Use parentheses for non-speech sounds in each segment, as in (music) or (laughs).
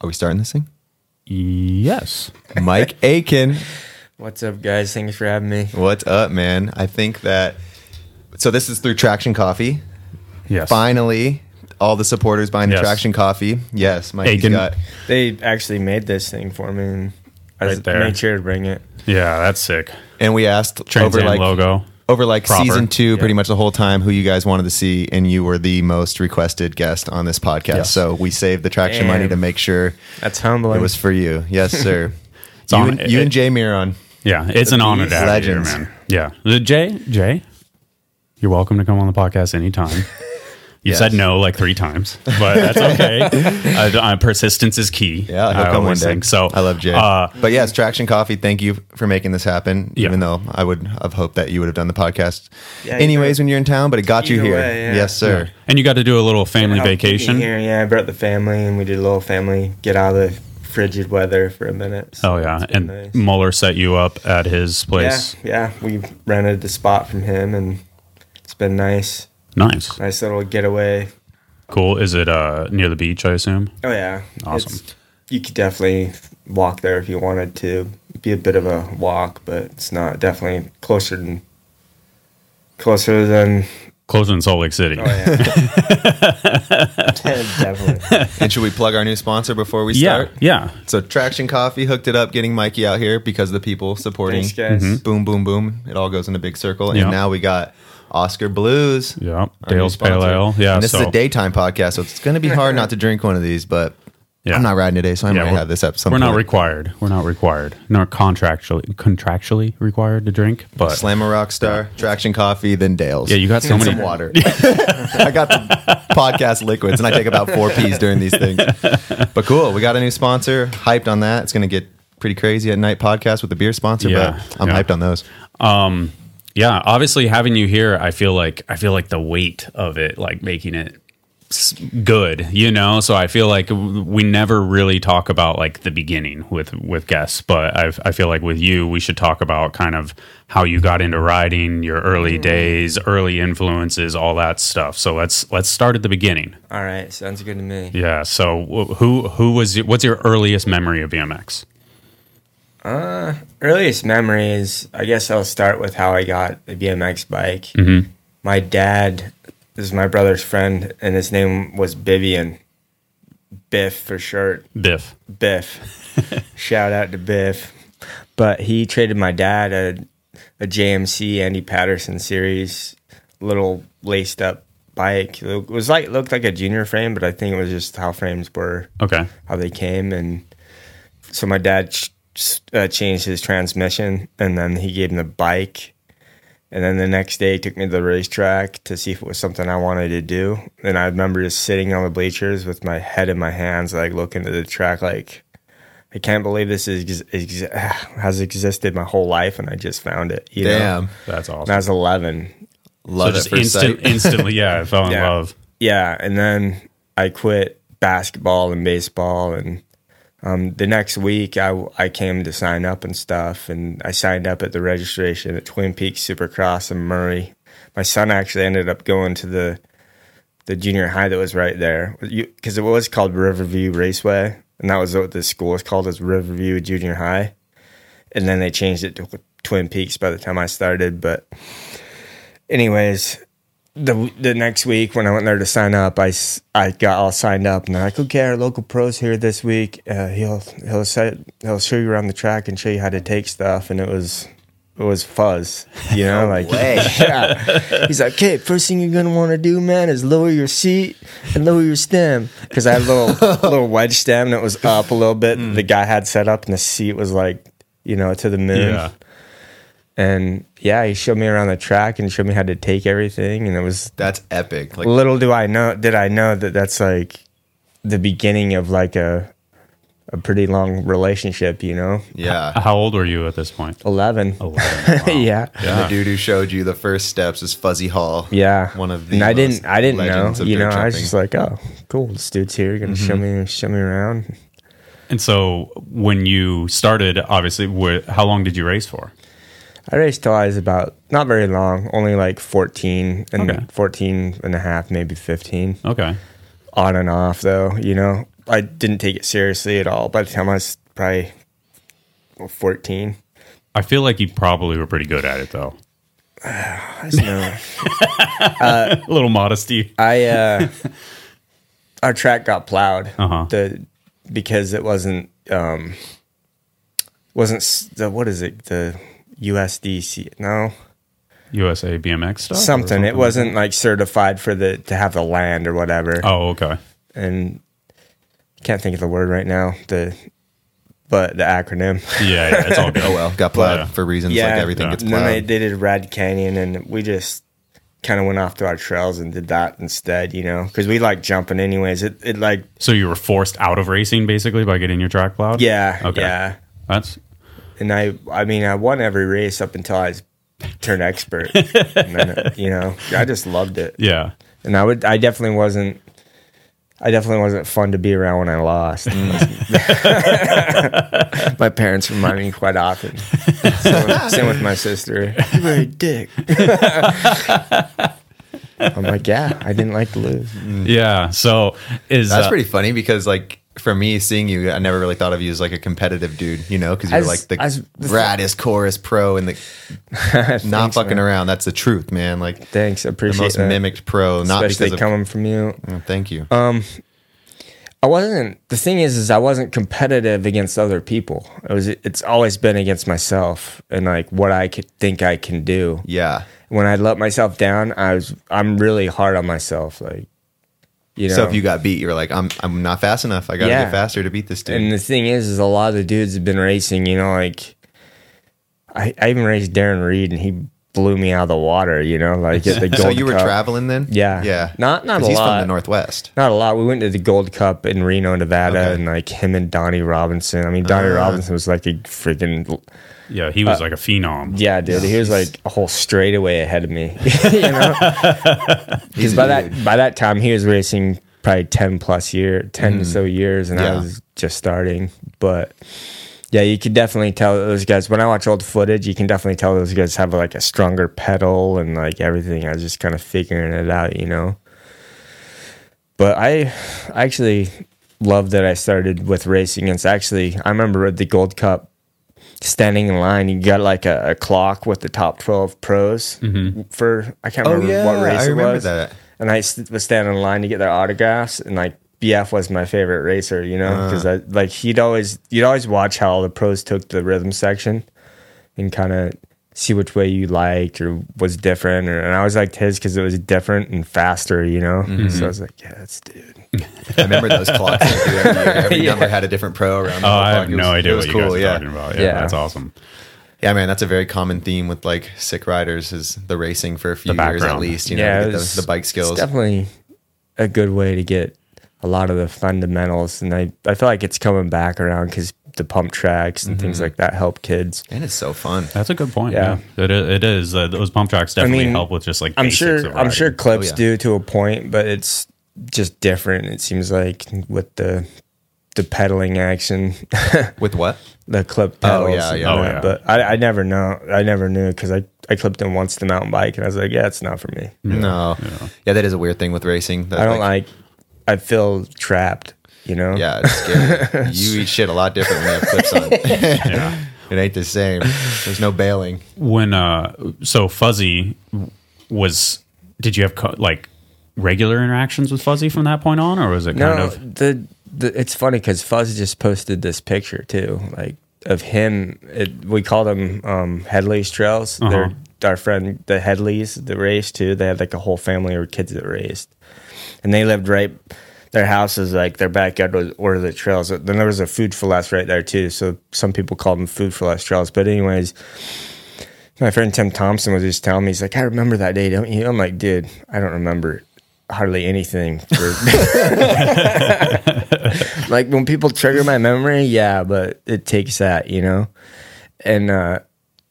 Are we starting this thing? Yes. (laughs) Mike Aiken, What's up, guys? Thanks for having me. what's up, man? I think that so. This is through Traction Coffee. Yes. Finally, all the supporters buying the Yes. Traction Coffee. Yes, Mike Aiken. got They actually made this thing for me, and I Right s- there. made sure to bring it. Yeah, that's sick. and we asked Trans over Am like logo. over like Proper. season two, Yeah. pretty much the whole time, who you guys wanted to see, and you were the most requested guest on this podcast. Yes. So we saved the Traction Damn. money to make sure That's humbling. it was for you. (laughs) Yes, sir. you, on- and, you it- and Jay Miron. Yeah, it's an honor to have Legends. you here, man. Yeah. Uh, Jay, Jay, you're welcome to come on the podcast anytime. (laughs) You Yes. said no like three times, but that's okay. (laughs) uh, uh, persistence is key. Yeah, he'll I come one always day. think. So I love Jay. Uh, but yes, Traction Coffee. Thank you for making this happen. Yeah. Even though I would have hoped that you would have done the podcast Yeah, anyways either- when you're in town, but it got you either here. way, yeah. Yes, sir. and you got to do a little family How- vacation. Here, yeah, I brought the family, and we did a little family get out of the frigid weather for a minute. So Oh yeah, it's been and nice. Mueller set you up at his place. yeah, yeah, we rented the spot from him, and it's been nice. Nice, Nice little getaway. cool. Is it uh, near the beach? I assume. Oh yeah, Awesome. It's- you could definitely walk there if you wanted to. It'd be a bit of a walk, but it's not definitely closer than closer than. Closer than Salt Lake City. Oh yeah, (laughs) definitely. and should we plug our new sponsor before we yeah, start? yeah. So Traction Coffee hooked it up, getting Mikey out here because of the people supporting. Thanks, guys. Boom, boom, boom. It all goes in a big circle. And Mm-hmm. Yeah. now we got Oscar Blues. Yeah, our new Dale's Pale sponsor. Ale. Yeah, And this is so- a daytime podcast, so it's going to be hard not to drink one of these, but (laughs) Yeah. I'm not riding today, so I might we're- have this up some We're not point. required. We're not required. Nor contractually contractually required to drink. But Slam a rock star, Traction Coffee, then Dale's. yeah, you got so and many some (laughs) water. I got the podcast liquids, and I take about four P's during these things. But cool, we got a new sponsor. Hyped on that. It's going to get pretty crazy at night podcast with the beer sponsor, Yeah, but I'm yeah. hyped on those. Yeah, obviously having you here, I feel like I feel like the weight of it, like making it s- good, you know. So I feel like w- we never really talk about like the beginning with with guests, but I I feel like with you, we should talk about kind of how you got into riding, your early days, early influences, all that stuff. So let's let's start at the beginning. All right, sounds good to me. Yeah. So wh- who who was your, what's your earliest memory of BMX? earliest memories, I guess I'll start with how I got a BMX bike. My dad this is my brother's friend, and his name was Bivian. Biff for short. Biff. Biff. Shout out to Biff. But he traded my dad a, a JMC Andy Patterson series little laced up bike. It was like looked like a junior frame, but I think it was just how frames were Okay. how they came and so my dad ch- s- uh, changed his transmission and then he gave him the bike and then the next day he took me to the racetrack to see if it was something i wanted to do and i remember just sitting on the bleachers with my head in my hands like looking at the track like i can't believe this is ex- ex- (sighs) has existed my whole life and i just found it you know? Damn. That's awesome. when i was 11 Love so it just for instant, sight. instantly, yeah, I fell in Yeah. love. yeah and then i quit basketball and baseball and um, the next week I, I came to sign up and stuff and i signed up at the registration at twin peaks supercross in murray my son actually ended up going to the the junior high that was right there because it was called riverview raceway and that was what the school was called as riverview junior high and then they changed it to twin peaks by the time i started but anyways the the next week when I went there to sign up, I, s- I got all signed up and they're like, okay, our local pro's here this week. Uh, he'll he'll set, he'll show you around the track and show you how to take stuff. And it was it was fuzz, you know, like (laughs) yeah. He's like, okay, first thing you're gonna want to do, man, is lower your seat and lower your stem because I had a little little wedge stem that was up a little bit. The guy had set up and the seat was like, you know, to the moon. Yeah. And yeah, he showed me around the track and showed me how to take everything, and it was That's epic. Like, little do I know did I know that that's like the beginning of like a a pretty long relationship, you know? yeah. How old were you at this point? 11. Oh, 11. (laughs) Wow. (laughs) yeah. The dude who showed you the first steps is Fuzzy Hall. Yeah. One of the And I most didn't I didn't know, legends of you dirt know, Mm-hmm. I was jumping. just like, "Oh, cool. This dude's here. Going to show me show me around." And so when you started, obviously, wh- how long did you race for? I raced till I was about not very long, only like 14 and Okay. fourteen and a half, 14 and a half, maybe 15. Okay. On and off though, you know. I didn't take it seriously at all. By the time I was probably well, fourteen, I feel like you probably were pretty good at it though. I don't know. A little modesty. I uh, our track got plowed Uh-huh. the because it wasn't um, wasn't s- the what is it the USDC no USA BMX stuff. or something. it wasn't like certified for the to have the land or whatever Oh, okay. and can't think of the word right now the but the acronym (laughs) Yeah, yeah, it's all good. Oh well, got plowed Yeah. for reasons yeah like everything yeah. gets and then they, plowed. they did Red Canyon and we just kind of went off to our trails and did that instead you know because we like jumping anyways it it like So you were forced out of racing basically by getting your track plowed. yeah Okay. yeah That's and I I mean I won every race up until I was (laughs) turned expert. and then, you know, I just loved it. yeah. And I would I definitely wasn't I definitely wasn't fun to be around when I (laughs) lost. my parents remind me quite often. Same with, same with my sister. You were a dick. (laughs) I'm like, yeah, I didn't like to lose. (laughs) Yeah. So is That's uh, pretty funny because like for me, seeing you, I never really thought of you as like a competitive dude, you know, because you're As- like the as- raddest chorus pro and the not Thanks, fucking man. around. That's the truth, man. Like Thanks, I the appreciate most that. mimicked pro, not Especially Uh, because of. coming from you. Mm, Thank you. I wasn't. The thing is, is I wasn't competitive against other people. It was. It's always been against myself and like what I could think I can do. yeah. When I let myself down, I was. I'm really hard on myself. Like, you know. So if you got beat, you were like, I'm I'm not fast enough. I got to Yeah. get faster to beat this dude. and the thing is, is a lot of the dudes have been racing. You know, like I, I even raced Darren Reed, and he blew me out of the water. You know, like at the (laughs) Gold so you were Cup. traveling then? Yeah. Yeah. Not- not 'Cause a he's from lot. the Northwest. Not a lot. We went to the Gold Cup in Reno, Nevada, Okay. and like him and Donnie Robinson. I mean, Donnie Ah. Robinson was like a freaking yeah, he was like a phenom. Yeah, dude, he was like a whole straightaway ahead of me. (laughs) you know, because a by dude. that by that time he was racing probably ten plus year, ten or so years, and Mm. I Yeah. was just starting. But yeah, you could definitely tell those guys. When I watch old footage, you can definitely tell those guys have like a stronger pedal and like everything. I was just kind of figuring it out, you know. But I I actually love that I started with racing. It's actually I remember at the Gold Cup standing in line. You got like a, a clock with the top twelve pros for I can't Oh, remember yeah, what race I it remember was. that. And I s- was standing in line to get their autographs, and like BF was my favorite racer, you Uh. know, because I like he'd always you'd always watch how all the pros took the rhythm section, and kind of see which way you liked or was different. Or, and I always liked his because it was different and faster, you know. Mm-hmm. So I was like, yeah, that's dude. I remember those (laughs) clocks. Like, every year. every number had a different pro around. The Oh, whole I clock. have It no was- idea It was what you cool. guys are yeah. talking about. Yeah, Yeah. that's awesome. Yeah, man, that's a very common theme with like sick riders is the racing for a few years at background. least. You know, to it get was- the, the bike skills. It's definitely a good way to get a lot of the fundamentals, and I I feel like it's coming back around because the pump tracks and Mm-hmm. things like that help kids. and it's so fun. That's a good point. Yeah, Yeah. it, i- it is. Uh, those pump tracks definitely mean, help with just like. I'm basics sure of I'm sure riding. clips Oh, yeah. do to a point, but it's just different. It seems like with the the pedaling action, (laughs) With what? the clip pedals. yeah, and yeah. all Oh, that, yeah. But I, I never know. I never knew because I I clipped in once the mountain bike, and I was like, yeah, it's not for me. No. Yeah. that is a weird thing with racing. that, I don't like. I feel trapped. You know. Yeah, it's scary. (laughs) you eat shit a lot different when you have clips on. Yeah. (laughs) It ain't the same. There's no bailing. When uh, so Fuzzy was. Did you have co- like regular interactions with Fuzzy from that point on, or was it kind No, of? the, the it's funny because Fuzz just posted this picture too, like of him. It, we called them um, Headley's Trails. Uh-huh. They're our friend the Headleys that raced too. They had like a whole family of kids that raced, and they lived right. Their house is like their backyard was were the trails. Then there was a food for less right there too. So some people called them food for less trails. But anyways, my friend Tim Thompson was just telling me, he's like, I remember that day, don't you? I'm like, dude, I don't remember hardly anything. For like when people trigger my memory, yeah, but it takes that, you know? And, uh,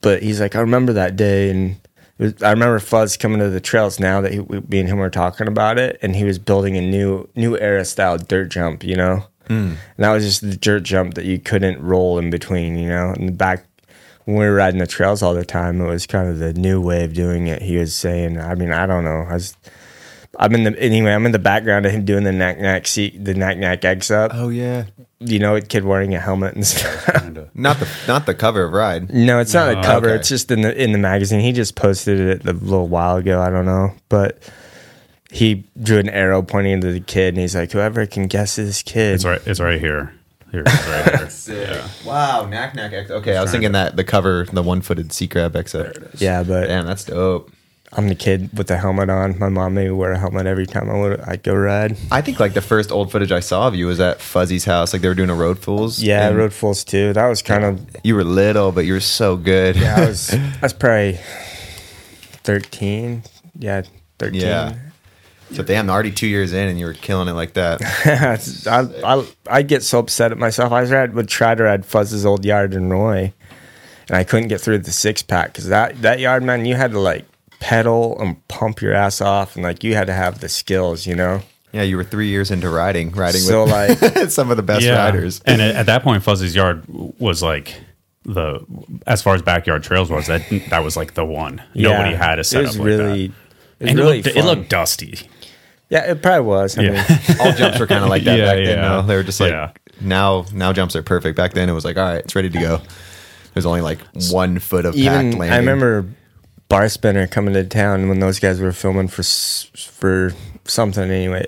but he's like, I remember that day. And it was, I remember Fuzz coming to the trails now that he, we, me and him were talking about it. And he was building a new, new era style dirt jump, you know? And that was just the dirt jump that you couldn't roll in between, you know? And back when we were riding the trails all the time, it was kind of the new way of doing it. He was saying, I mean, I don't know. I was I'm in the anyway. I'm in the background of him doing the knack knack seat, the knack knack eggs up. Oh yeah, You know, a kid wearing a helmet and stuff. not the not the cover of Ride. (laughs) no, it's not a Oh, cover. okay. It's just in the in the magazine. He just posted it a little while ago. I don't know, but he drew an arrow pointing to the kid, and he's like, "Whoever can guess this kid." It's right. It's right here. Here. It's right here. Yeah. Wow, knack knack. X. Okay, I was thinking that the cover, the one footed sea crab exit. Yeah, but Damn, that's dope. I'm the kid with the helmet on. My mom made me wear a helmet every time I would I go ride. I think like the first old footage I saw of you was at Fuzzy's house. Like they were doing a Road Fools. Yeah, I and rode fools too. That was kind of You were little, but you were so good. yeah, (laughs) I was I was probably thirteen. Yeah, thirteen. Yeah. So damn, already two years in, and you were killing it like (laughs) that. I, I I'd get so upset at myself. I ride, would try to ride Fuzz's old yard in Roy, and I couldn't get through the six pack because that that yard man, you had to like pedal and pump your ass off, and like you had to have the skills, you know. Yeah, you were three years into riding, riding So with (laughs) like some of the best (laughs) riders. And at, at that point, Fuzzy's yard was like the as far as backyard trails was that that was like the one. Nobody yeah, had a setup It was like really, that. it was And really it, looked, it fun. looked dusty. yeah, it probably was. I mean, All jumps were kind of like that Yeah, back then. yeah. though. They were just like Yeah. now, now jumps are perfect. Back then, it was like all right, it's ready to go. There's only like one foot of packed even landing. I remember Bar Spinner coming to town when those guys were filming for s- for something anyway,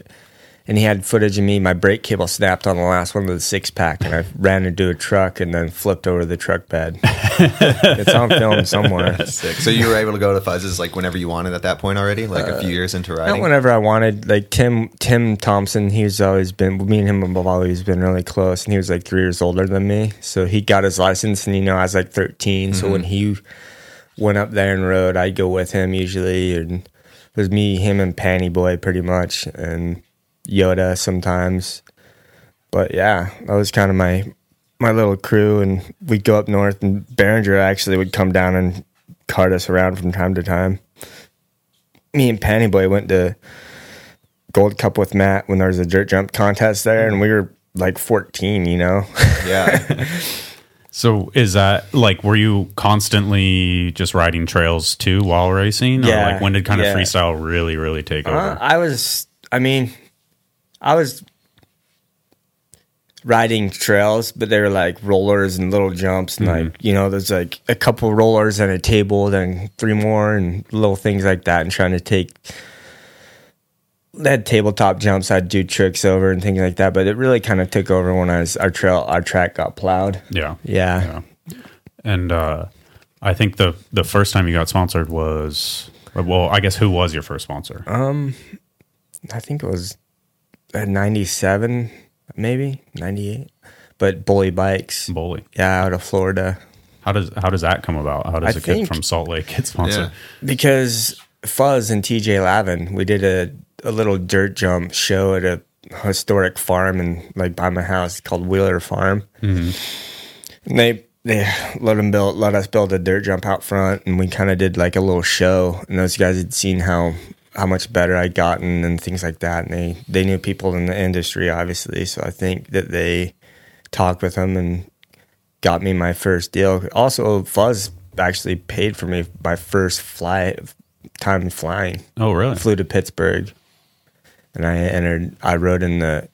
and he had footage of me. My brake cable snapped on the last one of the six pack, and I ran into a truck and then flipped over the truck bed. it's on film somewhere. Sick. So you were able to go to Fuzz's like whenever you wanted at that point already, like a few years into Uh, Not riding. whenever I wanted. Like Tim Tim Thompson, he's always been me and him have always been really close, and he was like three years older than me. So he got his license, and you know I was like 13 So when he went up there and rode, I'd go with him usually, and it was me, him, and Panty Boy pretty much, and Yoda sometimes. But yeah, that was kind of my my little crew, and we'd go up north, and Behringer actually would come down and cart us around from time to time me and Panty Boy went to Gold Cup with Matt when there was a dirt jump contest there, and we were like 14, you know? (laughs) yeah, So is that like were you constantly just riding trails too while racing? Yeah, Or like when did kind of yeah. freestyle really, really take over? Uh, I was, I mean, I was riding trails, but they were like rollers and little jumps, and like, you know, there's like a couple rollers and a table, then three more, and little things like that, and trying to take. They had tabletop jumps. I'd do tricks over and things like that, but it really kind of took over when I was our trail, our track got plowed. yeah. Yeah. And uh I think the the first time you got sponsored was well, I guess who was your first sponsor? Uh-huh. I think it was uh, 97, maybe 98, but Bully Bikes. Bully. Yeah, out of Florida. How does how does that come about? How does I a kid think- from Salt Lake get sponsored? Because Fuzz and TJ Lavin, we did a, a little dirt jump show at a historic farm and like by my house called Wheeler Farm. And they they let 'em build let us build a dirt jump out front, and we kind of did like a little show. And those guys had seen how how much better I'd gotten and things like that. And they they knew people in the industry, obviously. So I think that they talked with them and got me my first deal. Also, Fuzz actually paid for me my first fly time flying. Oh really? Flew to Pittsburgh, and I entered. I rode in the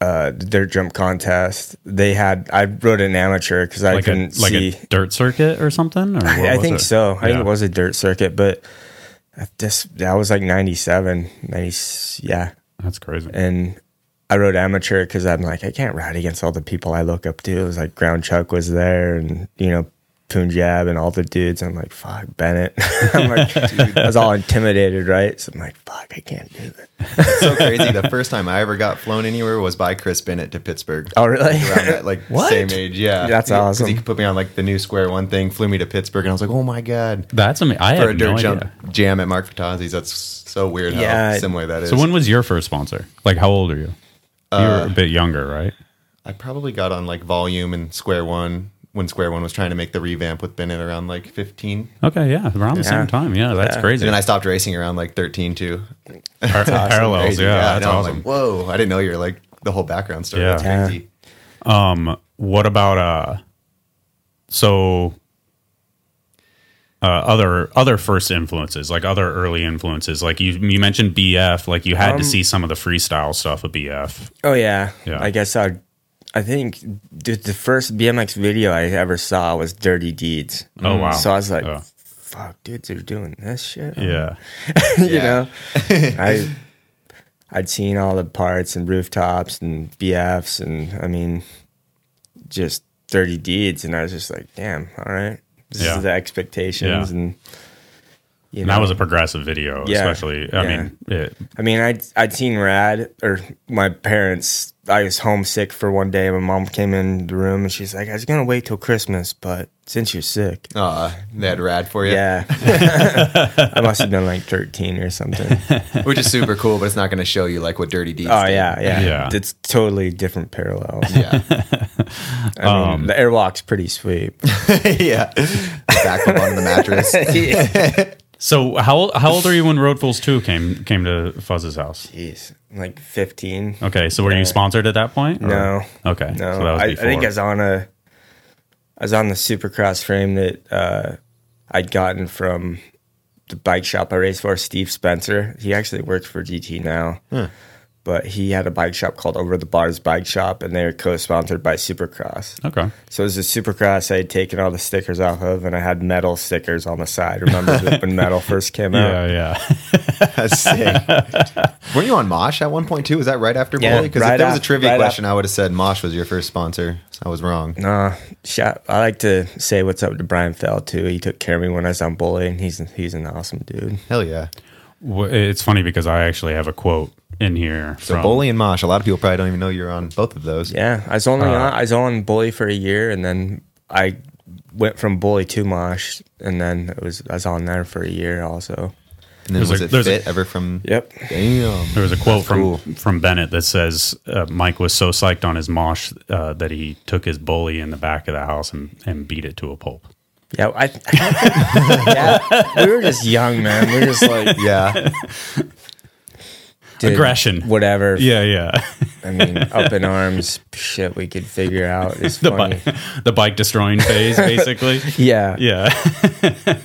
uh, the dirt jump contest. They had I rode an amateur because I like a couldn't like see. a dirt circuit or something? Or what I was think it? so. I think Yeah. it was a dirt circuit, but I just that was like 97, 90, yeah. That's crazy. And I rode amateur because I'm like I can't ride against all the people I look up to. It was like Ground Chuck was there, and you know. Punjab and all the dudes, I'm like, fuck Bennett. (laughs) (laughs) I'm like, dude, I was all intimidated, right? So I'm like, fuck, I can't do this. it's so crazy. The first time I ever got flown anywhere was by Chris Bennett to Pittsburgh. Oh, really? around that like What? same age. Yeah, That's He- 'cause awesome. He put me on like the new Square One thing, flew me to Pittsburgh, and I was like, oh my god, That's amazing. I for a had dirt no jump idea. jam at Mark Fatazzi's. That's so weird how Yeah. similar that is. So when was your first sponsor? Like how old are you? you were Uh, a bit younger, right? I probably got on like Volume and Square One when Square One was trying to make the revamp with Bennett around like 15, Okay, yeah, around the Yeah. same time. Yeah, that's Yeah. crazy. and then I stopped racing around like 13 too. Par- Parallels, Crazy. yeah, I that's know. I'm awesome. Like, Whoa, I didn't know you're like the whole background story. Yeah. That's crazy. um, what about uh? So uh, other other first influences, like other early influences? Like you you mentioned BF, like you Um, had to see some of the freestyle stuff of BF. (laughs) Oh yeah. Yeah. I guess I. I think the, the first BMX video I ever saw was "Dirty Deeds." Oh, wow. So I was like, Oh. "Fuck, dudes are doing this shit." Yeah, (laughs) (laughs) you know, I I'd seen all the parts and rooftops and BFs and I mean, just dirty deeds, and I was just like, "Damn, all right, this Yeah. is the expectations." Yeah. And you and that was a progressive video, Yeah. especially. I Yeah. mean, it, I mean, I'd, I'd seen Rad or my parents. I was homesick for one day. My mom came in the room and she's like, I was going to wait till Christmas, but since you're sick. Aw, they had rad for you. Yeah. (laughs) I must have been like 13 or something. (laughs) Oh, Which is super cool, but it's not going to show you like what Dirty Deeds did. yeah. Yeah. Yeah. It's totally different parallel. (laughs) Yeah. I mean, Um, the airwalk's pretty sweet. yeah. Back up onto the (laughs) mattress. so how old- how old are you when Road Fools Two came came to Fuzz's house? Jeez. Like 15. Okay, so were you sponsored at that point? or- No. Okay. No, So that was I, I before. think I was on a, I was on the Supercross frame that uh, I'd gotten from the bike shop I raced for, Steve Spencer. He actually works for GT now, but he had a bike shop called Over the Bars Bike Shop, and they were co-sponsored by Supercross. okay. So it was a Supercross I had taken all the stickers off of, and I had metal stickers on the side. Remember (laughs) when metal first came Yeah, out? yeah. (laughs) That's sick. Weren't you on Mosh at one point too? Was that right after Yeah, Molly? Because right if there was a af- trivia right af- question, I would have said Mosh was your first sponsor. So I was wrong. Nah, shout, Uh, I like to say what's up to Brian Fell too. He took care of me when I was on Bully, and he's he's an awesome dude. Hell yeah. Wh- It's funny because I actually have a quote in here. So from, Bully and Mosh, a lot of people probably don't even know you're on both of those. Yeah, I was only Uh, on, I was on Bully for a year, and then I went from Bully to Mosh, and then it was I was on there for a year also. And then There's was a- it there's a- Fit ever from? Yep. Damn. (laughs) There was a quote from cool. from Bennett that says uh, Mike was so psyched on his mosh uh, that he took his bully in the back of the house and, and beat it to a pulp. Yeah, I, (laughs) yeah, we were just young, man. We were just (laughs) like Yeah. (laughs) did Aggression. whatever. Yeah, yeah. (laughs) I mean, up in arms, shit. We could figure out. (laughs) It's the funny. bike the bike destroying (laughs) phase basically. Yeah, yeah.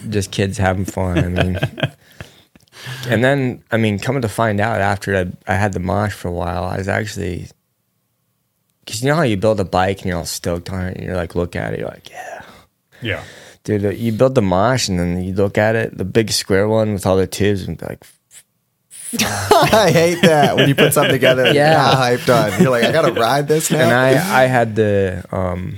just kids having fun. (laughs) I mean, and then I mean, coming to find out after I, I had the mosh for a while, I was actually because you know how you build a bike and you're all stoked on it, and you're like, look at it, you're like, yeah, Yeah. dude, you build the mosh, and then you look at it, the big square one with all the tubes, and be like, I hate that when you put something together. Yeah. Yeah. hyped on. You're like, I gotta ride this now. and I I had the um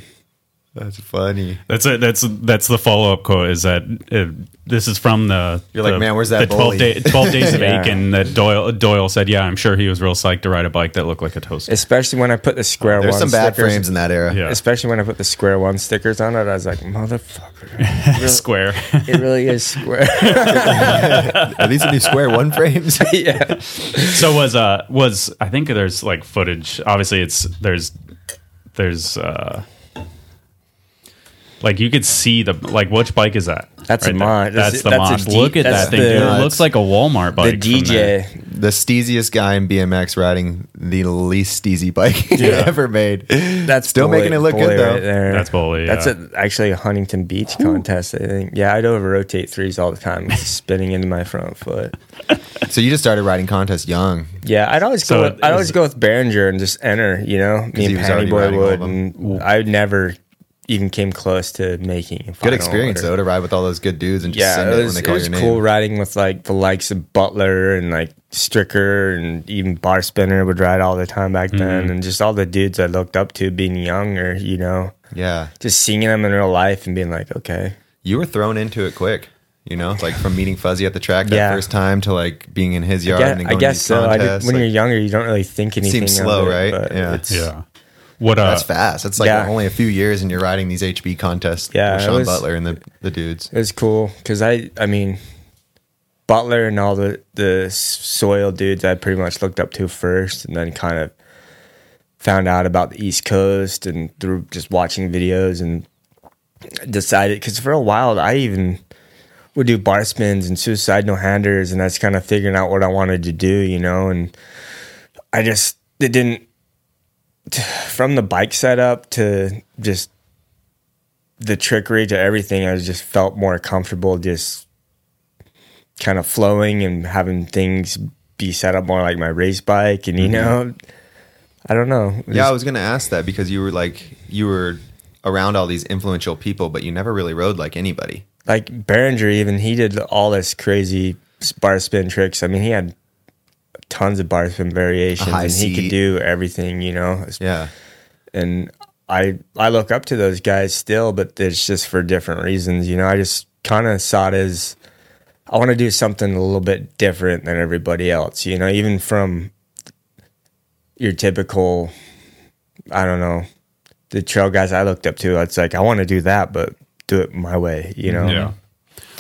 That's funny. That's it. That's that's the follow up quote. Is that uh, this is from the You're like, the- "Man, where's that the bully?" twelve, day, (laughs) twelve days of Yeah. Aiken that Doyle Doyle said. Yeah, I'm sure he was real psyched to ride a bike that looked like a toaster. especially when I put the square There's one some bad stickers- frames in that era. Yeah. Especially when I put the square one stickers on it, I was (laughs) like, (laughs) motherfucker, Square. it really is square. (laughs) Are these the new square one (laughs) frames? yeah. so was uh was I think there's like footage. Obviously, it's there's there's uh like you could see the like which bike is that? That's a there. Mont. That's, That's- the that's Mont. a D- Look at that's that thing, the- dude. Yeah, It it's looks like a Walmart The bike. from there. DJ, the steeziest guy in BMX riding the least steezy bike (laughs) ever made. That's Still Boy- making it look Boy good, though. right there. That's Boy, That's yeah. a, actually a Huntington Beach contest. I think. Yeah, I'd over rotate threes all the time, (laughs) spinning into my front foot. So you just started riding contests young. Yeah, I'd always So go. With, it I'd is- always go with Behringer and just enter. You know, me he and was already Patty Boy riding all of would, them. and I never even came close to making. A Good final experience order. though to ride with all those good dudes and just send Yeah, it, it when was, they it call was your name. cool riding with like the likes of Butler and like Stricker and even Bar Spinner would ride all the time back Mm-hmm. then, and just all the dudes I looked up to being younger. You know, Yeah, just seeing them in real life and being like, okay, you were thrown into it quick. You know, like from meeting Fuzzy at the track that Yeah. first time to like being in his yard and then yeah, I going guess to these so. I did, contests. when like, you're younger, you don't really think anything. seems slow, of it, right? but Yeah. it's- Yeah. What uh that's fast. It's like Yeah. only a few years and you're riding these HB contests. Yeah, with it Sean was- Butler and the the dudes. It was cool because I, I mean, Butler and all the the soil dudes I pretty much looked up to first, and then kind of found out about the East Coast and through just watching videos and decided because for a while I even would do bar spins and suicide no handers, and that's kind of figuring out what I wanted to do, you know, and I just it didn't from the bike setup to just the trickery to everything, I was just felt more comfortable just kind of flowing and having things be set up more like my race bike. And, you know, I don't know. Yeah, I was gonna ask that because you were like you were around all these influential people, but you never really rode like anybody. like Behringer, even he did all this crazy s- bar spin tricks. I mean, he had tons of bar spin variations, high and he seat. could do everything, you know. Yeah, And I I look up to those guys still, but it's just for different reasons, you know. I just kind of saw it as I want to do something a little bit different than everybody else, you know. Even from your typical, I don't know, the trail guys I looked up to. It's like I want to do that, but do it my way, you know. Yeah.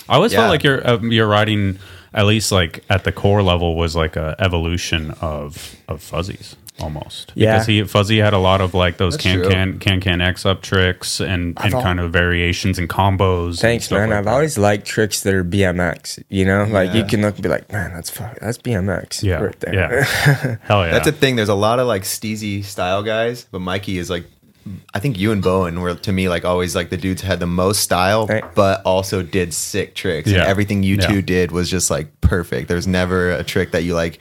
I always Yeah. felt like your um, your writing, at least like at the core level, was like a evolution of of fuzzies almost. Yeah. Because he fuzzy had a lot of like those That's can true. can can can X up tricks and and al- kind of variations and combos. and Thanks, stuff man. like I've that. always liked tricks that are BMX. You know, like you Yeah. can look and be like, man, that's fuck, that's BMX yeah right there. (laughs) yeah hell yeah that's a thing. There's a lot of like steezy style guys, but Mikey is like. I think you and Bowen were to me like always like the dudes had the most style, Right. but also did sick tricks. Yeah. And everything you Yeah. two did was just like perfect. There's never a trick that you like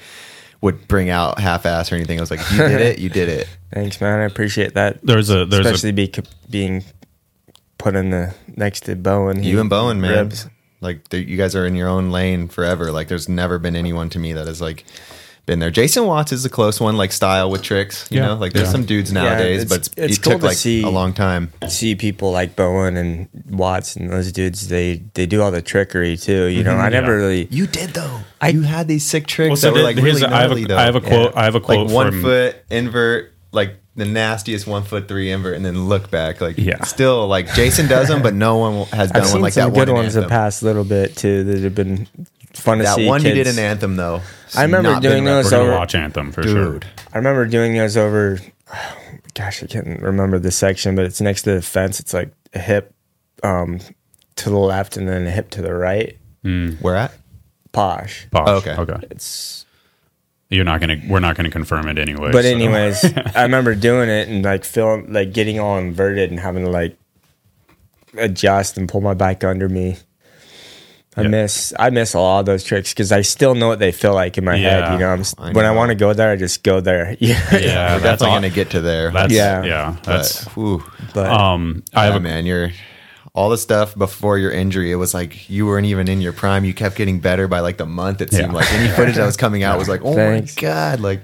would bring out half ass or anything. It was like you did it, you did it. Thanks, man. I appreciate that. there's a there's a Especially be, being put in the next to Bowen. You and Bowen, man. Ribs. Like th- you guys are in your own lane forever. Like there's never been anyone to me that has like been there. Jason Watts is the close one, like style with tricks. You Yeah. know, like there's Yeah. some dudes nowadays, it's- but it's, it's it cool took to like see. a long time. See people like Bowen and Watts and those dudes. They they do all the trickery too. You know, Mm-hmm. I never really. You did though. you had these sick tricks Well, so that were did- like here's really a- I have a- gnarly though. I have a quote- I have a quote Like one from- foot invert, like the nastiest one foot three invert, and then look back. Like Yeah. still like Jason does them, but no one has done I've one seen like some that. good one in ones the Anthem. past little bit too that have been fun to That see. one you did kids. in Anthem though. It's I remember not been doing those we're replicated. gonna over- watch anthem for sure Dude, I remember doing those over. Gosh, I can't remember the section, but it's next to the fence. It's like a hip um, to the left and then a hip to the right. where at? Posh. Posh. Oh, okay. okay It's. you're not gonna we're not gonna confirm it anyway But so- anyways, (laughs) I remember doing it and like feeling like getting all inverted and having to like adjust and pull my bike under me. I Yeah. miss I miss a lot of those tricks because I still know what they feel like in my head. Yeah. You know, I'm, s- I when I know. want to go there, I just go there. (laughs) Yeah, yeah We're Uh, that's definitely all, gonna get to there. that's yeah Yeah. yeah But, that's whew. but um i have Yeah, a man, you're all the stuff before your injury. It was like you weren't even in your prime. You kept getting better by like the month. It seemed Yeah. like any footage that was coming (laughs) out was like, oh Thanks. my god, like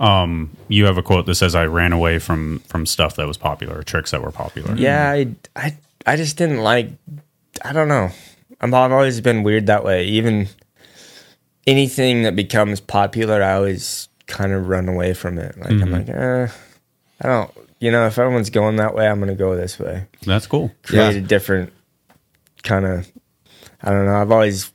Um, you have a quote that says i ran away from from stuff that was popular tricks that were popular Yeah, I, I, I just didn't like. I don't know. I'm, I've always been weird that way. Even anything that becomes popular, I always kind of run away from it. Like I'm like, eh, I don't. You know, if everyone's going that way, I'm gonna go this way. that's cool Create Yeah. a different kind of. I don't know. I've always,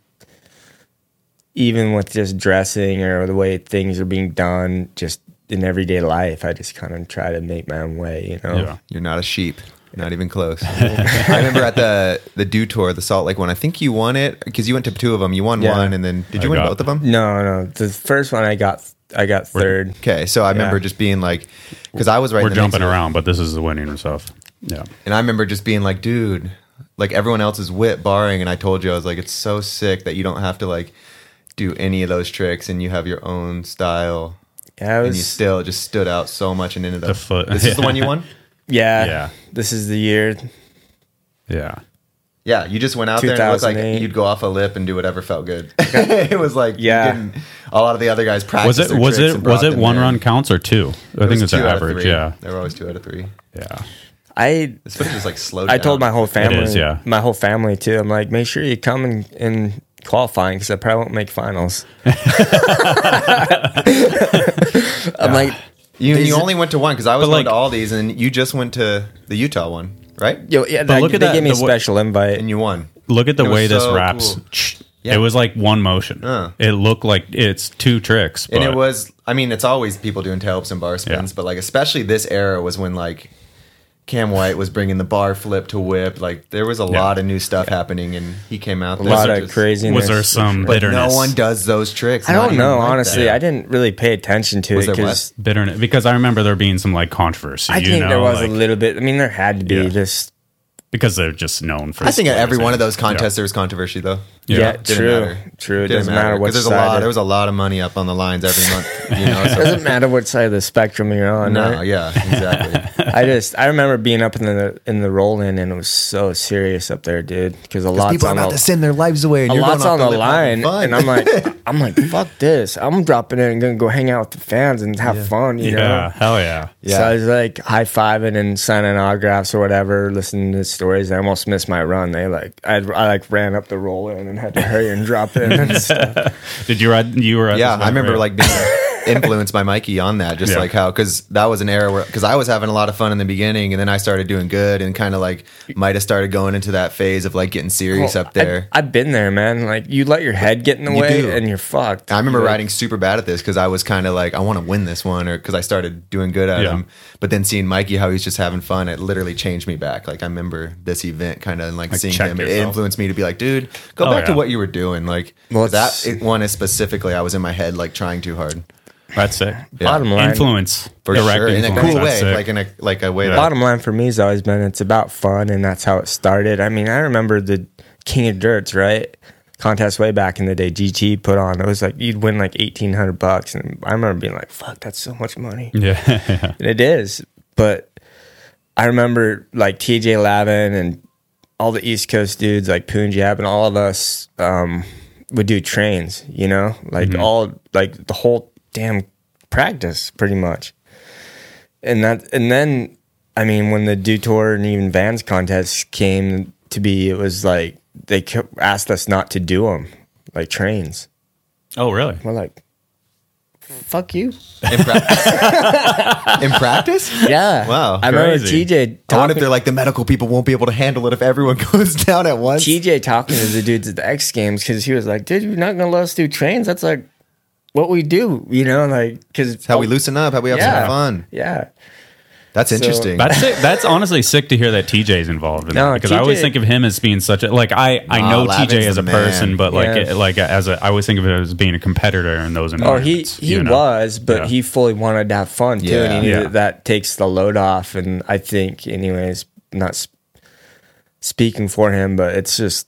even with just dressing or the way things are being done, just in everyday life, I just kind of try to make my own way. You Oh. know. yeah you're not a sheep. Not even (laughs) close. I remember at the the Dew Tour, the Salt Lake one. I think you won it because you went to two of them. You won Yeah. one, and then did you I win got- both of them? No, no. The first one I got, I got third. Okay, so I remember just being like, because I was right. we're in the mix jumping of it. around but this is the winning stuff yeah And I remember just being like, dude, like everyone else is whip barring. And I told you, I was like, it's so sick that you don't have to like do any of those tricks and you have your own style. Yeah, I And you was, still just stood out so much and ended up. The foot- This is the (laughs) one you won? yeah, Yeah. This is the year. yeah Yeah, you just went out there and it was like 2008. you'd go off a lip and do whatever felt good. (laughs) (laughs) it was like, you Yeah. didn't- a lot of the other guys practiced. was it their was tricks it and brought was it them one there. run counts or It two i was think it's an two out of average three. yeah They were always two out of three. yeah I, This footage is like slow I told my whole family, is, yeah. my whole family too. I'm like, make sure you come and, and qualifying because I probably won't (laughs) make finals. (laughs) I'm like, You, These- you only went to one because I was But, going like- to all these and you just went to the Utah one, right? yo, yeah. But they- look at they that, gave me a the wa- Mm-hmm. special invite. And you won. look at the It was way this so wraps cool. Ch- Yeah. it was like one motion Uh. it looked like it's two tricks and it but- was i mean it's always people doing tailhooks and bar spins Yeah. but like especially this era was when like cam white was bringing the bar flip to whip like there was a lot of new stuff happening and he came out a lot of craziness. was there some but bitterness no one does those tricks I not don't even know. like honestly, that. I didn't really pay attention to Was it there because bitterness because i remember there being some like controversy I you think know there was like, a little bit. I mean, there had to be Yeah. this because they're just known for. I think at every spoilers, one of yeah. those contests there was controversy though. Yeah. Yeah, Didn't true, matter. true. It Didn't doesn't matter, what 'cause there's a side. lot. of- There was a lot of money up on the lines every month. You know, so- (laughs) doesn't matter what side of the spectrum you're on. no, right? yeah, exactly. I just I remember being up in the in the rolling and it was so serious up there, dude. Because a lot's People are on about to the, send their lives away, and a you're lot's going on off the to live having line, fun. and I'm like (laughs) I'm like fuck this. I'm dropping it and gonna go hang out with the fans and have fun, you Yeah, know. hell yeah. Yeah. So I was like high fiving and signing autographs or whatever, listening to stories. I almost missed my run. They like I, I like ran up the roll in and had to hurry and (laughs) drop in. And stuff. Did you ride? You were at yeah, this I one, remember like right? being (laughs) influenced by Mikey on that, just Yeah. like how because that was an era where because I was having a lot of fun in the beginning, and then I started doing good, and kind of like might have started going into that phase of like getting serious up there. I, have been there, man. Like you let your head get in the You way do. and you're fucked. I remember Like, riding super bad at this because I was kind of like, I want to win this one, or because I started doing good at Yeah. him. But then seeing Mikey how he's just having fun, it literally changed me back. Like I remember this event kind of like, seeing check him, it yourself. influenced me to be like, dude, go Oh, back to yeah. what you were doing. Like Well, that it's- one is specifically, I was in my head like trying too hard that's sick. Bottom line, Influence for direct sure, in a influence. cool That's way, sick. like in a like a way. that- Bottom line for me has always been it's about fun, and that's how it started. I mean, I remember the King of Dirts, right? Contest way back in the day, GT put on. It was like you'd win like eighteen hundred bucks, and I remember being like, "Fuck, that's so much money." (laughs) yeah, And it is, but I remember like TJ Lavin and all the East Coast dudes, like Punjab, and all of us um, would do trains. You know, like Mm-hmm. all like the whole damn practice, pretty much. And that, and then I mean, when the Do Tour and even Vans contest came to be, it was like they kept- asked us not to do them, like trains. Oh, really? We're like, fuck you. in, pra- (laughs) in practice. Yeah. Wow, I remember crazy. TJ I wonder talking if they're like the medical people won't be able to handle it if everyone (laughs) goes down at once. TJ talking to the dudes at the X Games because he was like, "Dude, you're not gonna let us do trains? That's like what we do, you know? Like because How we loosen up, how we have some fun. yeah." That's interesting. That's it. That's honestly sick to hear that TJ's involved in No, that because I always TJ think of him as being such a like I I Nah, know Lavin's TJ as the a person, man. but like Yeah. it, like as a I always think of it as being a competitor in those Or he environments. he you know? was, but Yeah. he fully wanted to have fun too, and he knew Yeah. that that takes the load off. And I think, anyways, not sp- speaking for him, but it's just.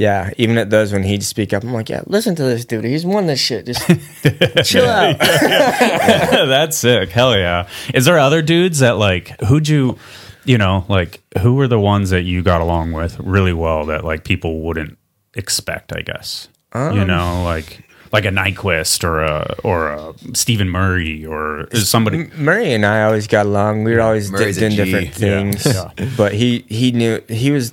Yeah, even at those when he'd speak up, I'm like, yeah, listen to this dude. He's won this (laughs) shit. Just chill out. That's sick. Hell yeah. Is there other dudes that like who'd you you know, like who were the ones that you got along with really well that like people wouldn't expect, I guess. you Um. know, like like a Nyquist or a or a Stephen Murray or somebody Murray and I always got along. We were always Murray's dipped in a G. different things, Yeah. but he he knew he was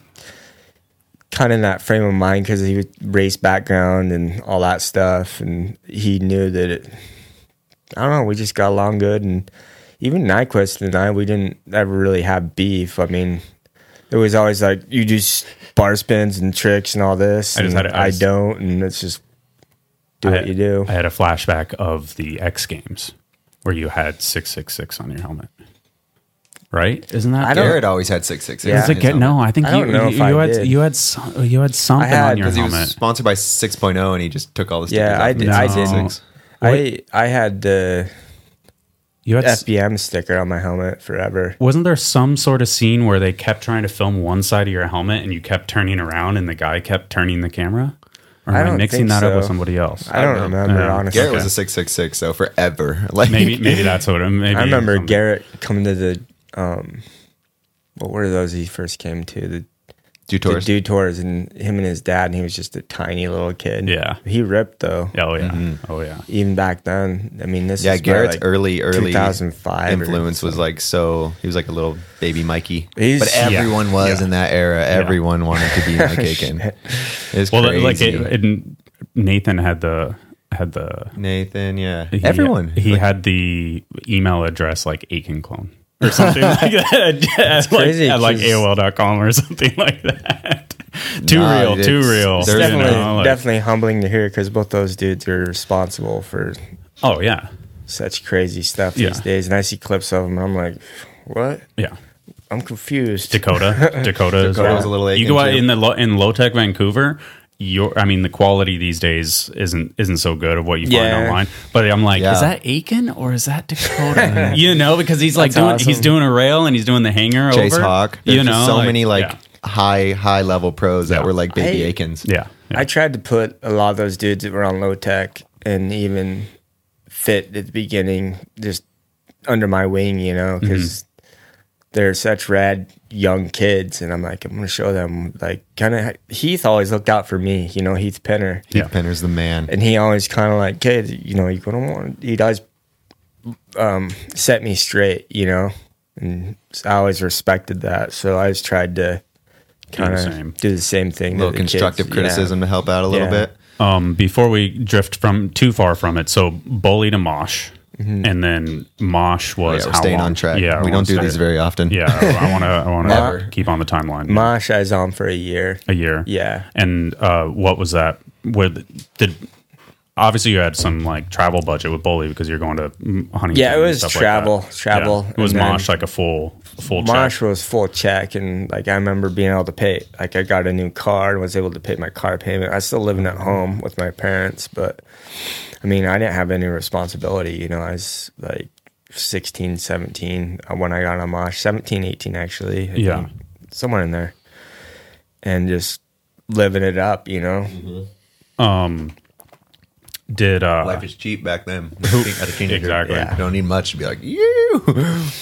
kind of in that frame of mind because he was race background and all that stuff, and he knew that it. I don't know. We just got along good, and even Nyquist and I, we didn't ever really have beef. I mean, it was always like you do s- bar spins and tricks and all this. I just had and it- I I just- don't, and it's just do what I- you do. I had a flashback of the X Games where you had six six six on your helmet. Right? Isn't that I don't- Garrett always had six six six. Yeah. Is it get, no, I think I you, don't know you, if I you had did. you had some, you had something on had, your because he helmet. was sponsored by 6.0 and he just took all the stickers. Yeah, off I of did. it. I No. didn't. I I had the. you had s- FBM sticker on my helmet forever. wasn't there some sort of scene where they kept trying to film one side of your helmet and you kept turning around and the guy kept turning the camera? Or am I, I don't mixing think that up with so. somebody else? I don't remember Yeah. honestly. Garrett was a 666 so forever. (laughs) Like maybe maybe that's what it maybe (laughs) I remember something. Garrett coming to the um, what were those he first came to the do the tours. do tours and him and his dad and he was just a tiny little kid. Yeah. he ripped though. Oh yeah. Mm-hmm. Oh yeah. Even back then, I mean, this Yeah, is probably, Garrett's like, early early 2005 or influence was like so he was like a little baby Mikey. He's- but everyone Yeah. was in that era. Everyone wanted to be Mike Aiken. It's Well, crazy. like it, it, Nathan had the had the Nathan, yeah. he- everyone. he had the email address like Aiken clone or (laughs) something like that. (laughs) That's crazy, At like 'cause- AOL.com or something (laughs) like that. too Nah, real, it's- too real. it's you definitely know, like- definitely humbling to hear because both those dudes are responsible for Oh yeah. such crazy stuff Yeah. these days. And I see clips of them, and I'm like, what? Yeah. I'm confused. Dakota, Dakota, (laughs) as Dakota well. was a little You Aiken, go out too. in the lo- in low tech Vancouver, your I mean the quality these days isn't isn't so good of what you Yeah. find online. But I'm like, Yeah. is that Aiken or is that (laughs) Dakota? you know, because he's like That's doing awesome. he's doing a rail and he's doing the hanger Chase over. Hawk. There's you just know, so many like yeah. high high level pros that Yeah. were like baby I- Akins. yeah. yeah. I tried to put a lot of those dudes that were on low tech and even fit at the beginning just under my wing, you know, because they're such rad young kids. And I'm like, I'm going to show them, like, kind of. Heath always looked out for me, you know, Heath Penner. Yeah. Penner's the man. And he always kind of like, kid, you know, you're going to want, he'd always um, set me straight, you know, and so I always respected that. So I just tried to kind the same. of do the same thing. A that little the kids- constructive yeah. criticism to help out a little Yeah. bit. Um, before we drift from too far from it, so bully to mosh, and then mosh Mm-hmm. Oh, Yeah, was we're how staying long? on track. Yeah, we we're don't do staying- these very often. Yeah, I want to. I (laughs) want Never. to keep on the timeline. Mosh, I was on for a year. a year. Yeah. And uh, what was that? Where the, did obviously you had some like travel budget with Bully because you're going to mm, Huntington. Yeah, it and was stuff travel- Like that. travel, Yeah. It was and then- Mosh like a full full Mosh check. was full check, and like I remember being able to pay. Like I got a new car and was able to pay my car payment. I was still living at home with my parents, but I mean, I didn't have any responsibility. You know, I was like 16, 17 uh, when I got on Mosh, 17, 18 actually. I Yeah. think, somewhere in there, and just living it up. You know, Did uh, Life is cheap back then. At a (laughs) teenager, Exactly. You don't need much to be like, you.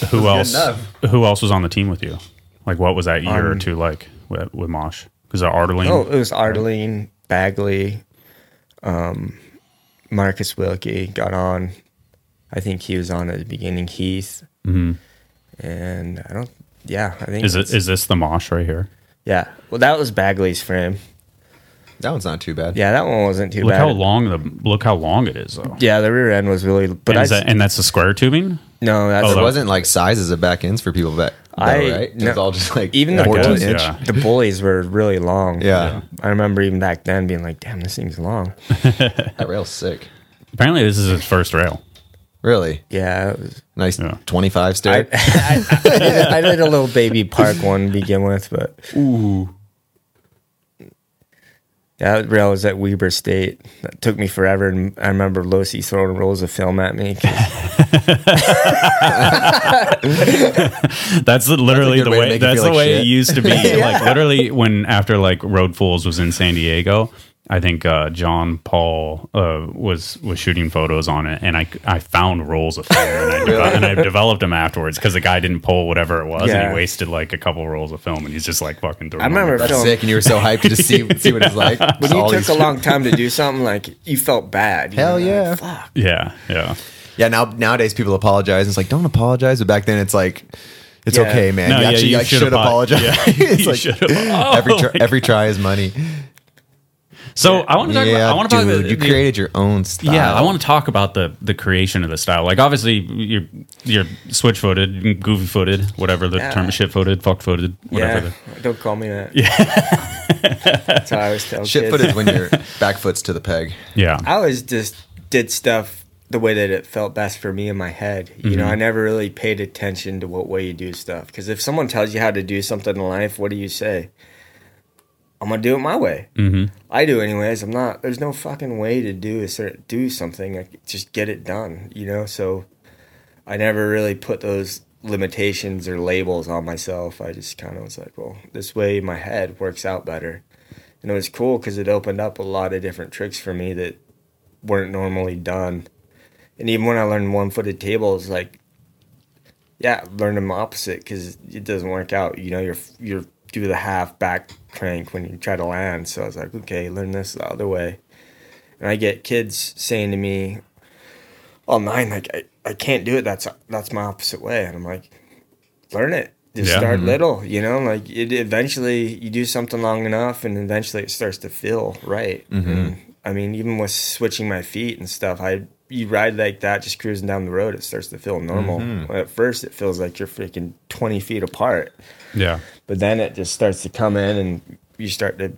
who else? enough. Who else was on the team with you? Like, what was that year or two like with, with Mosh? uh, Because Arderline. Um, oh, it was Ardeline Bagley, um, Marcus Wilkie got on. I think he was on at the beginning. Heath, and I don't. Yeah, I think Mm-hmm. is it that's- is this the Mosh right here? Yeah, well, that was Bagley's frame. (laughs) That one's not too bad. Yeah, that one wasn't too Look bad. how long the look how long it is though. Yeah, the rear end was really. But And, I is that, and that's the square tubing. no, that's Oh, There that- wasn't like sizes of back ends for people back. though, I- right? It no. was all just like even the I guess, bullies. inch. yeah. (laughs) The bullies were really long. Yeah. I remember even back then being like, "Damn, this thing's long." That rail's sick. Apparently, this is his first rail. Really Yeah, it was, nice Yeah. twenty five I, stair. I, I, did, I did a little baby park one to begin with, but Ooh, That rail was at Weber State. That took me forever, and I remember Losi throwing rolls of film (laughs) at me. 'cause That's the- literally That's a good way to the way. make you That's feel the like way shit. it used (laughs) to be. Like literally, when after like Road Fools was in San Diego, I think uh, John Paul uh, was was shooting photos on it, and I I found rolls of film, (laughs) and I, deve- and I developed them afterwards because the guy didn't pull whatever it was, and Yeah. he wasted like a couple rolls of film, and he's just like fucking throwing. I remember That's film. sick, and you were (laughs) so hyped to just see see what it's like. When you All took these- (laughs) a long time to do something, like you felt bad. you Hell know, like, yeah. fuck. Yeah, yeah. Yeah, now nowadays people apologize. It's like don't apologize, but back then it's like it's Yeah. okay, man. No, you yeah, actually you like, should should, apo- apologize. yeah, (laughs) it's you like should ap- every Oh try, my every try is money. (laughs) So I want to talk. yeah, about, I want to talk dude, about you the- created your own style. Yeah, I want to talk about the the creation of the style. Like, obviously, you're you're switch footed, goofy footed, whatever the Yeah. term, shit footed, fuck footed, Yeah, whatever. don't call me that. Yeah, that's how I always tell shit kids. foot (laughs) is when your back foot's to the peg. The, yeah, I always just did stuff the way that it felt best for me in my head. You know, I never really paid attention to what way you do stuff. Because if someone tells you how to do something in life, what do you say? I'm gonna do it my way. Mm-hmm. I do anyways. I'm not. There's no fucking way to do a certain do something. I just get it done. You know. So I never really put those limitations or labels on myself. I just kind of was like, well, this way my head works out better. And it was cool because it opened up a lot of different tricks for me that weren't normally done. And even when I learned one footed tables, like, yeah, learn them opposite because it doesn't work out. You know, you're you're do the half back crank when you try to land. So I was like, okay, learn this the other way. And I get kids saying to me all nine, like, I, I can't do it. That's that's my opposite way. And I'm like, learn it. Just Yeah. start little, you know, like it eventually you do something long enough and eventually it starts to feel right. And, I mean, even with switching my feet and stuff, I you ride like that just cruising down the road, it starts to feel normal. At first it feels like you're freaking twenty feet apart. yeah, But then it just starts to come in and you start to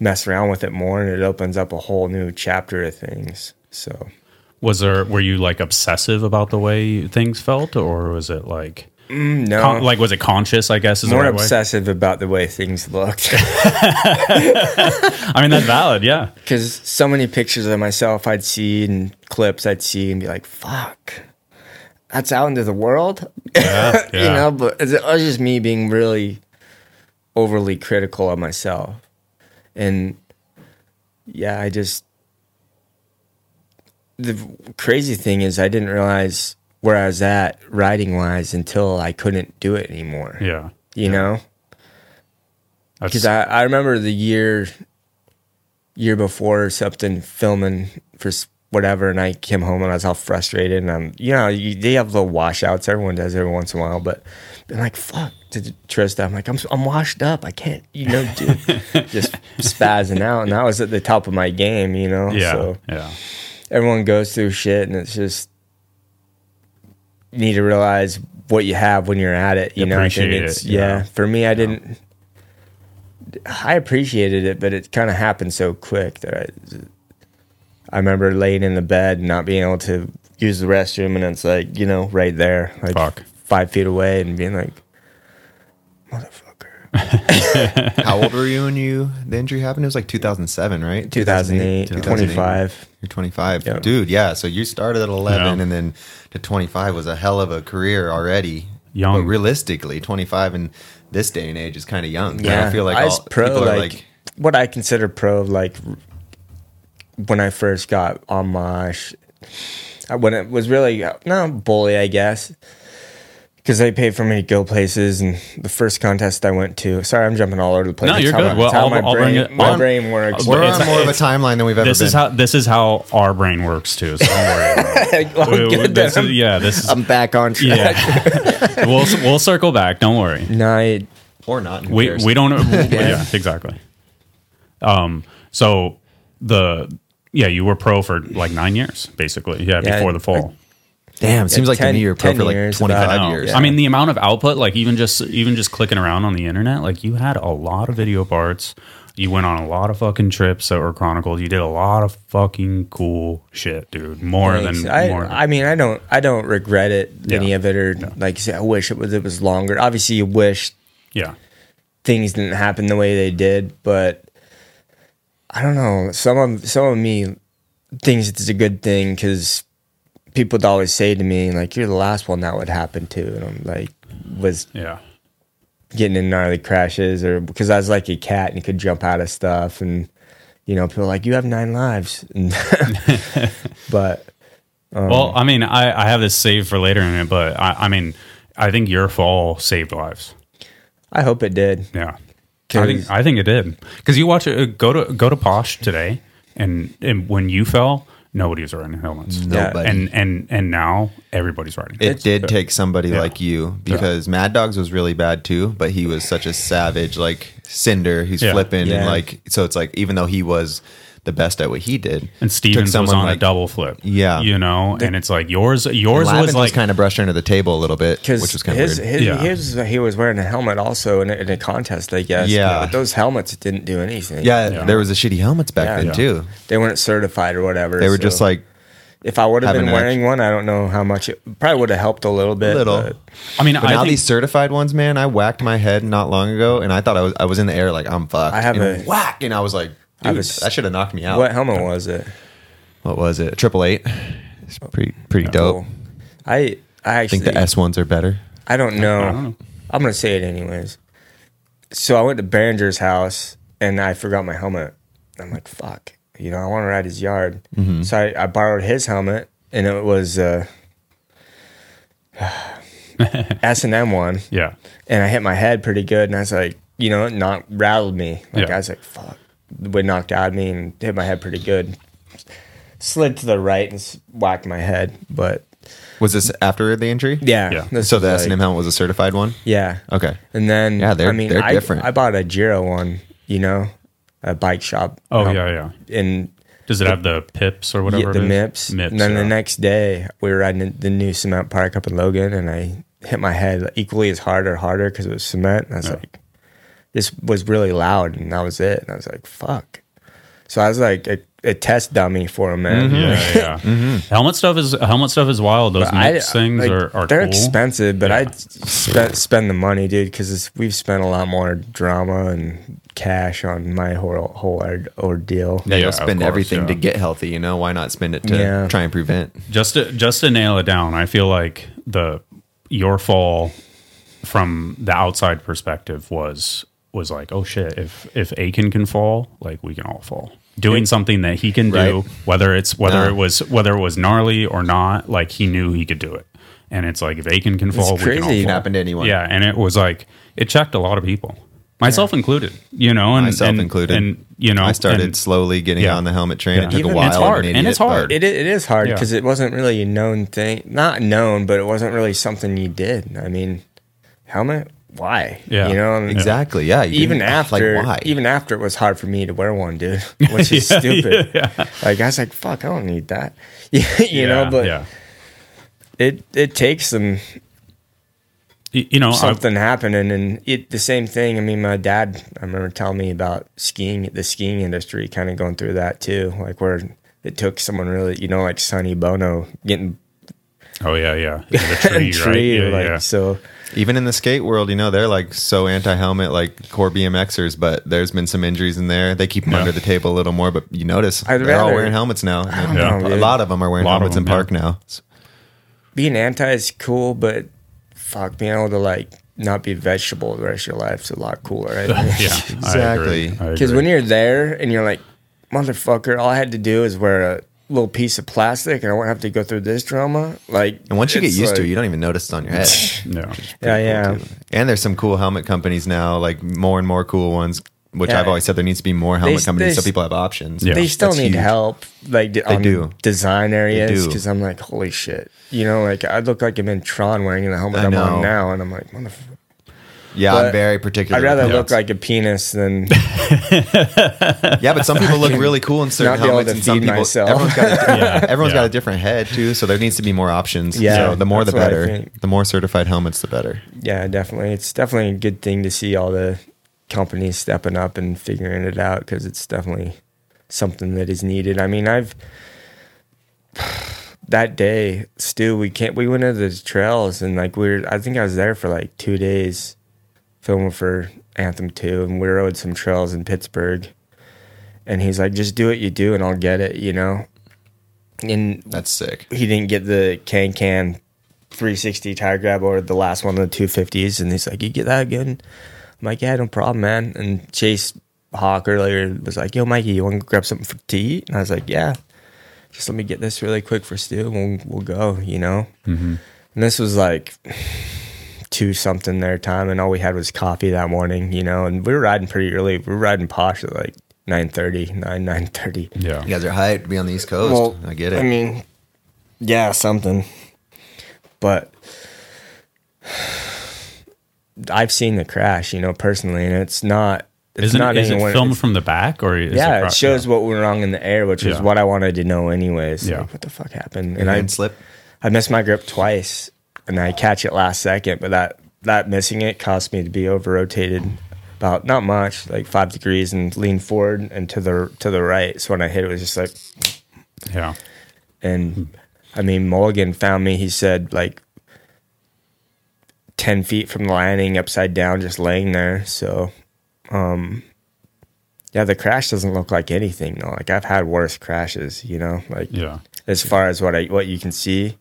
mess around with it more and it opens up a whole new chapter of things. So Was there were you like obsessive about the way things felt, or was it like Mm, no, Con- like, was it conscious? I guess is more the right way. obsessive about the way things (laughs) looked I mean, that's valid. Yeah. because so many pictures of myself I'd see and clips I'd see and be like, "Fuck, that's out into the world," (laughs) you yeah. know. But it was just me being really overly critical of myself, and yeah, I just the crazy thing is I didn't realize where I was at writing wise until I couldn't do it anymore. Yeah. You know. That's- Because I, I remember the year year before or something filming for s- whatever, and I came home and I was all frustrated. And I'm, you know, you, they have little washouts. Everyone does every once in a while, but I'm like, fuck, to Trista, I'm like, I'm, s- I'm washed up. I can't, you know, dude, just spazzing out. And I was at the top of my game, you know? yeah. So Yeah. everyone goes through shit, and it's just, you need to realize what you have when you're at it, you know? I think Appreciate it's- it, yeah. yeah. For me, I didn't. I appreciated it, but it kind of happened so quick that I, I remember laying in the bed and not being able to use the restroom, and it's like you know, right there, like Fuck. five feet away, and being like, "Motherfucker!" (laughs) How old were you when you the injury happened? It was like 2007, right? 2008, 25. You're 25, Yeah. dude. Yeah. So you started at 11, Yeah. and then to 25 was a hell of a career already. Young. But realistically, 25 in this day and age is kind of young. Yeah, I feel like I all, was pro, people are like, like, what I consider pro, like when I first got on my, sh- I- when it was really uh, not bully, I guess, because they paid for me to go places. And the first contest I went to, sorry, I'm jumping all over the place. No, It's you're how good. my- it's Well, how I'll- my I'll bring brain, it- my I'll- brain works. (laughs) we're it's- on more of a it's- timeline than we've ever This been. is how this is how our brain works too. So don't worry. About (laughs) it. I'll We- we- get this there. is- yeah. This is I'm back on track. yeah. (laughs) we'll we'll circle back. Don't worry. No, I- or not. who we cares? we don't yeah. exactly um so the yeah you were pro for like nine years basically yeah, Yeah, before the fall Damn, it seems like to 10 me you're pro 10 for like years 25 about- No. years. i mean the amount of output like even just even just clicking around on the internet like you had a lot of video parts you went on a lot of fucking trips that were chronicled you did a lot of fucking cool shit dude more Thanks. than I, more I mean, I don't, I don't regret it, any Yeah. of it, or like you say, I wish it was, it was longer. Obviously, you wish yeah things didn't happen the way they did, but I don't know. Some of some of me thinks it's a good thing because people would always say to me, like, "You're the last one that would happen to," and I'm like, was yeah getting in gnarly crashes, or because I was like a cat and could jump out of stuff, and you know, people are like, "You have nine lives," (laughs) and but well i mean I, I have this saved for later in it but I, I mean i think your fall saved lives I hope it did. Yeah, I 'Cause- think I think it did because you watch it. uh, Go to go to Posh today, and and when you fell, nobody was riding helmets. Nobody. And and and now everybody's riding. It did take somebody like you because Mad Dogs was really bad too, but he was such a savage, like Cinder, who's Yeah. flipping and Yeah. like so. It's like even though he was the best at what he did, and Stevens was on a double flip. Yeah. you know, and it's like yours. Yours Lavin was like kind of brushed under the table a little bit, Because which was kind of his, weird. his, Yeah. his- he was wearing a helmet also in a, in a contest, I guess. Yeah. But those helmets didn't do anything. yeah, Yeah. there was the shitty helmets back Yeah. then Yeah. too. they weren't certified or whatever. They were so just like if I would have having been an wearing one, I don't know how much it probably would have helped a little bit. little. but- I mean, But I now think, these certified ones, man, I whacked my head not long ago, and I thought I was I was in the air like I'm fucked. I have and a- whack, and I was like, I have dude, a s- that should have knocked me out. what helmet was it? What was it? Triple eight. It's pretty pretty dope. Cool. Oh, I I I actually think the S ones are better. I don't know. I don't know. I'm gonna say it anyways. So I went to Behringer's house and I forgot my helmet. I'm like, fuck. You know, I want to ride his yard. Mm-hmm. So I, I borrowed his helmet and it was uh (sighs) S and M one. yeah, and I hit my head pretty good, and I was like, you know, it knocked rattled me. Like Yeah. I was like, fuck, it knocked out of me and hit my head pretty good. Slid to the right and s- whacked my head, but Was this after the injury? yeah, Yeah. this So was the like- S and M helmet was a certified one. yeah, Okay. and then Yeah, they're- I mean, they're I, different. I bought a Giro one, you know, a bike shop. oh yeah, yeah. and Does it have the pips or yeah, whatever? the it is? MIPS. Mips. And then yeah. the next day, we were riding in the new cement park up in Logan, and I hit my head equally as hard or harder because it was cement. And I was like, this was really loud, and that was it. And I was like, fuck. So I was like, I a test dummy for a minute. Yeah, yeah. Helmet stuff is helmet stuff is wild. Those But I- mix things like, are, are they're cool. expensive, but Yeah. I'd spend, spend the money, dude, because we've spent a lot more drama and cash on my whole whole or- ordeal. Yeah, Yeah, you'll of spend course, everything yeah. to get healthy, you know? Why not spend it to Yeah. try and prevent? just to, just to nail it down, I feel like the your fall from the outside perspective was was like, oh shit, if if Aiken can fall, like we can all fall. Doing something that he can do, Right. whether it's whether Yeah. it was whether it was gnarly or not, like he knew he could do it. And it's like if Aiken can fall, we can all crazy. fall. It happened to anyone. Yeah, and it was like it checked a lot of people, myself included. You know, and Myself and- included. And you know, I started and- slowly getting Yeah. on the helmet train. Yeah. It took Even- a while. it's I'm hard, an and idiot, it's hard. but- It, i- it is hard Yeah. because it wasn't really a known thing. Not known, but it wasn't really something you did. I mean, helmet? Why? Yeah. You know, I mean, exactly. Yeah. you Even didn't- after, Like, why? even after, it was hard for me to wear (laughs) one, dude, which is stupid. Like I was like, "Fuck, I don't need that," (laughs) you know. yeah, But yeah. it it takes some Y- you know, I, something happening and it the same thing i mean my dad i remember telling me about skiing the skiing industry kind of going through that too like where it took someone really you know like sonny bono getting Oh yeah, (laughs) yeah. Yeah, the tree, tree right? Yeah, like yeah. so even in the skate world, you know, they're like so anti-helmet, like core BMXers. But there's been some injuries in there. They keep them Yeah. under the table a little more. But you notice I'd they're all rather- wearing helmets now. know, a dude. lot of them are wearing Lot of helmets them, in yeah. park now. being anti is cool but fuck being able to like not be vegetable the rest of your life's a lot (laughs) cooler (laughs) right Yeah, I agree. Exactly. I because agree. when you're there and you're like motherfucker all i had to do is wear a little piece of plastic and i won't have to go through this drama like And once you get it's used to it, like- you don't even notice it's on your head. (laughs) yeah, yeah yeah and there's some cool helmet companies now, like more and more cool ones. Which Yeah. I've always said there needs to be more helmet They- companies so they- people have options. Yeah. they still That's need huge. help like they on do. design areas do. because i'm like holy shit you know like i look like i'm in tron wearing the helmet I i'm know. on now and i'm like motherfucker Yeah, I'm But very particular. i'd rather with look like a penis (laughs) than that. yeah, but some people (laughs) look really cool in certain not be able helmets, to and some feed people. myself. Everyone's (laughs) got a, Yeah, everyone's yeah. got a different head too, so there needs to be more options. Yeah, so the more the that's what better. I think. The more certified helmets, the better. yeah definitely it's definitely a good thing to see all the companies stepping up and figuring it out because it's definitely something that is needed i mean i've (sighs) that day stu we can't we went into the trails and like we were i think i was there for like two days filming for anthem 2 and we rode some trails in pittsburgh and he's like just do what you do and i'll get it you know and That's sick. he didn't get the can can 360 tire grab or the last one of the 250s and he's like you get that again i'm like yeah no problem man and chase hawk earlier was like yo mikey you want to grab something for to eat and i was like yeah just let me get this really quick for stu and we'll, we'll go you know and this was like (sighs) two something their time and all we had was coffee that morning you know and we were riding pretty early we were riding posh at like 9.30 9 9.30 yeah. You guys are hyped to be on the East Coast. I get it. I mean, yeah, something. But (sighs) I've seen the crash, you know, personally, and it's not. It's Isn't not it, is it anyone- filmed from the back or is yeah, pro- it shows what went wrong in the air, which is Yeah. what I wanted to know, anyways. Yeah. Like, what the fuck happened? and And I slip. I missed my grip twice, and I catch it last second, but that that missing it caused me to be over rotated about not much, like five degrees, and lean forward and to the to the right. So when I hit, it was just like Yeah, and I mean, Mulligan found me. He said like ten feet from the landing, upside down, just laying there. So, um, yeah, the crash doesn't look like anything though. Like I've had worse crashes, you know. Like yeah, as far as what I what you can see,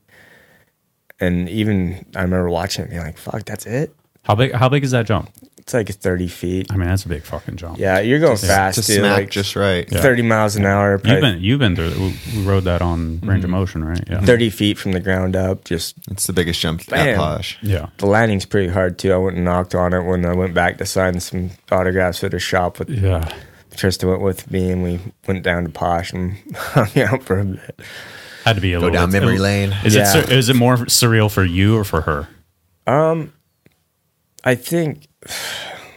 and even I remember watching it, being like, "Fuck, that's it." How big? How big is that jump? It's like thirty feet. I mean, that's a big fucking jump. Yeah, you're going fast, to dude. smack like just right. thirty miles an hour. You've probably been you've been through. We, we rode that on Mm-hmm. range of motion, right? Yeah, Thirty feet from the ground up, just It's the biggest jump at Bam. Posh. yeah, the landing's pretty hard too. I went and knocked on it when I went back to sign some autographs at a shop with yeah. Trista went with me, and we went down to Posh and (laughs) hung out for a bit. Had to be a Go little down bit- memory lane. Is Yeah. it sur- is it more surreal for you or for her I think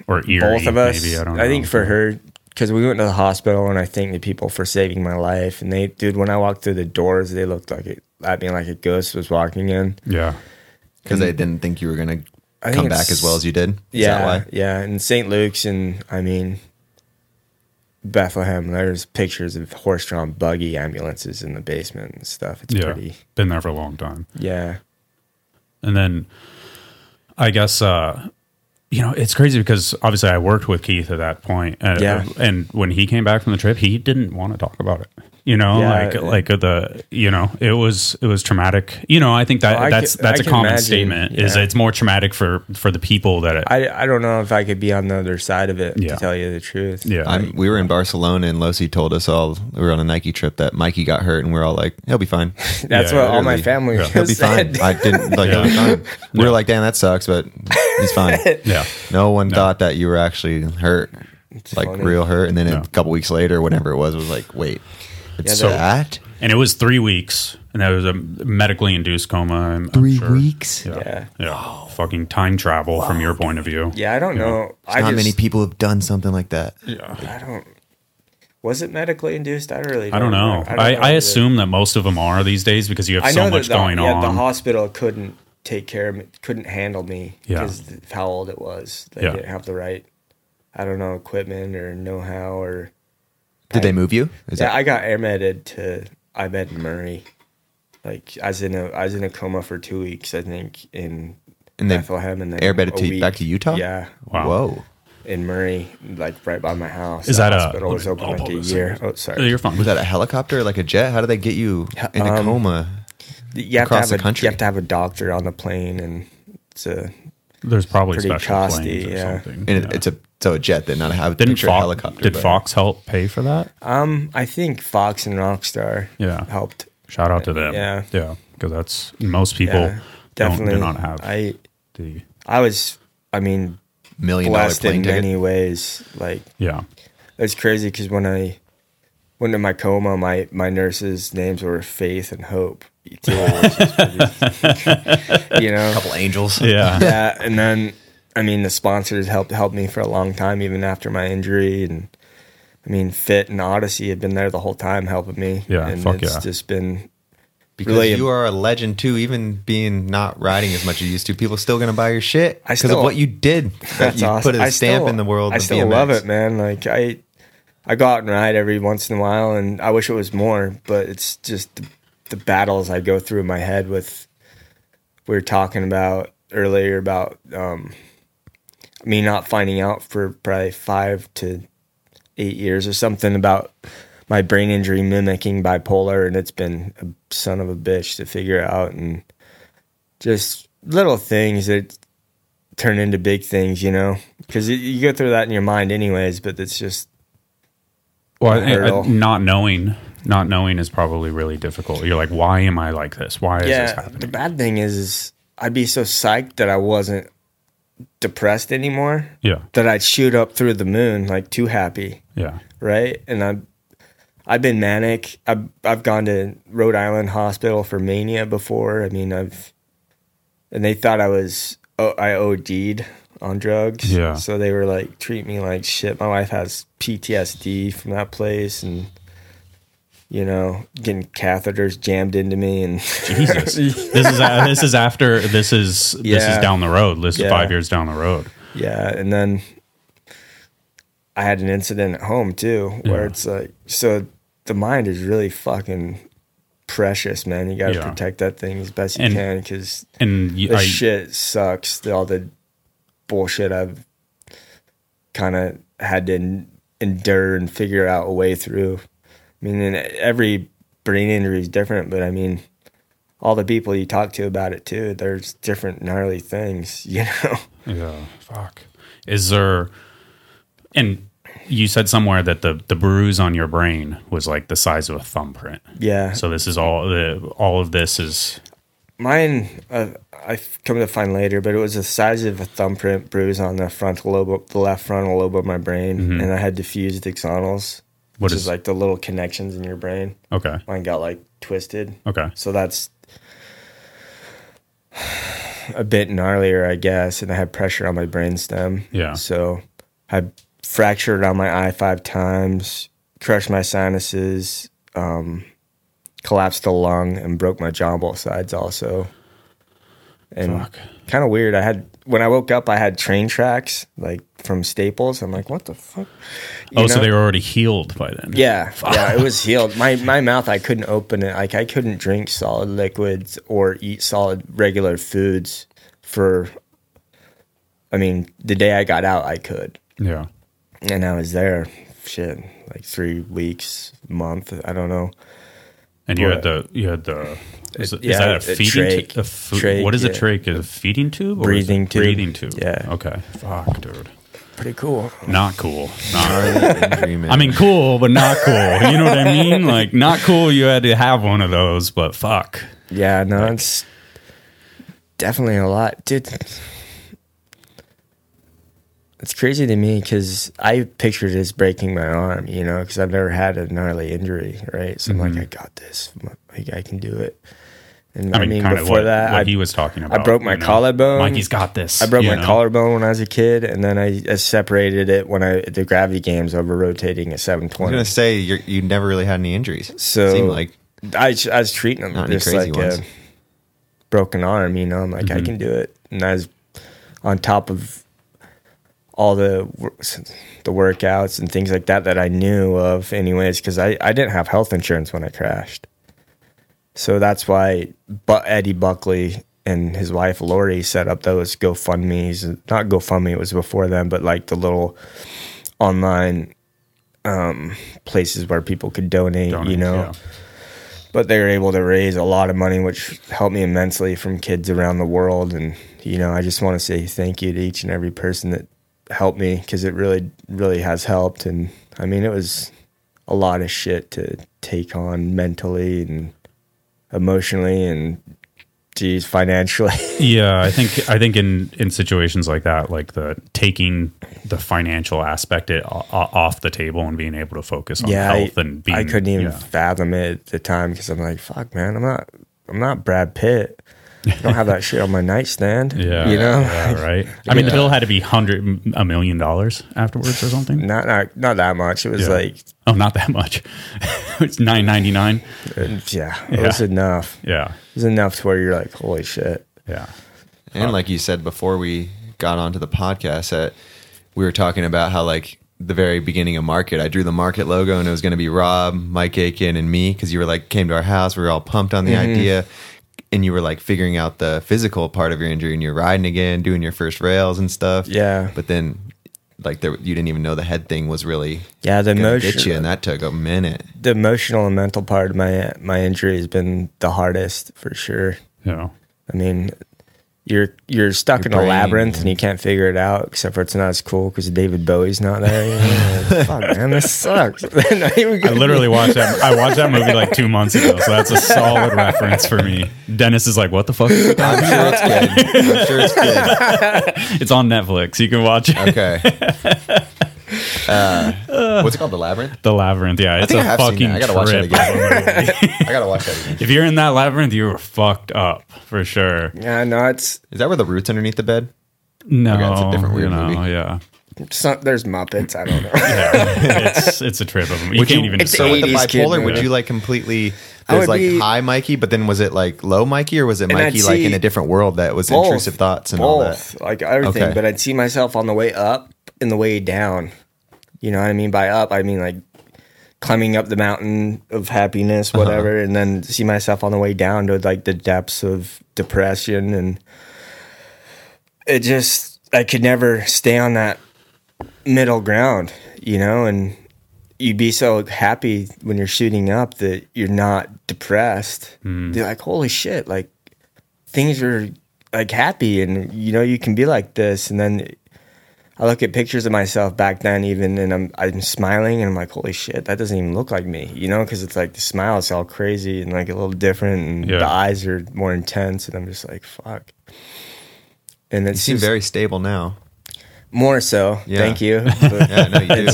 or eerie? both of us. Maybe I don't. know. think for her because we went to the hospital, and I thank the people for saving my life. And they, dude, when I walked through the doors, they looked like it. I mean, like a ghost was walking in. Yeah. Because they didn't think you were going I to think come back it's- as well as you did. Is yeah, that why? yeah, and St. Luke's, and I mean, Bethlehem, there's pictures of horse-drawn buggy ambulances in the basement and stuff. It's yeah, pretty. been there for a long time. Yeah. And then I guess uh you know, it's crazy because obviously I worked with Keith at that point. And, Yeah. and when he came back from the trip, he didn't want to talk about it. You know, Yeah, like it- like the you know, it was it was traumatic. You know, I think that Oh, I that's can- that's I a can common imagine, statement is yeah. it's more traumatic for for the people that it, I, I don't know if I could be on the other side of it Yeah. to tell you the truth. yeah. I'm, we were in Barcelona and Losi told us all we were on a Nike trip that Mikey got hurt and we are all like, he'll be (laughs) fine. That's Yeah, what all my literally. family (laughs) Yeah. He'll be said. fine. I didn't like he'll be fine. We were like, damn, that sucks, but he's (laughs) fine. yeah. No one thought that you were actually hurt, like funny. real hurt. And then Yeah. a couple weeks later, whatever it was, was like, wait, it's Yeah, that And it was three weeks and that was a medically induced coma. I'm, I'm sure. weeks. Yeah. Yeah. Yeah. Fucking time travel from your point of view. Yeah, I don't know. I Not just, many people have done something like that. I don't. Was it medically induced? I really. Don't I don't know. remember. I, don't I, either. assume that most of them are these days because you have I know so that much the, going yeah, on. The hospital couldn't take care of me. Couldn't handle me Yeah. because of how old it was. They Yeah. didn't have the right. I don't know equipment or know how or. Did they move you? Is Yeah, that I got air medded to Ibed Murray. Like I was in a I was in a coma for two weeks, I think, in And they Bethlehem, and then air bedded a to- week- back to Utah? Yeah, Wow. whoa? in Murray, like right by my house. Is The that a- hospital was let me- open I'll like pull a this year? up. Oh, Oh, sorry. You're fine. Was that a helicopter, or like a jet? How did they get you in a Um, coma? you have across the to have a, country. You have to have a doctor on the plane, and it's a There's probably pretty special costly, planes or yeah. something. And Yeah. it, it's a so a jet did not have a didn't picture Fox, of helicopter. did but- Fox help pay for that? um. I think Fox and Rockstar Yeah. helped. Shout out to them. Yeah. yeah, because that's most people yeah, don't definitely. do not have I the I was. I mean, million dollar blessed in plane ticket? many ways. Like yeah it's crazy because when I went in my coma, my my nurses' names were Faith and Hope. too, which is pretty- (laughs) you know, couple angels. yeah yeah, and then I mean the sponsors helped helped me for a long time, even after my injury, and I mean Fit and Odyssey have been there the whole time helping me. Yeah, and fuck it's yeah. just been Because Really- you are a legend too, even being not riding as much as you used to, people still gonna buy your shit I because of still- what you did. That that's you awesome. put I a stamp still- in the world. I of still BMX. love it, man. Like I, I go out and ride every once in a while, and I wish it was more, but it's just the, the battles I go through in my head with. We were talking about earlier about um, me not finding out for probably five to eight years or something about my brain injury mimicking bipolar, and it's been a son of a bitch to figure out, and just little things that turn into big things, you know? Because you go through that in your mind, anyways. But it's just well I, I- Hurdle. not knowing not knowing is probably really difficult you're like why am I like this why is this yeah. The happening bad thing is, is I'd be so psyched that I wasn't depressed anymore yeah that I'd shoot up through the moon like too happy, yeah right? And I. I've been manic. I've I've gone to Rhode Island Hospital for mania before. I mean, I've and they thought I was oh, I OD'd on drugs. Yeah. So they were like treat me like shit. My wife has PTSD from that place, and you know, getting catheters jammed into me, and Jesus (laughs) this is this is after this is this is Yeah. down the road this is Yeah. five years down the road Yeah, and then I had an incident at home too, where Yeah. it's like, so the mind is really fucking precious, man. You gotta Yeah. protect that thing as best you And- can because and you, the I, shit sucks. the- All the bullshit I've kind of had to en- endure and figure out a way through. I mean, and every brain injury is different, but I mean, all the people you talk to about it too, there's different gnarly things, (laughs) you know. Yeah. Fuck. Is there and you said somewhere that the the bruise on your brain was like the size of a thumbprint. Yeah. So this is all the all of this is Mine, uh, I've come to find later, but it was the size of a thumbprint bruise on the frontal lobe, the left frontal lobe of my brain, and I had diffused axonals, Mm-hmm. What which is- is, like the little connections in your brain. okay. Mine got like twisted, Okay. so that's a bit gnarlier, I guess. And I had pressure on my brainstem. Yeah. So I fractured on my eye five times, crushed my sinuses, um, collapsed the lung, and broke my jaw on both sides also. And Fuck. kind of weird. I had when I woke up, I had train tracks like from Staples. I'm like, what the fuck? You oh, so know? they were already healed by then. (laughs) Yeah, yeah, it was healed. My my mouth, I couldn't open it. Like I couldn't drink solid liquids or eat solid regular foods for. I mean, the day I got out, I could, Yeah. and I was there, shit, like three weeks, month. I don't know. And you had But- the you had the is, it- is yeah, that a a feeding trach. tube? A fu- Trach, what is a yeah. trach? A feeding tube? Or is it Breathing tube. Breathing tube. Yeah. Okay. Fuck, dude. Pretty cool. Not cool. Not. Dreaming. I mean, cool, but not (laughs) cool. You know what I mean? Like, not cool. You had to have one of those, but fuck. Yeah, no, it's definitely a lot, dude. It's crazy to me because I pictured as breaking my arm, you know, because I've never had a gnarly injury, right? So I'm like, I got this, like I can do it. And Mm-hmm. I I mean, mean, kind of before what, that, what I, he was talking about. broke my you know? collarbone. Mikey's got this. I broke you my know? collarbone when I was a kid, and then I, I separated it when I at the gravity games over rotating at I was 720. gonna say you're, you never really had any injuries. So- seemed like I, j- I was treating them Not any just crazy like ones. Mm-hmm. a broken arm, you know. I'm like, I can do it, and I was on top of all the wor- the workouts and things like that that I knew of, anyways, because I I didn't have health insurance when I crashed, so that's why. But Eddie Buckley and his wife Lori set up those GoFundmes, not GoFundMe, it was before them, but like the little online um places where people could donate, you Donate, know yeah. but they were able to raise a lot of money, which helped me immensely from kids around the world. And you know, I just want to say thank you to each and every person that helped me because it really, really has helped. And I mean, it was a lot of shit to take on mentally and emotionally and geez, financially. (laughs) Yeah, I think I think in in situations like that, like the taking the financial aspect it, o- o- off the table and being able to focus on yeah, health I, and being I couldn't even yeah. fathom it at the time because I'm like, fuck, man, I'm not, I'm not Brad Pitt. I don't have (laughs) that shit on my nightstand. Yeah, you know. (laughs) yeah, right. I mean, Bill had to be hundred a million dollars afterwards or something. Not, not not that much. It was Yeah. like oh, not that much. (laughs) it's nine ninety nine. Yeah, Yeah. it was enough. Yeah, It was enough to where you're like, holy shit. yeah, And like you said before we got onto the podcast, that we were talking about how like the very beginning of market, I drew the market logo and it was going to be Rob, Mike Aiken, and me because you were like came to our house, we were all pumped on the Mm-hmm. idea, and you were like figuring out the physical part of your injury and you're riding again, doing your first rails and stuff. Yeah. but then. Like there, you didn't even know the head thing was really Yeah, the gonna emotion- get you, and that took a minute. The emotional and mental part of my my injury has been the hardest for sure. yeah. I mean, you're you're stuck in brain, a labyrinth man. and you can't figure it out. Except for it's not as cool because David Bowie's (laughs) not there. You know? Like, Fuck, man, this sucks. (laughs) Not even I good. literally watched that. I watched that movie like two months ago, so that's a solid reference for me. Dennis is like, "What the fuck?" are you (laughs) I'm talking sure it's good. I'm sure it's good. about?" It's on Netflix. You can watch (laughs) it. Okay. (laughs) Uh, what's it called? The Labyrinth? The Labyrinth. Yeah, it's think I a have seen fucking that. I gotta trip. watch that of a movie. (laughs) I gotta watch that again. if you're in that labyrinth, you're fucked up for sure. Yeah, no, it's, Is that where the roots underneath the bed? No, it's a different weird you know, movie. (laughs) Yeah, some, there's Muppets. I don't know. it's it's a trip of a movie. You can't even it's so describe with the 80s kid bipolar, would movie. you like completely? I There's would like be- high Mikey, but then was it like low Mikey, or was it And I'd Mikey like in see a different world that was Both. intrusive thoughts and all that? both, like everything. Okay. But I'd see myself on the way up and the way down. You know what I mean by up? I mean like climbing up the mountain of happiness, Uh-huh. whatever, and then see myself on the way down to like the depths of depression, and it just I could never stay on that middle ground, you know, and you'd be so happy when you're shooting up that you're not depressed. Hmm. You're like, holy shit, like things are like happy and you know, you can be like this. And then I look at pictures of myself back then even and I'm I'm smiling and I'm like, holy shit, that doesn't even look like me, you know, because it's like the smile is all crazy and like a little different and Yeah. the eyes are more intense and I'm just like, fuck. And it You seem seems very stable (laughs) now. more so. Yeah. Thank you. But (laughs) Yeah, no, you do.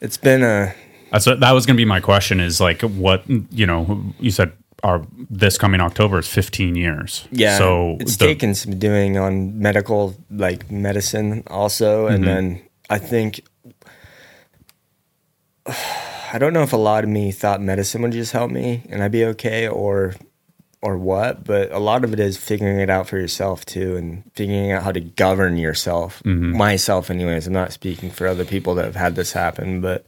it's been a That's what, that was going to be my question. Is like what you know? You said our this coming October is 15 years. Yeah. So it's the- taken some doing on medical, like medicine also. Mm-hmm. And then I think, (sighs) I don't know if a lot of me thought medicine would just help me and I'd be okay or or what, but a lot of it is figuring it out for yourself too and figuring out how to govern yourself. Mm-hmm. Myself, anyways, I'm not speaking for other people that have had this happen, but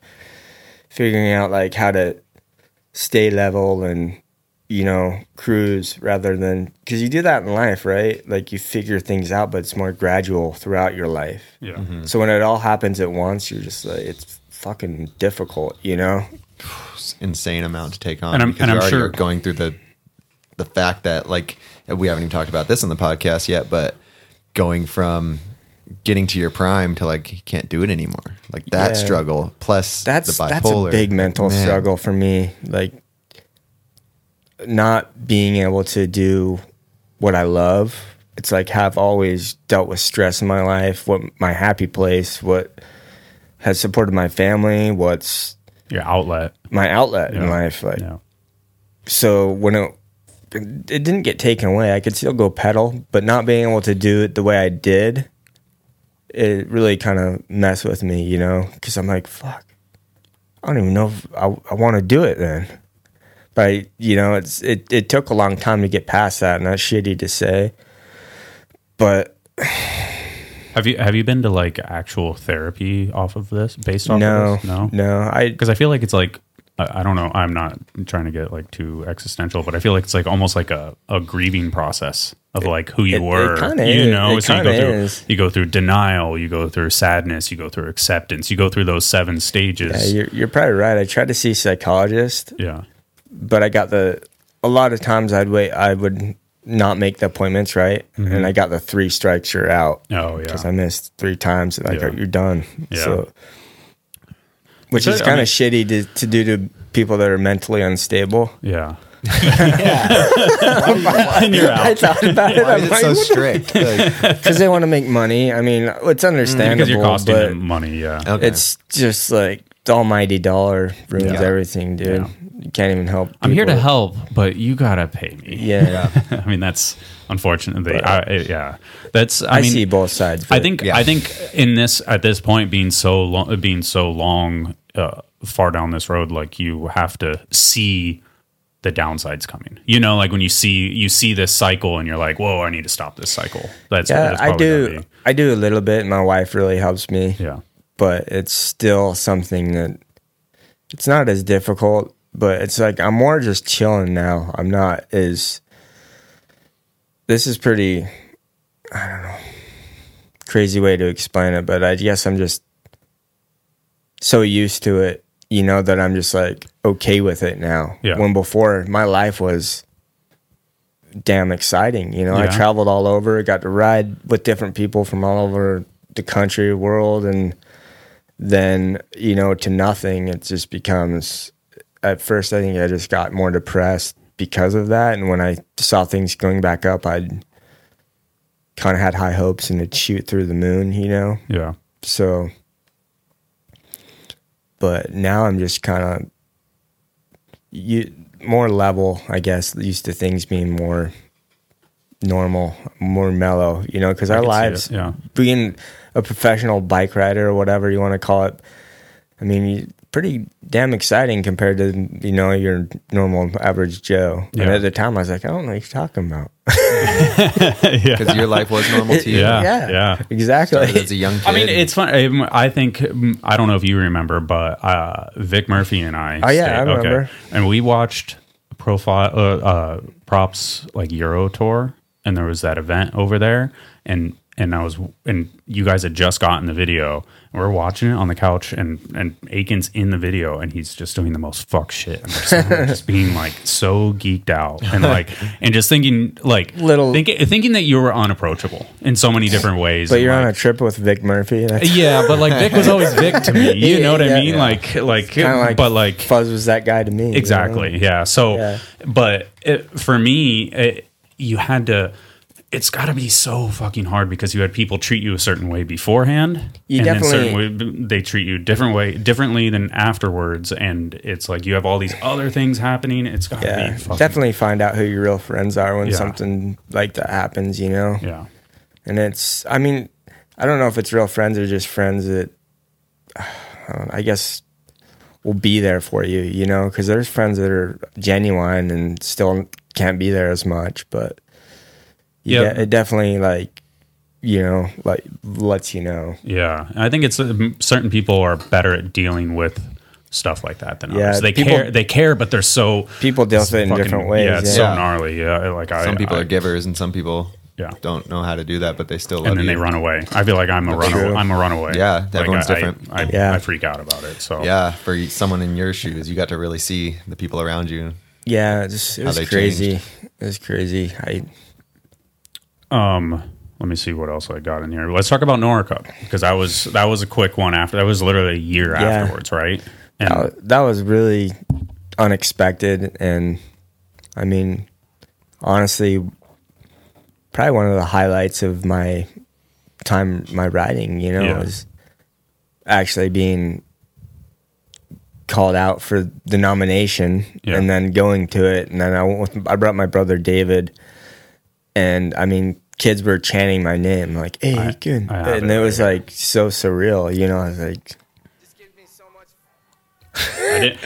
figuring out like how to stay level and you know cruise rather than because you do that in life right like you figure things out but it's more gradual throughout your life Yeah. Mm-hmm. so when it all happens at once you're just like it's fucking difficult you know insane amount to take on. And I'm- because and we I'm already sure- are going through the the fact that like we haven't even talked about this on the podcast yet, but going from getting to your prime to like you can't do it anymore, like that Yeah. struggle plus that's the bipolar, that's a big mental Man. struggle for me like not being able to do what i love it's like have always dealt with stress in my life what my happy place what has supported my family what's Your outlet. my outlet in Yeah. life like Yeah. so when it it didn't get taken away i could still go pedal but not being able to do it the way i did it really kind of messed with me you know because i'm like fuck i don't even know if i, I want to do it then but you know it's it, it took a long time to get past that and that's shitty to say but Have you have you been to like actual therapy off of this based off no of this? No. no i Because I feel like it's like I I don't know. I'm not trying to get like too existential, but I feel like it's like almost like a, a grieving process of like who you it- it were. kinda you is. know, It so you go kinda through is. you go through denial, you go through sadness, you go through acceptance, you go through those seven yeah, stages. you're, you're probably right i tried to see a psychologist yeah. but I got the a lot of times I'd wait I would not make the appointments right and I got the three strikes you're out Oh Mm-hmm. yeah. because I missed three times like Yeah. you're done Yeah. so which So, is I kind of mean- shitty to, to do to people that are mentally (laughs) unstable yeah. (laughs) I thought about it Why is I'm it so like, strict? Like, (laughs) because they want to make money I mean it's understandable Because Mm, you're costing but them money. Yeah. okay. it's just like the almighty dollar ruins Yeah. everything dude Yeah. you can't even help I'm here to people. help, but you gotta pay me. yeah, (laughs) I mean, that's unfortunately. I, I- yeah. That's. I, I, mean, see both sides I but- think Yeah. I think in this at this point being so long being so long uh, far down this road like you have to see the downsides coming. You know like when you see you see this cycle and you're like, "Whoa, I need to stop this cycle." That's Yeah, that's I probably gonna do. I do a little bit. and My wife really helps me, be- Yeah. but it's still something that it's not as difficult. But it's like I'm more just chilling now. I'm not as. This is pretty. I don't know. Crazy way to explain it, but I guess I'm just so used to it, you know, that I'm just like okay with it now. Yeah. When before my life was damn exciting. You know, I Yeah. traveled all over, got to ride with different people from all over the country, world, and then, you know, to nothing, it just becomes at first I think I just got more depressed because of that. And when I saw things going back up, I kind of had high hopes and it'd shoot through the moon, you know? Yeah. (laughs) So, but now I'm just kind of you more level, I guess, used to things being more normal, more mellow, you know, because our can see lives, it, yeah. being a professional bike rider or whatever you want to call it, I mean, you- pretty damn exciting compared to you know your normal average Joe. And Yeah. at the time, I was like, I don't know what you're talking about. (laughs) yeah. because your life was normal to you. Yeah. yeah. yeah, exactly. Started as a young kid. I mean, it's fun. um, I think mm, I don't know if you remember, but uh, Vic Murphy and I. Oh, yeah, I remember. And we watched profile uh, uh, props like Euro Tour, and there was that event over there, and and I was and you guys had just gotten the video, and we're watching it on the couch, and and Aiken's in the video, and he's just doing the most fuck shit, and I'm just, I'm just being like so geeked out, and like and just thinking like (laughs) Little- thinking thinking that you were unapproachable in so many different ways, (laughs) but and, you're on like, a trip with Vic Murphy. That's (laughs) yeah, but like Vic was always Vic to me. You Yeah, know what I yeah, mean? yeah. Like, like, kind of like, but like, Fuzz was that guy to me. you know? exactly. Yeah. So, Yeah. but it, for me, it, you had to. It's got to be so fucking hard because you had people treat you a certain way beforehand, You and definitely- then certain way, they treat you different way, differently than afterwards, and it's like you have all these other things happening. It's got to Yeah, be fucking, definitely find out who your real friends are when Yeah. something like that happens, you know? Yeah. And it's, I mean, I don't know if it's real friends or just friends that, I, don't know, I guess, will be there for you, you know? Because there's friends that are genuine and still can't be there as much, but yeah, Yep. it definitely like you know like lets you know. Yeah, I think it's um, certain people are better at dealing with stuff like that than Yeah, others. They people- care, they care, but they're so People deal with it in fucking- different ways. Yeah, it's so yeah. gnarly. Yeah, like I, Some people I- are givers and some people Yeah. don't know how to do that, but they still love and then you. they run away. I feel like I'm a runaway. true. I'm a runaway. Yeah, Like, everyone's I- I- different. I, Yeah. I freak out about it. So Yeah, for someone in your shoes, you got to really see the people around you. Yeah, it, just, it was they crazy. It was crazy. I Um, let me see what else I got in here. Let's talk about Nora Cup because that was that was a quick one after that was literally a year afterwards, right? And that was, Uh, that was really unexpected and i mean honestly probably one of the highlights of my time my riding you know Yeah. was actually being called out for the nomination Yeah. and then going to it and then i went with, i brought my brother david and i mean kids were chanting my name like hey I- good I have and it it was right like so surreal you know i was like I didn't,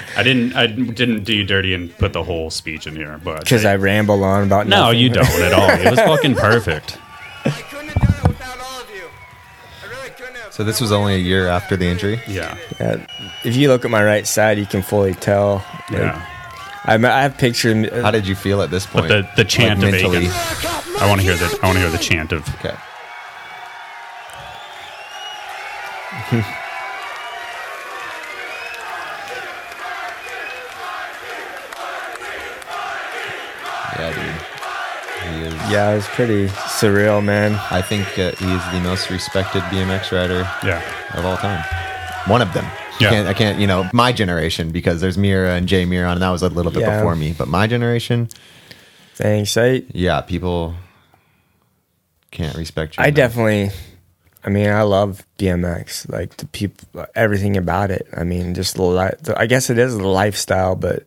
I didn't, I didn't do you dirty and put the whole speech in here, but because i ramble on about no, nothing. you don't at all. It was fucking perfect. I couldn't have done it without all of you. I really couldn't have. So this was only a year after the injury. Yeah, Yeah, if you look at my right side, you can fully tell. (laughs) Like, yeah. I, me- I have uh, pictures. How did you feel at this point? The the chant Like, of Aiken. I want to hear the I want to hear the chant of Okay. (laughs) yeah, dude. He is. yeah, it was pretty surreal, man. I think uh, he is the most respected BMX rider yeah. of all time. One of them. Yeah. I, can't, I can't, you know, my generation, because there's Mira and Jay Mira, and that was a little bit Yeah. before me. But my generation, Thanks. I yeah, people can't respect you. I enough. definitely. I mean, I love BMX, like the people, everything about it. I mean, just the li- the- I guess it is the lifestyle, but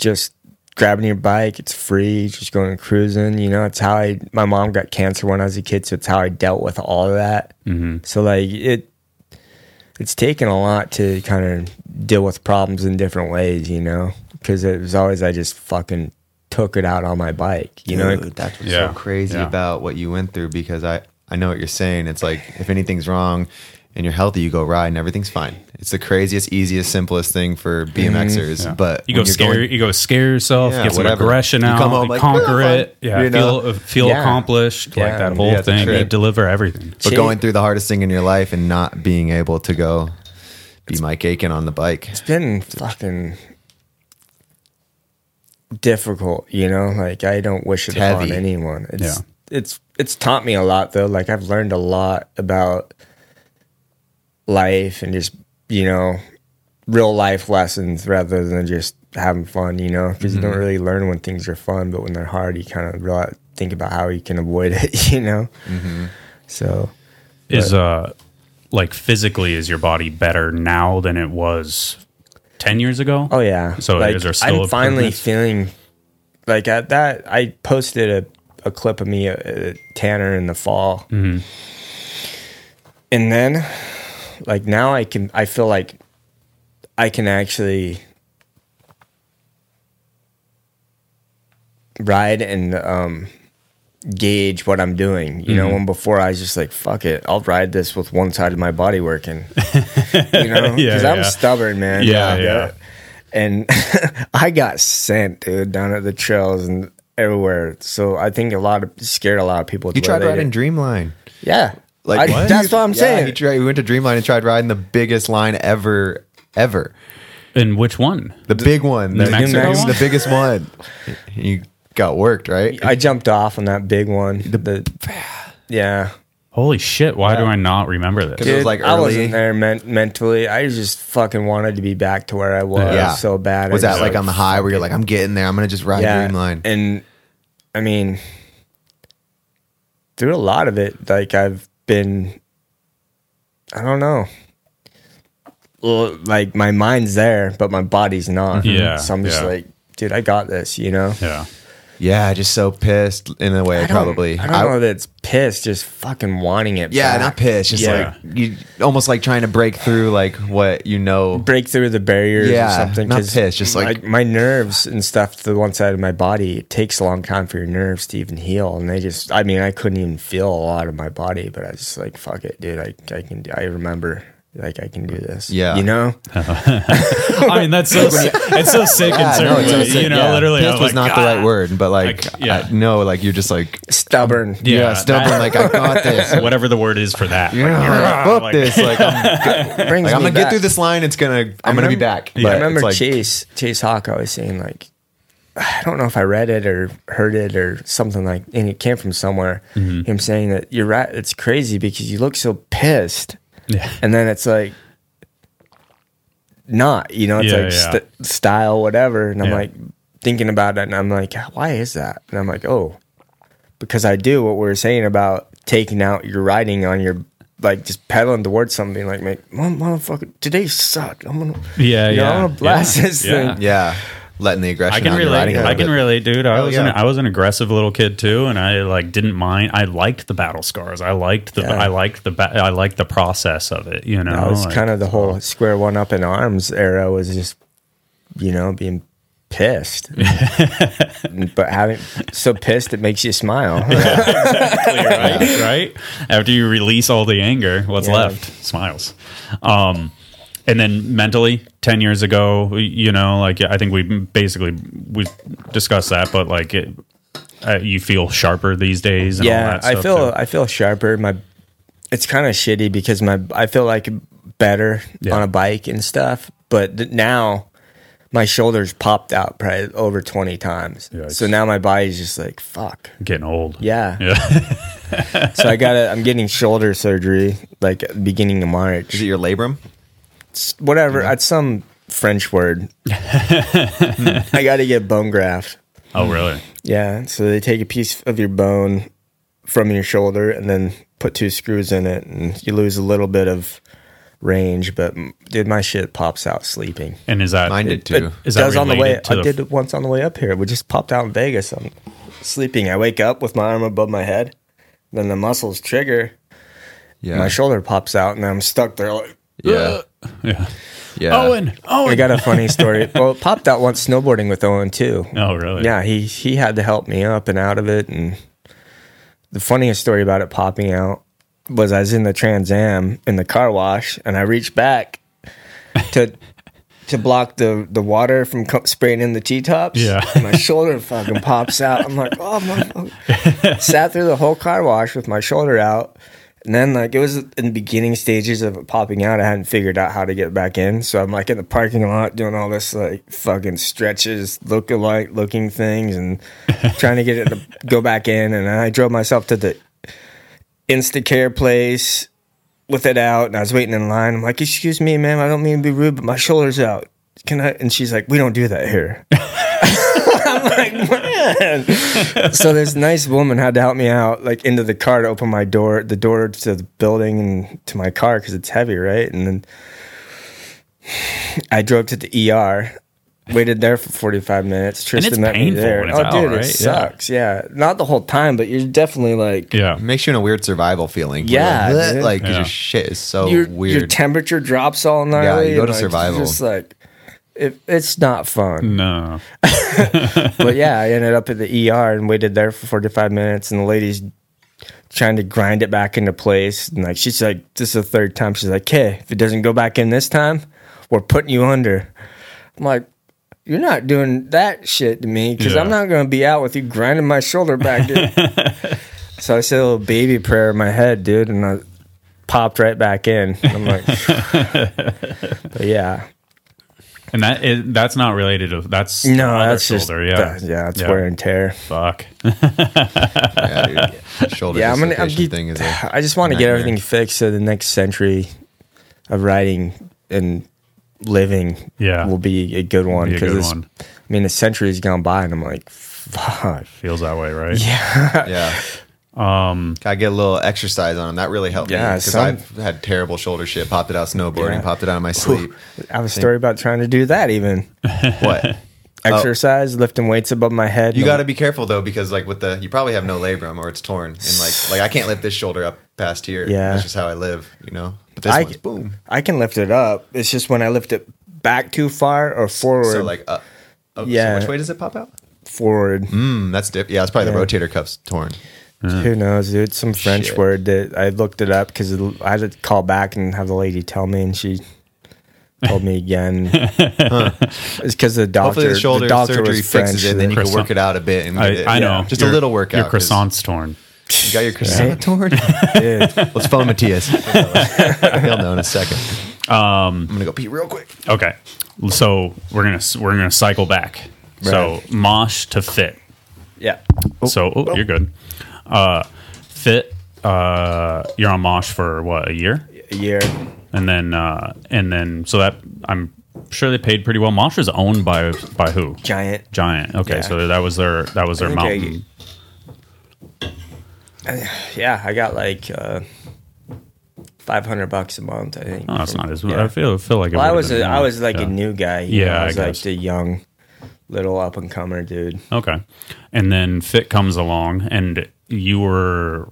just grabbing your bike, it's free, just going cruising. You know, it's how I. My mom got cancer when I was a kid, so it's how I dealt with all of that. Mm-hmm. So like it, it's taken a lot to kind of deal with problems in different ways. You know, because it was always I just fucking took it out on my bike. You know, Dude, that's what's Yeah, so crazy yeah. about what you went through because I, I know what you're saying. It's like if anything's wrong and you're healthy, you go ride and everything's fine. It's the craziest, easiest, simplest thing for BMXers. Mm-hmm. Yeah. But you go when you're scare going- you go scare yourself, Yeah, get some whatever. aggression You out, come home you like, conquer "Yeah, it, fun," yeah, you know? feel feel Yeah. accomplished, like Yeah. that whole Yeah, it's a thing. You trip. deliver everything. but Shane- going through the hardest thing in your life and not being able to go be Mike Aiken on the bike. it's been fucking difficult, you know. Like I don't wish It's it upon heavy. anyone. It's Yeah. it's it's taught me a lot though. Like I've learned a lot about life and just you know real life lessons rather than just having fun, you know. Because Mm-hmm. you don't really learn when things are fun, but when they're hard, you kind of realize, think about how you can avoid (laughs) it, you know. Mm-hmm. So is uh like physically is your body better now than it was 10 years ago Oh yeah. So like, is there still I'm finally improvements? feeling like at that I posted a, a clip of me at, at Tanner in the fall. Mm-hmm. And then like now I can I feel like I can actually ride and um gauge what I'm doing. You Mm-hmm. know, when before I was just like, fuck it, I'll ride this with one side of my body working. (laughs) you know, because (laughs) Yeah, I'm yeah. stubborn, man. Yeah, I yeah. And (laughs) I got sent, dude, down at the trails and everywhere. So I think a lot of scared a lot of people. You to tried relate riding it. Dreamline. yeah, Like I- what? that's what I'm Yeah, saying. He, tried, he went to Dreamline and tried riding the biggest line ever, ever. and which one The big one, the, Mexico the one? biggest one. You got worked, right? I jumped off on that big (sighs) one. The- yeah, holy shit why do i not remember this It was, like, I early- wasn't there men- mentally. I just fucking wanted to be back to where I was so bad. Was I that just, like on the high where you're like, I'm getting there. I'm gonna just ride yeah, Dreamline. And I mean, through a lot of it, like I've been, I don't know. L- Like my mind's there, but my body's not. Yeah, So I'm just yeah. like, dude, I got this, you know? yeah Yeah, just so pissed in a way, I don't- probably. I don't know that it's pissed, just fucking wanting it. yeah, back. not pissed. Just Yeah. like you, almost like trying to break through like what you know. break through the barriers Yeah, or something. not 'cause pissed, just my- like- my, nerves and stuff to the one side of my body. It takes a long time for your nerves to even heal, and they just. I mean, I couldn't even feel a lot of my body, but I was just like, "Fuck it, dude. I I can. do- I remember." Like I can do this, Yeah. You know, I mean, that's (laughs) so it's so sick and Yeah, no, it's so sick, you know, yeah. literally, pissed I was was like, not the "God." right word, but like, Like, yeah. I- no, like you're just like stubborn. yeah, Yeah, stubborn. that- like I got this. (laughs) Whatever the word is for that. Yeah, like, fuck like- this. Like I'm, It brings like, I'm me gonna get back. through this line. It's gonna. I'm gonna be back. I But remember it's like, Chase Chase Hawk always saying like, I don't know if I read it or heard it or something like, and it came from somewhere. Mm-hmm. Him saying that you're right. It's crazy because you look so pissed, Yeah. and then it's like, not you know, it's Yeah, yeah. like St- style whatever, and I'm Yeah. like thinking about it, and I'm like, why is that? And I'm like, oh, because I do what we were saying about taking out your writing on your. Like just pedaling towards something, like, like, "Mother- motherfucker, today sucked. I'm gonna, Yeah, you know, Uh, yeah. I'm gonna blast yeah, this yeah. thing. yeah, letting the aggression. I can out and relate. riding it a I little can bit. relate, dude. I Hell was yeah. an, I was an aggressive little kid too, and I like didn't mind. I liked the battle scars. I liked the Yeah. I liked the ba- I liked the process of it. You know, That was like- kind of the whole square one up in arms era was just, you know, being (laughs) pissed, but having so pissed it makes you smile. (laughs) right? right? After you release all the anger, what's Yeah. left? Smiles. Um, and then mentally, ten years ago, you know, like I think we basically we discussed that, but like it, uh, you feel sharper these days. And all yeah, that I stuff feel too. I feel sharper. My it's kind of shitty because my I feel like better Yeah. on a bike and stuff, but th- now my shoulders popped out probably over twenty times. Yikes. So now my body's just like fuck. getting old. Yeah. yeah. (laughs) so I got to I'm getting shoulder surgery like at the beginning of March. Is it your labrum? whatever. It's some (laughs) French word. I got to get bone graft. oh, really? Yeah. So they take a piece of your bone from your shoulder and then put two screws in it, and you lose a little bit of range. But mm, dude, my shit pops out sleeping. And is that Mine did too. Is It that does on the way. related to I the- did it once on the way up here. We just popped out in Vegas. I'm sleeping. I wake up with my arm above my head. Then the muscles trigger. Yeah, My shoulder pops out, and I'm stuck there. Like, (laughs) yeah, Yeah. Oh, yeah. Owen. Owen. I got a funny story. well, it popped out once snowboarding with Owen too. Oh, really? yeah, he he had to help me up and out of it. And the funniest story about it popping out was I was in the Trans Am in the car wash, and I reached back to to block the the water from co- spraying in the t tops. Yeah. (laughs) my shoulder fucking pops out. I'm like, oh my! Sat through the whole car wash with my shoulder out. And then like it was in the beginning stages of it popping out. I hadn't figured out how to get back in, so I'm like in the parking lot doing all this like fucking stretches, look alike looking things, and trying to get it to go back in. And I drove myself to the Instacare place with it out, and I was waiting in line. I'm like, "Excuse me, ma'am, I don't mean to be rude, but my shoulder's out. Can I?" And she's like, "We don't do that here." (laughs) I'm like, man. so this nice woman had to help me out, like into the car to open my door, the door to the building and to my car because it's heavy, right? And then I drove to the ER, waited there for 45 minutes. Tristan it's met painful me there. when it's oh, out, dude, right? it Yeah. sucks. Yeah. not the whole time, but you're definitely like Yeah. It makes you in a weird survival feeling. Yeah, like, dude. like 'cause Yeah. your shit is so your, weird. your temperature drops all night. Yeah, you go to like, survival. It's just like it, it's not fun. No. but yeah, I ended up at the ER and waited there for 45 minutes, and the lady's trying to grind it back into place. And like she's like, this is the third time. She's like, hey, if it doesn't go back in this time, we're putting you under. I'm like. You're not doing that shit to me because I'm Yeah. not going to be out with you grinding my shoulder (laughs) back, dude. so I said a little baby prayer in my head, dude, and I popped right back in. I'm like, (laughs) but yeah, And that is, that's not related to that's the no, other that's shoulder. just, yeah. yeah, yeah, it's wear and tear. Fuck. (laughs) yeah, dude. (laughs) Shoulder yeah, I'm gonna. I'm dislocation ge- thing is. A, I just want to get nightmare. everything fixed so the next century of writing and living, Yeah. will be a good one. Be a Because good it's- one. I mean, a century's gone by, and I'm like, fuck. Feels that way, right? yeah. Um, I get a little exercise on them. That really helped Yeah, me because some- I've had terrible shoulder shit. Popped it out snowboarding. Yeah. Popped it out in my sleep. (laughs) Oh. I have a story about trying to do that. Even what? exercise, lifting weights above my head. You no- got to be careful though, because like with the, you probably have no labrum or it's torn, and like like I can't lift this shoulder up past here. Yeah. that's just how I live, you know. But this I- one's boom. I can lift it up. It's just when I lift it back too far or forward. So like up. Oh, Yeah. So which way does it pop out? forward. Mm, that's dip. Yeah, it's probably Yeah. the rotator cuff's torn. Who Mm. knows, dude? Some French Shit. word that I looked it up because I had to call back and have the lady tell me, and she told (laughs) me again. It's because the doctor, Hopefully the shoulder doctor surgery was French. fixes it, and then you can Croissant. work it out a bit. And I, get it- I know. just Your- a little workout. Your 'cause croissant's torn. You got your croissant torn. (laughs) Let's phone Matthias. He'll know in a second. I'm Um, gonna go pee real quick. Okay, so we're gonna we're gonna cycle back. So mosh to fit. yeah, So oh, you're good. Uh, fit. Uh, you're on mosh for what a year, a year. and then uh, and then so that I'm sure they paid pretty well. Mosh is owned by by who? Giant. Giant. Okay, Yeah. so that was their that was their think I- mountain. Yeah, I got like uh, five hundred bucks a month. I think. oh, that's not as. Yeah. I feel feel like it Well, I would've was been a, I more. was like Yeah. a new guy. you Yeah, know, I I was like guess. the young, little up and comer dude. Okay. And then Fit comes along, and you were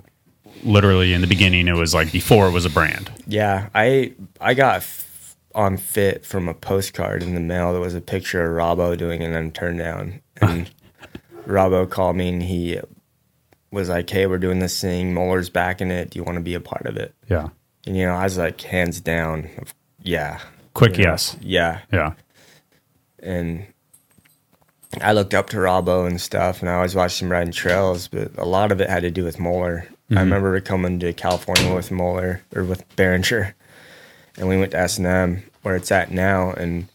literally in the beginning, it was like before it was a brand. Yeah, I I got f- on fit from a postcard in the mail that was a picture of Robbo doing an unturn down, and Robbo called me and he was like, "Hey, we're doing this thing. Muller's backing it. Do you want to be a part of it?" Yeah. And you know, I was like, hands down, of- yeah, Quick yes. yeah. Yeah. And I looked up to Robbo and stuff, and I always watched him riding trails, but a lot of it had to do with Moeller. I remember coming to California with Moeller or with Behringer, and we went to S and M where it's at now, and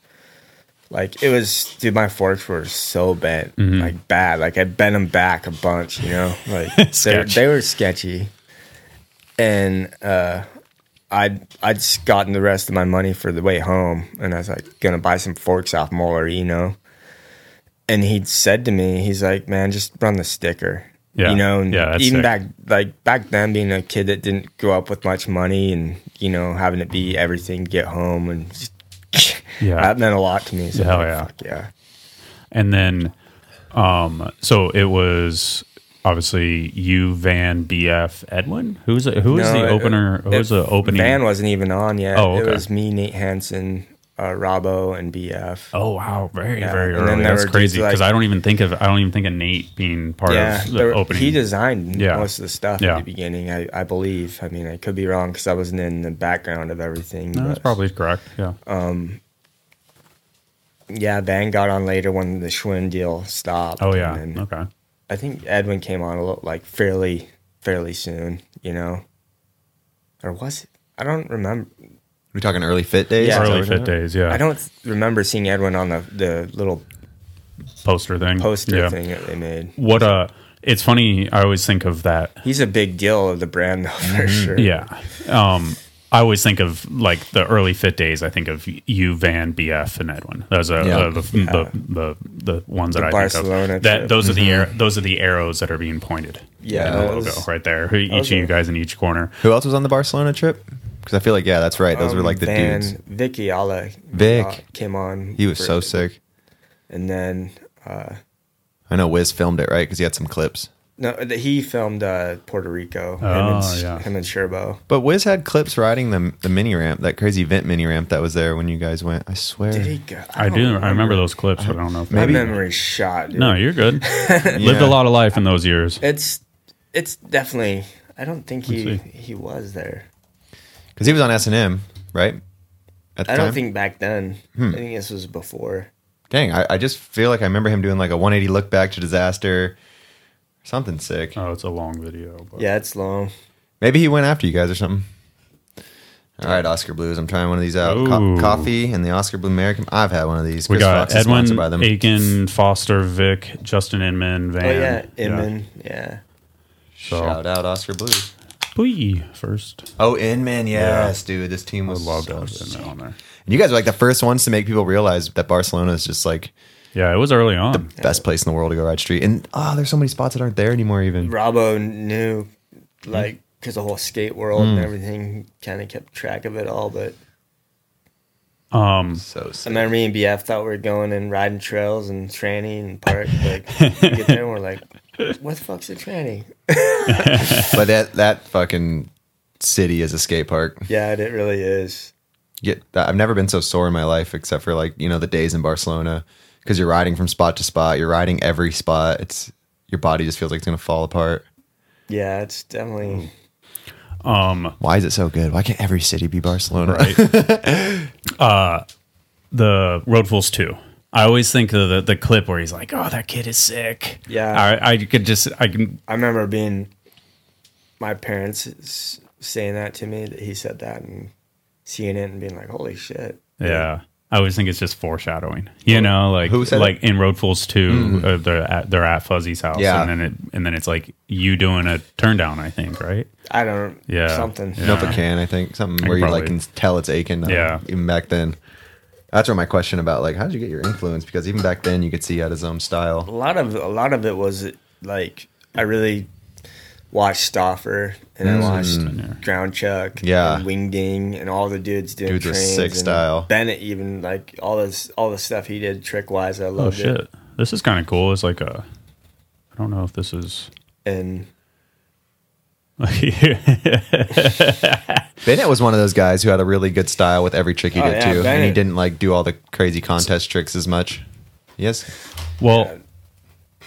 like it was, dude, my forks were so bent, like bad. Like I bent them back a bunch, you know, like they, Sketch. they were sketchy, and uh, I'd I'd just gotten the rest of my money for the way home, and I was like gonna buy some forks off Moeller, you know. And he said to me, he's like, "Man, just run the sticker." Yeah. You know, and Yeah, that's even sick. back like back then, being a kid that didn't grow up with much money, and you know, having it be everything, get home, and just, (laughs) Yeah. that meant a lot to me. So Hell like, yeah. fuck yeah, And then, um, so it was obviously you, Van, BF, Edwin. Who's the, who was No, the it- opener? Who it- was the opening? Van wasn't even on yet. Oh, It okay. was me, Nate Hansen, uh, Robbo, and BF. Oh wow! Very Yeah, very and then early. there That's were dudes crazy because like- I don't even think of I don't even think of Nate being part of the there- opening. He designed Yeah. most of the stuff Yeah. at the beginning, I, I believe. I mean, I could be wrong because I wasn't in the background of everything. No, that's but- probably correct. Yeah. Yeah, Van got on later when the Schwinn deal stopped. oh and yeah. then Okay. I think Edwin came on a little like fairly fairly soon, you know, or was it? I don't remember. We talking early fit days? Yeah. Is that Early what fit days. Yeah. I don't remember seeing Edwin on the the little poster thing. poster Yeah. thing that they made. What a. It's funny. I always think of that. He's a big deal of the brand (laughs) though, for sure. Mm-hmm. Yeah. Um. I always think of like the early fit days. I think of you, Van, BF, and Edwin. Those are Yeah. uh, the, the, the the ones that I think Barcelona of. That trip. Mm-hmm. those are the ar- those are the arrows that are being pointed. Yeah, in the that logo was- right there. Each of was a- you guys in each corner. Who else was on the Barcelona trip? Because I feel like yeah, that's right. Those were Um, like the Van, dudes. Vicky Alla Vic. uh, came on. He was for- so sick. And then uh, I know Wiz filmed it right because he had some clips. no, th- he filmed uh, Puerto Rico. him Oh, and, S- yeah. him and Sherbo. But Wiz had clips riding the the mini ramp, that crazy vent mini ramp that was there when you guys went. I swear. Did he go? I, don't do. I remember those clips, but I don't know. If My Maybe- memory's shot. Dude. No, you're (laughs) good. Lived a lot of life in those years. it's it's definitely. I don't think he Let's see. he was there. Because he was on S and M, right? At the I don't time? think back then. I think this was before. Dang, I, I just feel like I remember him doing like a 180 look back to disaster, something sick. Oh, it's a long video. But Yeah, it's long. Maybe he went after you guys or something. All right, Oscar Blues. I'm trying one of these out. Co- Ooh. coffee and the Oscar Blue American. I've had one of these. We Chris got Fox is sponsored Edwin, by them. Aiken, Foster, Vic, Justin Inman, Van. Oh yeah, Inman. Yeah. So- Shout out Oscar Blues. Booey first. Oh, Inman, yes, dude. This team I was loved so having sick. that on there. And you guys were like the first ones to make people realize that Barcelona is just like Yeah, it was early on. best place in the world to go ride street. And oh, there's so many spots that aren't there anymore. Even Robbo knew, Hmm. like, because the whole skate world and everything kind of kept track of it all, but So sick. (laughs) And then me and BF thought we were going and riding trails and tranny and park. Like, we get there and (laughs) we're like, what the fuck's a tranny? but that that fucking city is a skate park. Yeah, it really is. Get I've never been so sore in my life except for like, you know, the days in Barcelona because you're riding from spot to spot, you're riding every spot. It's your body just feels like it's going to fall apart. Yeah, it's Hmm. definitely. Why is it so good? Why can't every city be Barcelona? (laughs) the Road Fools 2. I always think of the, the clip where he's like, "Oh, that kid is sick." Yeah. I, I could just I can I remember being my parents s- saying that to me that he said that and seeing it and being like, holy shit. yeah. I always think it's just foreshadowing, you know, like Who said Hmm. like in Road Fools 2 uh, they're at they're at Fuzzy's house, Yeah. and then it and then it's like you doing a turn down, I think, right? I don't. Yeah. Something. Yeah. Novocaine, I think something I where you like probably- can tell it's aching. um, Yeah. even back then. That's where my question about like how did you get your influence? Because even back then you could see out his own A style. lot of a lot of it was like I really watched Stoffer and I watched Ground Chuck, Mm. Yeah. and Wingding, and all the dudes doing Dudes with trains sick and style. Bennett even like all this all the stuff he did trick wise. I Oh loved shit, it. this is kind of cool. It's like a I don't know if this is And (laughs) Bennett was one of those guys who had a really good style with every trick he Oh, did yeah, too, and he Bennett. didn't like do all the crazy contest tricks as much. Yes, well.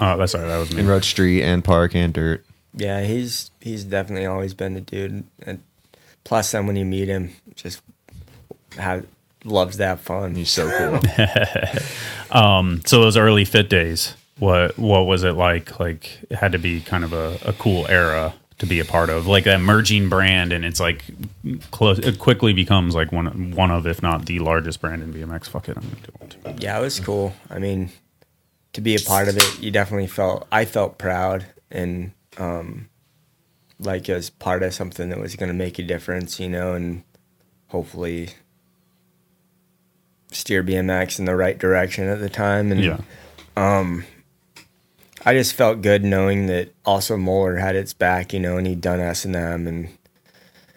Oh, that's sorry, that was in me. Road Street and Park and Dirt. yeah, he's he's definitely always been the dude. And plus, then when you meet him, just have, loves that fun. He's so cool. So those early fit days, what what was it like? Like it had to be kind of a, a cool era to be a part of, like that merging brand, and it's like close. It quickly becomes like one one of, if not the largest brand in BMX. Fuck it, I'm gonna do it. Yeah, it was cool. I mean, to be a part of it, you definitely felt I felt proud and um like as part of something that was going to make a difference, you know, and hopefully steer BMX in the right direction at the time and Yeah, I just felt good knowing that also Moeller had its back, you know, and he'd done S and M and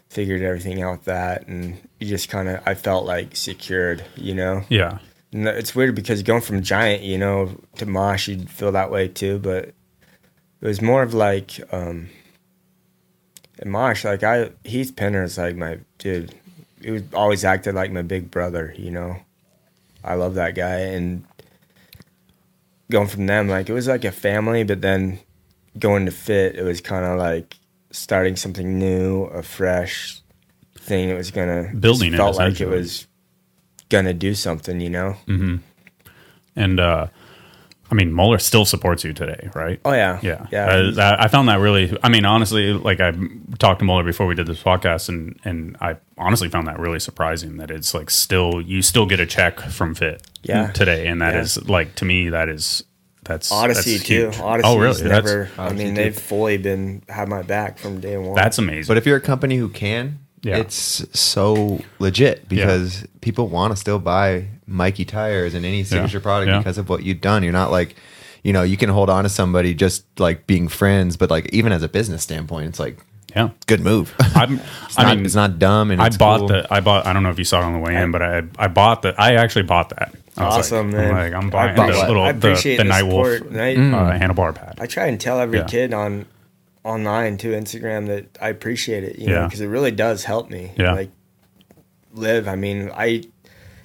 figured everything out that and you just kind of I felt like secured, you know. yeah, No, it's weird because going from giant, you know, to Mosh, you'd feel that way too. But it was more of like um, in Mosh, like I Heath Penner is like my dude. He was always acted like my big brother, you know. I love that guy, and going from them, like it was like a family. But then going to Fit, it was kind of like starting something new, a fresh thing. It was gonna Building it, Felt like it essentially. was gonna do something, you know. and uh, I mean Mueller still supports you today, right? Oh yeah, Yeah, Uh, yeah. I, he's- I- I found that really. I mean, honestly, like I talked to Mueller before we did this podcast, and and I honestly found that really surprising that it's like still you still get a check from Fit Yeah. today, and that Yeah. is like to me that is that's Odyssey that's too. huge. Odyssey. oh really? has Never. That's I mean, they've fully been had my back from day one. that's amazing. But if you're a company who can, Yeah. it's so legit because people want to still buy Mikey tires and any signature product Yeah. because of what you've done. You're not like, you know, you can hold on to somebody just like being friends, but like even as a business standpoint, it's like yeah, good move. I'm. (laughs) it's, I not, mean, it's not dumb. And I it's bought cool. the. I bought. I don't know if you saw it on the way in, but I I bought the. I actually bought that. I was awesome, like, man. I'm like, I'm I buying bought the it. little I the, appreciate the the Night Wolf support, and I- Mm. uh, handlebar pad. I try and tell every Yeah. kid on online to Instagram that I appreciate it, you know, Yeah. because it really does help me. Yeah. Like live. I mean, I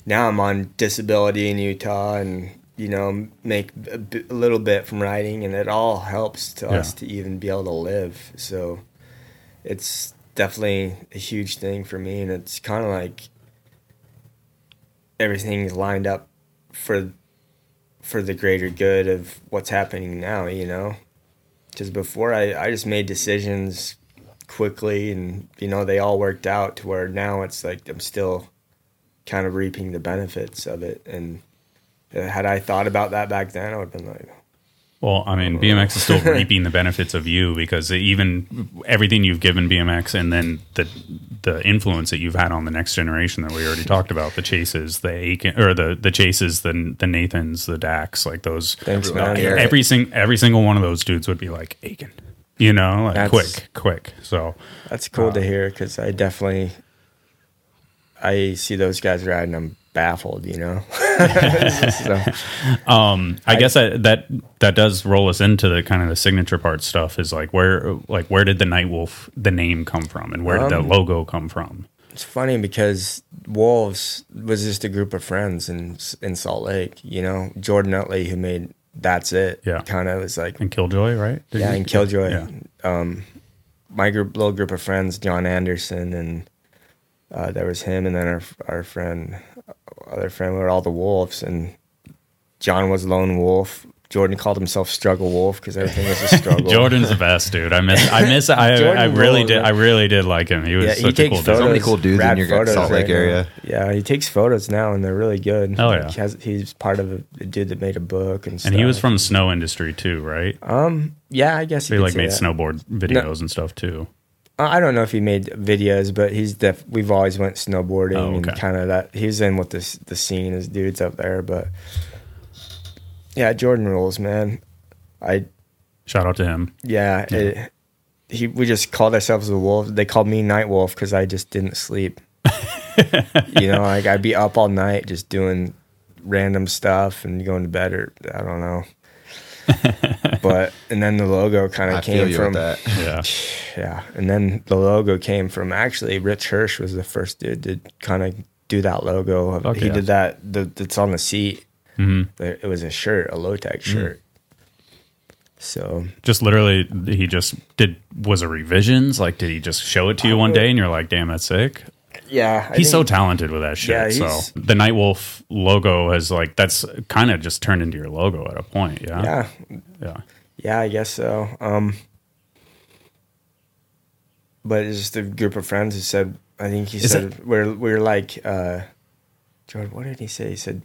now I'm on disability in Utah and you know make a b- a little bit from writing, and it all helps to Yeah. us to even be able to live. So it's definitely a huge thing for me, and it's kind of like everything's lined up for for the greater good of what's happening now, you know? Because before I, I just made decisions quickly and, you know, they all worked out to where now it's like I'm still kind of reaping the benefits of it. And uh, had I thought about that back then, I would have been like, Well, I mean, BMX is (laughs) still reaping the benefits of you because even everything you've given BMX, and then the the influence that you've had on the next generation that we already talked about the chases, the Aiken, or the the chases, the the Nathans, the Dax, like those. thanks, Everyone man. cares. Every sing, every single one of those dudes would be like Aiken, you know, like That's- quick, quick. So That's cool to hear because I definitely I see those guys riding. I'm baffled, you know. (laughs) so, I, guess I, that that does roll us into the kind of the signature part stuff is like where like where did the Night Wolf the name come from and where did the Um, logo come from? it's funny because Wolves was just a group of friends in in Salt Lake, you know. Jordan Utley who made That's It. Yeah. Kind of was like And Killjoy, right? Did yeah, you- and Killjoy. Yeah. Um, my group, little group of friends, John Anderson, and uh, there was him, and then our our friend, other friend, we were all the wolves, and John was lone wolf. Jordan called himself struggle wolf because everything was (laughs) a struggle. Jordan's the best dude. I miss I miss I Jordan I really ruled, did man. I really did like him. He was yeah, he such a takes cool dude. photos. So many cool dudes in rad your photos Salt Lake now. area. Yeah, he takes photos now, and they're really good. Oh, Like, yeah. he has, he's part of a, a dude that made a book and stuff. And he was from snow industry too, right? yeah, I guess he could like say made that. snowboard videos and stuff too. I I don't know if he made videos, but he's def- we've always went snowboarding Oh, and okay. kind of that. He's in with this the scene as dudes up there, but yeah, Jordan rules, man. I Shout out to him. yeah, It, he we just called ourselves the wolf. They called me Night Wolf because I just (laughs) didn't sleep. you know, like I'd be up all night just doing random stuff and going to bed or I (laughs) don't know. but and then the logo kind I of feel came you with from that. (laughs) (laughs) Yeah. yeah. And then the logo came from actually Rich Hirsch was the first dude to kind of do that logo. Fuck he yeah. did that the, that's on the seat. Mm-hmm. It was a shirt, a low tech shirt. Mm-hmm. So Just literally he just did was it revisions? Like did he just show it to you one day and you're like, damn, that's sick? yeah, Oh. I he's so think- talented with that shit. Yeah, he's- so the Night Wolf logo has like that's kind of just turned into your logo at a point. Yeah. yeah, Yeah. yeah. I guess so. Um, but it's just a group of friends who said. I think he Is said we're we're like, uh, Jordan. What did he say? He said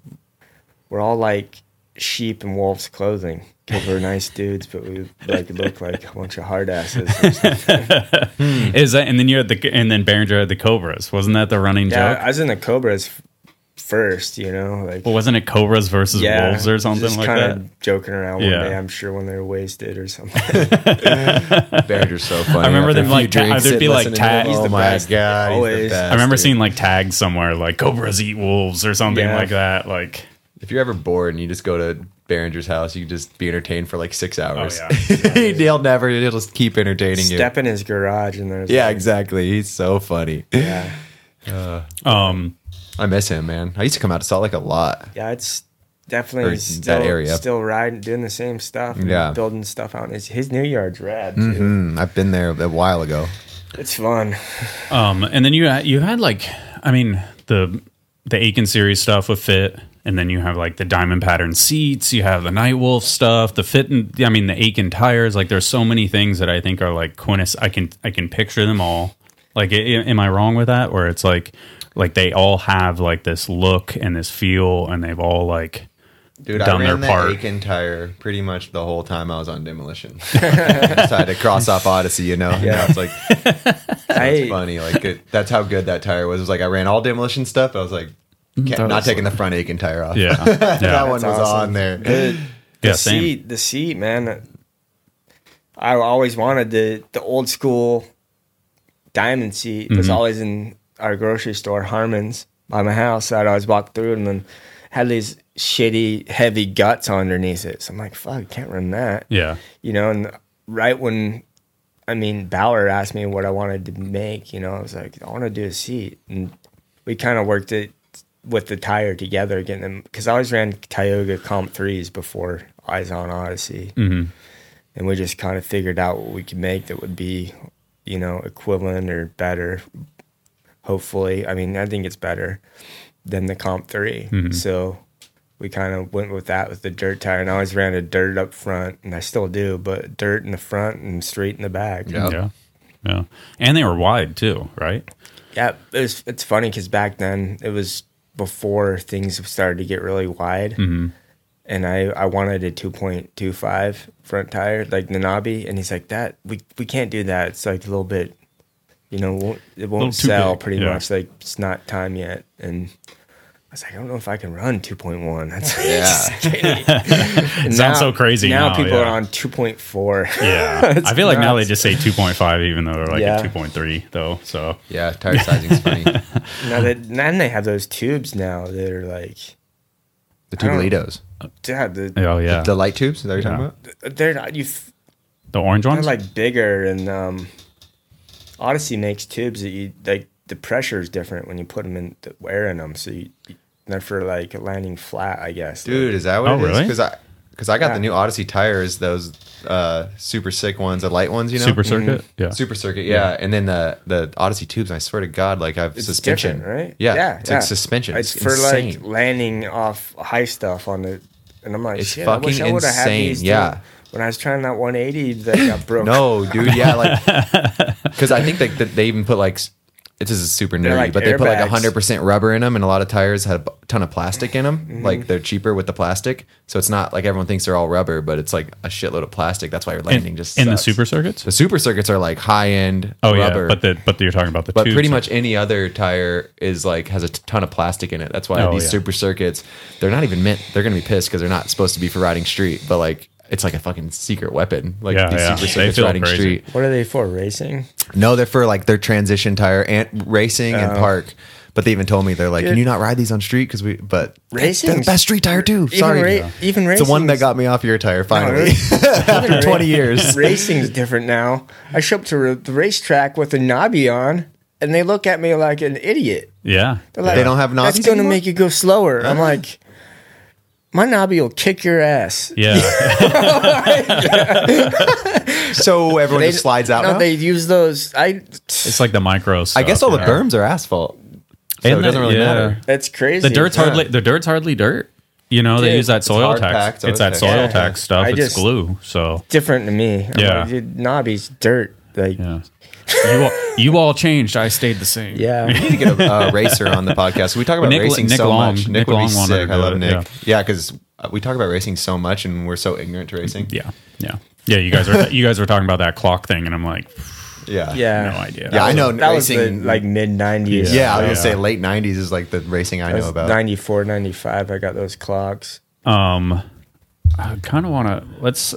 we're all like sheep in wolves' clothing because (laughs) we're nice dudes, but we like look like a bunch of hard asses. Is that and then you had the and then Behringer had the Cobras. Wasn't that the running Yeah, joke? I was in the Cobras f- first, you know, like well, wasn't it Cobras versus yeah, Wolves or something just like kinda that? Joking around one Yeah. day, I'm sure when they were wasted (laughs) or something. Barriers so funny. I remember After them, a like, few ta- drinks, there'd sit be, like, listening to ta- him. he's Oh the my best. god, he's the Always. best. I remember dude. seeing like tags somewhere like Cobras eat wolves or something Yeah. like that. Like If you're ever bored and you just go to Behringer's house, you can just be entertained for like six hours. yeah. (laughs) he'll never, he'll just keep entertaining you. Step in his garage and there's Yeah, like, exactly. He's so funny. yeah, um I miss him, man. I used to come out to Salt Lake a lot. yeah, it's Or definitely that still, area. still riding, doing the same stuff, and Yeah. building stuff out. His his new yard's rad, dude. Mm, I've been there a while ago. It's fun. um and then you had, you had like I mean the the Aiken series stuff with Fit and then you have like the diamond pattern seats, you have the Night Wolf stuff, the Fit and I mean the Aiken tires, like there's so many things that I think are like quintess I can I can picture them all. Like a- am I wrong with that where it's like like they all have like this look and this feel and they've all like Dude, Done I their ran the part. Aiken tire pretty much the whole time I was on (laughs) demolition. Decided to cross off Odyssey, you know. Yeah, it's like (laughs) I, it's funny. Like it, that's how good that tire was. It was like I ran all demolition stuff. I was like, Mm, can't, not taking the front Aiken tire off. (laughs) yeah. that yeah. one was awesome. on there. yeah, the same. seat, the seat, man. I always wanted the the old school diamond seat. It was Mm-hmm. always in our grocery store, Harmon's, by my house. I'd always walk through it and then had these shitty, heavy guts underneath it. So I'm like, fuck, I can't run that. Yeah. You know, and right when I mean Bauer asked me what I wanted to make, you know, I was like, I want to do a seat. And we kind of worked it with the tire together, getting them because I always ran Tioga Comp threes before Eyes on Odyssey, Mhm. and we just kind of figured out what we could make that would be, you know, equivalent or better. Hopefully, I mean, I think it's better than the Comp 3 So we kind of went with that with the dirt tire, and I always ran a dirt up front, and I still do, but dirt in the front and straight in the back. Yeah. Yeah. Yeah. And they were wide too, right? Yeah, it was, it's funny because back then it was before things started to get really wide, Mm-hmm. and I I wanted a two point two five front tire like Nanabe, and he's like that we we can't do that. It's like a little bit, you know, won't, it won't too sell big, pretty yeah. much. Like it's not time yet, and was like, I don't know if I can run 2.1. That's (laughs) Yeah. (laughs) It sounds so crazy now. Now, people yeah. are on (laughs) 2.4. Yeah, (laughs) It's I feel like now they nuts. just say 2.5, even though they're like Yeah. at 2.3 though. So Yeah, tire sizing's (laughs) funny. now that then they have those tubes now that are like, The two Doritos. yeah, the, oh yeah, The the, light tubes? Is that what you're Yeah. talking about? they're not you. f- orange They're ones. like bigger and um, Odyssey makes tubes that you like. The pressure is different when you put them in the air in them, so you, they're for like landing flat, I guess. Dude, is that what Oh, it is? really? Because I, cause I got Yeah. the new Odyssey tires, those uh, super sick ones, the light ones, you know? Mm-hmm. Super circuit. Yeah. Super circuit, yeah. And then the the Odyssey tubes. And I swear to God, like I've It's suspension, different, right? Yeah, it's like suspension. It's, It's, for insane. like landing off high stuff on the. And I'm like, It's shit, I wish fucking I would have had insane, these. to- yeah. When I was trying that 180 (laughs) that got broke. No, dude. Yeah, like (laughs) because I think that, that they even put like s- this is super nerdy, like but they put like airbags. hundred percent rubber in them, and a lot of tires had a b- ton of plastic in them. Mm-hmm. Like they're cheaper with the plastic, so it's not like everyone thinks they're all rubber, but it's like a shitload of plastic. That's why your in, landing just in the sucks. super circuits. The super circuits are like high end Oh rubber, yeah, but the but you're talking about the but tubes. pretty much any other tire is like has a t- ton of plastic in it. That's why Oh, these yeah. super circuits, they're not even meant. They're gonna be pissed because they're not supposed to be for riding street. But like, it's like a fucking secret weapon. Like Yeah, these yeah. super They circuits feel riding crazy. street. What are they for? Racing? No, they're for like their transition tire and racing Oh. and park. But they even told me they're like, can you not ride these on street? Because we, but Racing? they're the best street tire too. Even Sorry, ra- even it's the one that racing's- got me off your tire finally (laughs) after ra- twenty years. Racing's different now. I show up to ra- the racetrack with a knobby on, and they look at me like an idiot. yeah. They're like, They don't have knobbies That's going to anymore?" make you go slower. I'm like, my knobby will kick your ass. (laughs) yeah, (laughs) So everyone just slides out. No, now? they use those. I. it's like the micro. I guess all the yeah. berms are asphalt, so And it the- doesn't really yeah. matter. That's crazy. The dirt's Yeah. hardly the dirt's hardly dirt. You know Dude, they use that it's soil hard tax. packed, so it's that it's- soil Yeah. tax stuff. I it's just- glue. So different to me. I'm Yeah. like, dude, knobby's dirt. Like, yeah. yeah, you all, you all changed. I stayed the same. We (laughs) need to get a uh, racer on the podcast. We talk about Nick- racing Nick so Long- much. Nick, Nick would Long be wanted to sick. I do love it, Nick. Yeah, because we talk about racing so much, and we're so ignorant to racing. yeah, yeah, yeah. You guys (laughs) are you guys were talking about that clock thing, and I'm like, yeah, yeah. no idea. Yeah, I know That was the, racing- like mid 90s. Yeah, I was gonna Yeah. say late '90s is like the racing I That know was about. 94, 95. I got those clocks. Um, I kind of want to let's.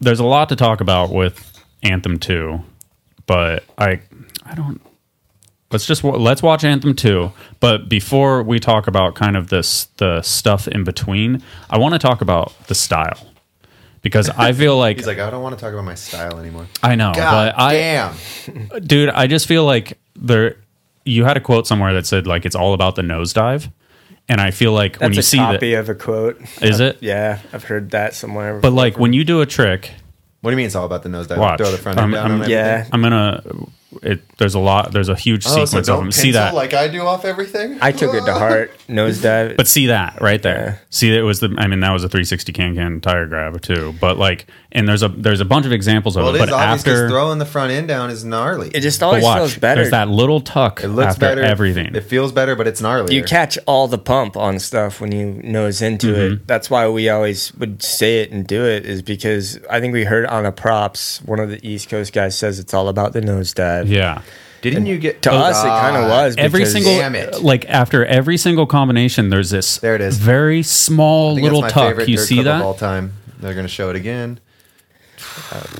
There's a lot to talk about with Anthem Two, but I, I don't. Let's just wa- let's watch Anthem Two. But before we talk about kind of this the stuff in between, I want to talk about the style because (laughs) I feel like, He's like, I don't want to talk about my style anymore. I know, God but I damn. dude i just feel like there you had a quote somewhere that said like it's all about the nosedive and i feel like when That's you a see copy that of a quote. is it Yeah, I've heard that somewhere. but like when you do a trick What do you mean it's all about the nosedive? Watch. Throw the front end Um, down um, on yeah, everything? i'm gonna it there's a lot there's a huge Oh, so sequence don't of them pencil see that like I do off everything? I took it to heart. Nosedive. (laughs) but see that right there see it was the i mean that was a 360 can can tire grab too but like and there's a there's a bunch of examples of well, it, it is but obvious because after throwing the front end down is gnarly. it just but always feels watch better. there's that little tuck It looks after better. everything It feels better, but it's gnarly. you catch all the pump on stuff when you nose into Mm-hmm. it. That's why we always would say it and do it is because I think we heard on a props one of the East Coast guys says it's all about the nosedive. yeah Didn't you get To us, it kind of was every because- single Damn it. like after every single combination there's this There it is. very small I think that's little my tuck favorite you dirt see clip of all that time. They're gonna show it again.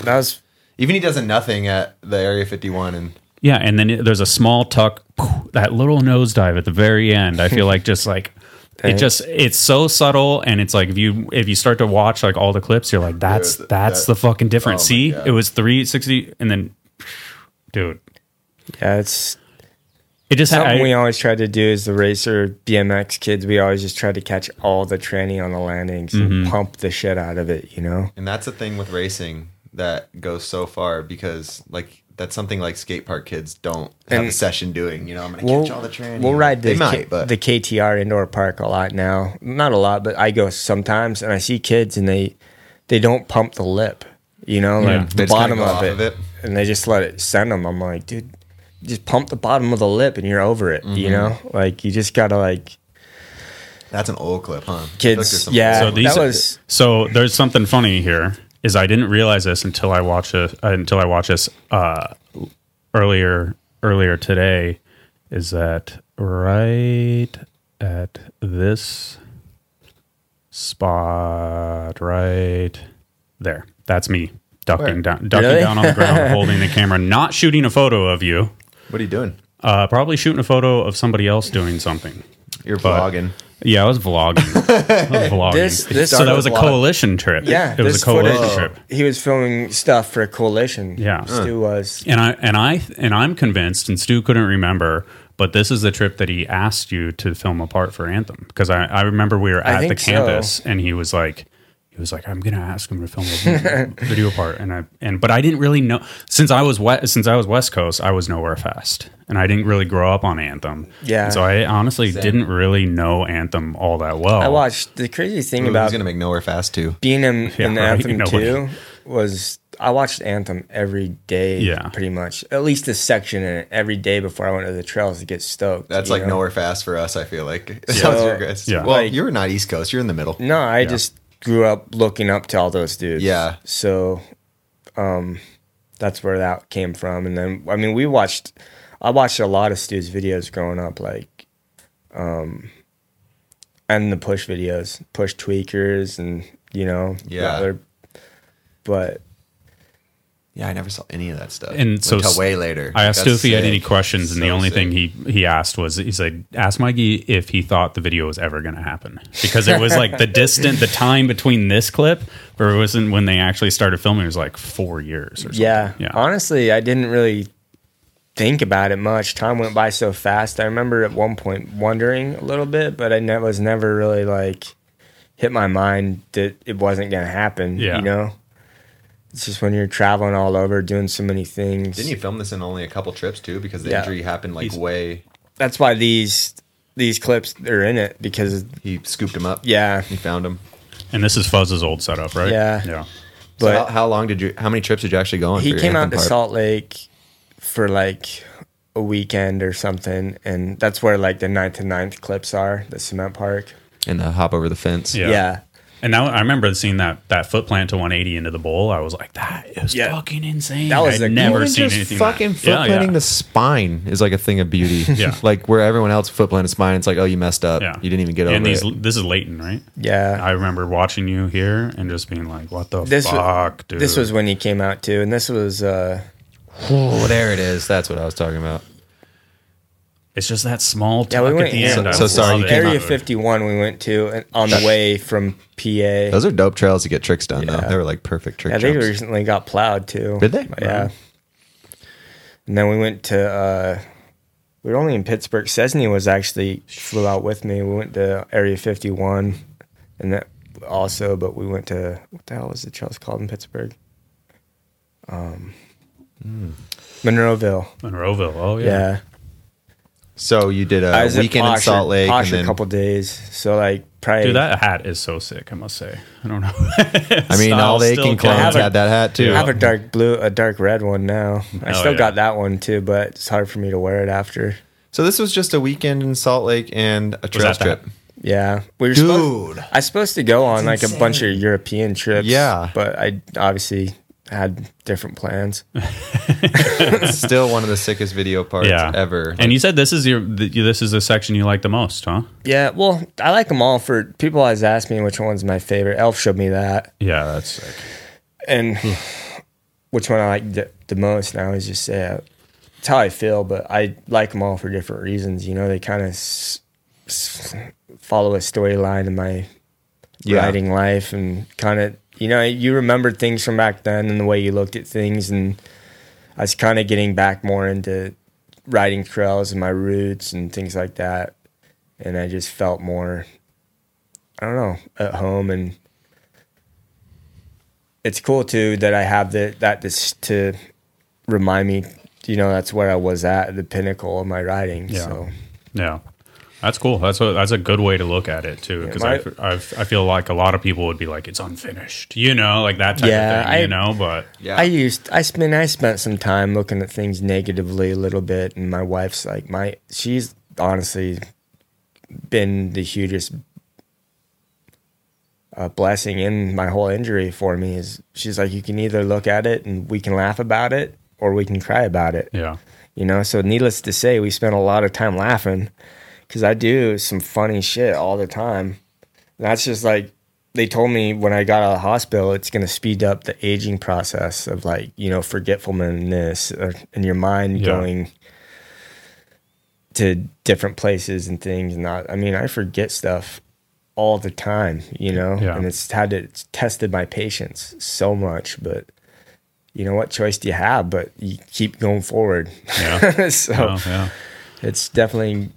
that was Even he does a nothing at the Area 51, and yeah and then it- there's a small tuck poof, that little nosedive at the very end i feel like (laughs) just like it Thanks. just it's so subtle and it's like if you if you start to watch like all the clips you're like that's Dude, that's that- the fucking difference oh my see God. it was 360 and then dude yeah, it's it just had something we I, always tried to do is the racer BMX kids. We always just tried to catch all the tranny on the landings Mm-hmm. and pump the shit out of it. You know, and that's the thing with racing that goes so far because like that's something like skate park kids don't have a And- session doing. You know, I'm gonna we'll, catch all the train. we'll ride the, they might, K- but the KTR indoor park a lot now. Not a lot, but I go sometimes and I see kids and they they don't pump the lip, you know, like Yeah. They the just kinda bottom go of off it, of it. and they just let it send them. I'm like, dude, just pump the bottom of the lip and you're over it, Mm-hmm. you know, like you just gotta like That's an old clip, huh? Kids, Look, there's some yeah. old so ones. these that was- so there's something funny here is I didn't realize this until I watch a, until I watch this uh, earlier earlier today is that right at this spot right there. That's me ducking Where? down, ducking Really? down on the (laughs) ground, holding the camera, not shooting a photo of you. What are you doing? Uh, probably shooting a photo of somebody else doing something. You're But- vlogging. Yeah, I was (laughs) vlogging. I was vlogging. This- this- so that was Started a a vlog. coalition trip. Yeah, it was this a coalition footage- trip. He was filming stuff for a coalition. Yeah. Stu was. And I and I and I'm convinced, and Stu couldn't remember, but this is the trip that he asked you to film a part for Anthem. Because I, I remember we were I at the think so. campus and he was like he was like, I'm gonna ask him to film a (laughs) video part. And I and but I didn't really know since I was wet since I was West Coast, I was nowhere fast. And I didn't really grow up on Anthem. Yeah. And so I honestly didn't really know Anthem all that well. I watched the crazy thing He's about gonna make nowhere fast too. being in, Yeah, in right, (laughs) Anthem no too was I watched Anthem every day, Yeah. pretty much at least a section in it every day before I went to the trails to get stoked. That's you like know? nowhere fast for us. I feel like. (laughs) Sounds So- your guys- Yeah. Well, Like- you're not East Coast. You're in the middle. No, I just grew up looking up to all those dudes. Yeah. So, um, that's where that came from. And then, I mean, we watched, I watched a lot of Stu's videos growing up, like, um, and the push videos, push tweakers, and you know, Yeah. other- but Yeah, I never saw any of that stuff. And so until s- way later. I asked That's him if he had sick. any questions, and the So only sick. thing he he asked was he said, "Ask Mikey if he thought the video was ever going to happen because it (laughs) was like the distant, the time between this clip, or it wasn't when they actually started filming. It was like four years or something. yeah, yeah, honestly, I didn't really think about it much. Time went by so fast. I remember at one point wondering a little bit, but I ne- was never really like hit my mind that it wasn't going to happen. Yeah. You know, it's just when you're traveling all over, doing so many things. Didn't you film this in only a couple trips too? Because the Yeah. injury happened like He's- way. That's why these these clips are in it because He scooped him up. yeah, He found him. and this is Fuzz's old setup, right? Yeah. yeah. So but how, how long did you? How many trips did you actually go on? he for your came out anthem to part? Salt Lake for like a weekend or something, and that's where like the ninth to ninth clips are, the cement park. and the hop over the fence. Yeah. yeah. And now I remember seeing that that foot plant to 180 into the bowl. I was like, that is Yeah. fucking insane. That was I'd a- never Even seen just anything. like- fucking foot Yeah, planting yeah. the spine is like a thing of beauty. (laughs) Yeah. like where everyone else foot planted spine, it's like oh you messed up. Yeah. You didn't even get over and these, it. This is Leighton, right? Yeah. I remember watching you here and just being like, "What the This wa- fuck, dude?" This was when he came out too, and this was uh Oh, (laughs) there it is. That's what I was talking about. It's just that small tuck Yeah, we went at the in. end. I So- so love sorry, you it. came Area 51 we went to and on the way from PA. Those are dope trails to get tricks done though. Yeah. They were like perfect trick yeah, they jumps. recently got plowed too. Did they? Yeah. And then we went to uh we were only in Pittsburgh. Cesney was actually flew out with me. We went to Area 51 and that also, but we went to what the hell was the trails called in Pittsburgh? Hmm. Um Monroeville. Monroeville. Oh yeah. Yeah. So you did a I was at Uh, weekend in Posh- Salt Lake Posh and then a couple days. So like probably Dude, that hat is so sick. I must say, I don't know. (laughs) I mean, all Style's they still can kinda- clones I have had that hat too. I have a dark blue, a dark red one now. I Oh, still yeah. got that one too, but it's hard for me to wear it after. So this was just a weekend in Salt Lake and a trail that the trip. (laughs) hat? Yeah, we were supposed- Dude. I was supposed to go on like a bunch of European trips. Yeah. but I obviously had different plans. (laughs) Still one of the sickest video parts Yeah, ever. And you said this is your th- this is the section you like the most, huh? Yeah, well, I like them all. For people always ask me which one's my favorite. Elf showed me that, Yeah, that's sick. and which one I like the, the most. And I always just say it. it's how I feel, but I like them all for different reasons. You know, they kind of s- s- follow a storyline in my Yeah. writing life and kind of you know you remembered things from back then and the way you looked at things and i was kind of getting back more into riding trails and my roots and things like that and i just felt more i don't know at home and it's cool too that i have the, that this to remind me you know that's where i was at the pinnacle of my riding Yeah. so Yeah. That's cool. That's a, that's a good way to look at it too, because my- I, f- I feel like a lot of people would be like, "It's unfinished," you know, like that type Yeah, of thing, I- you know. But yeah. I used I spent I spent some time looking at things negatively a little bit, and my wife's like my she's honestly been the hugest uh, blessing in my whole injury for me. Is she's like you can either look at it and we can laugh about it, or we can cry about it. yeah, You know, so needless to say, we spent a lot of time laughing because I do some funny shit all the time. That's just like they told me when I got out of the hospital, it's going to speed up the aging process of like you know forgetfulness uh, and your mind Yeah. going to different places and things. And not, I mean, I forget stuff all the time, you know, Yeah. and it's had to, it's tested my patience so much, but. You know what choice do you have? But you keep going forward. Yeah. (laughs) so Oh, yeah. it's definitely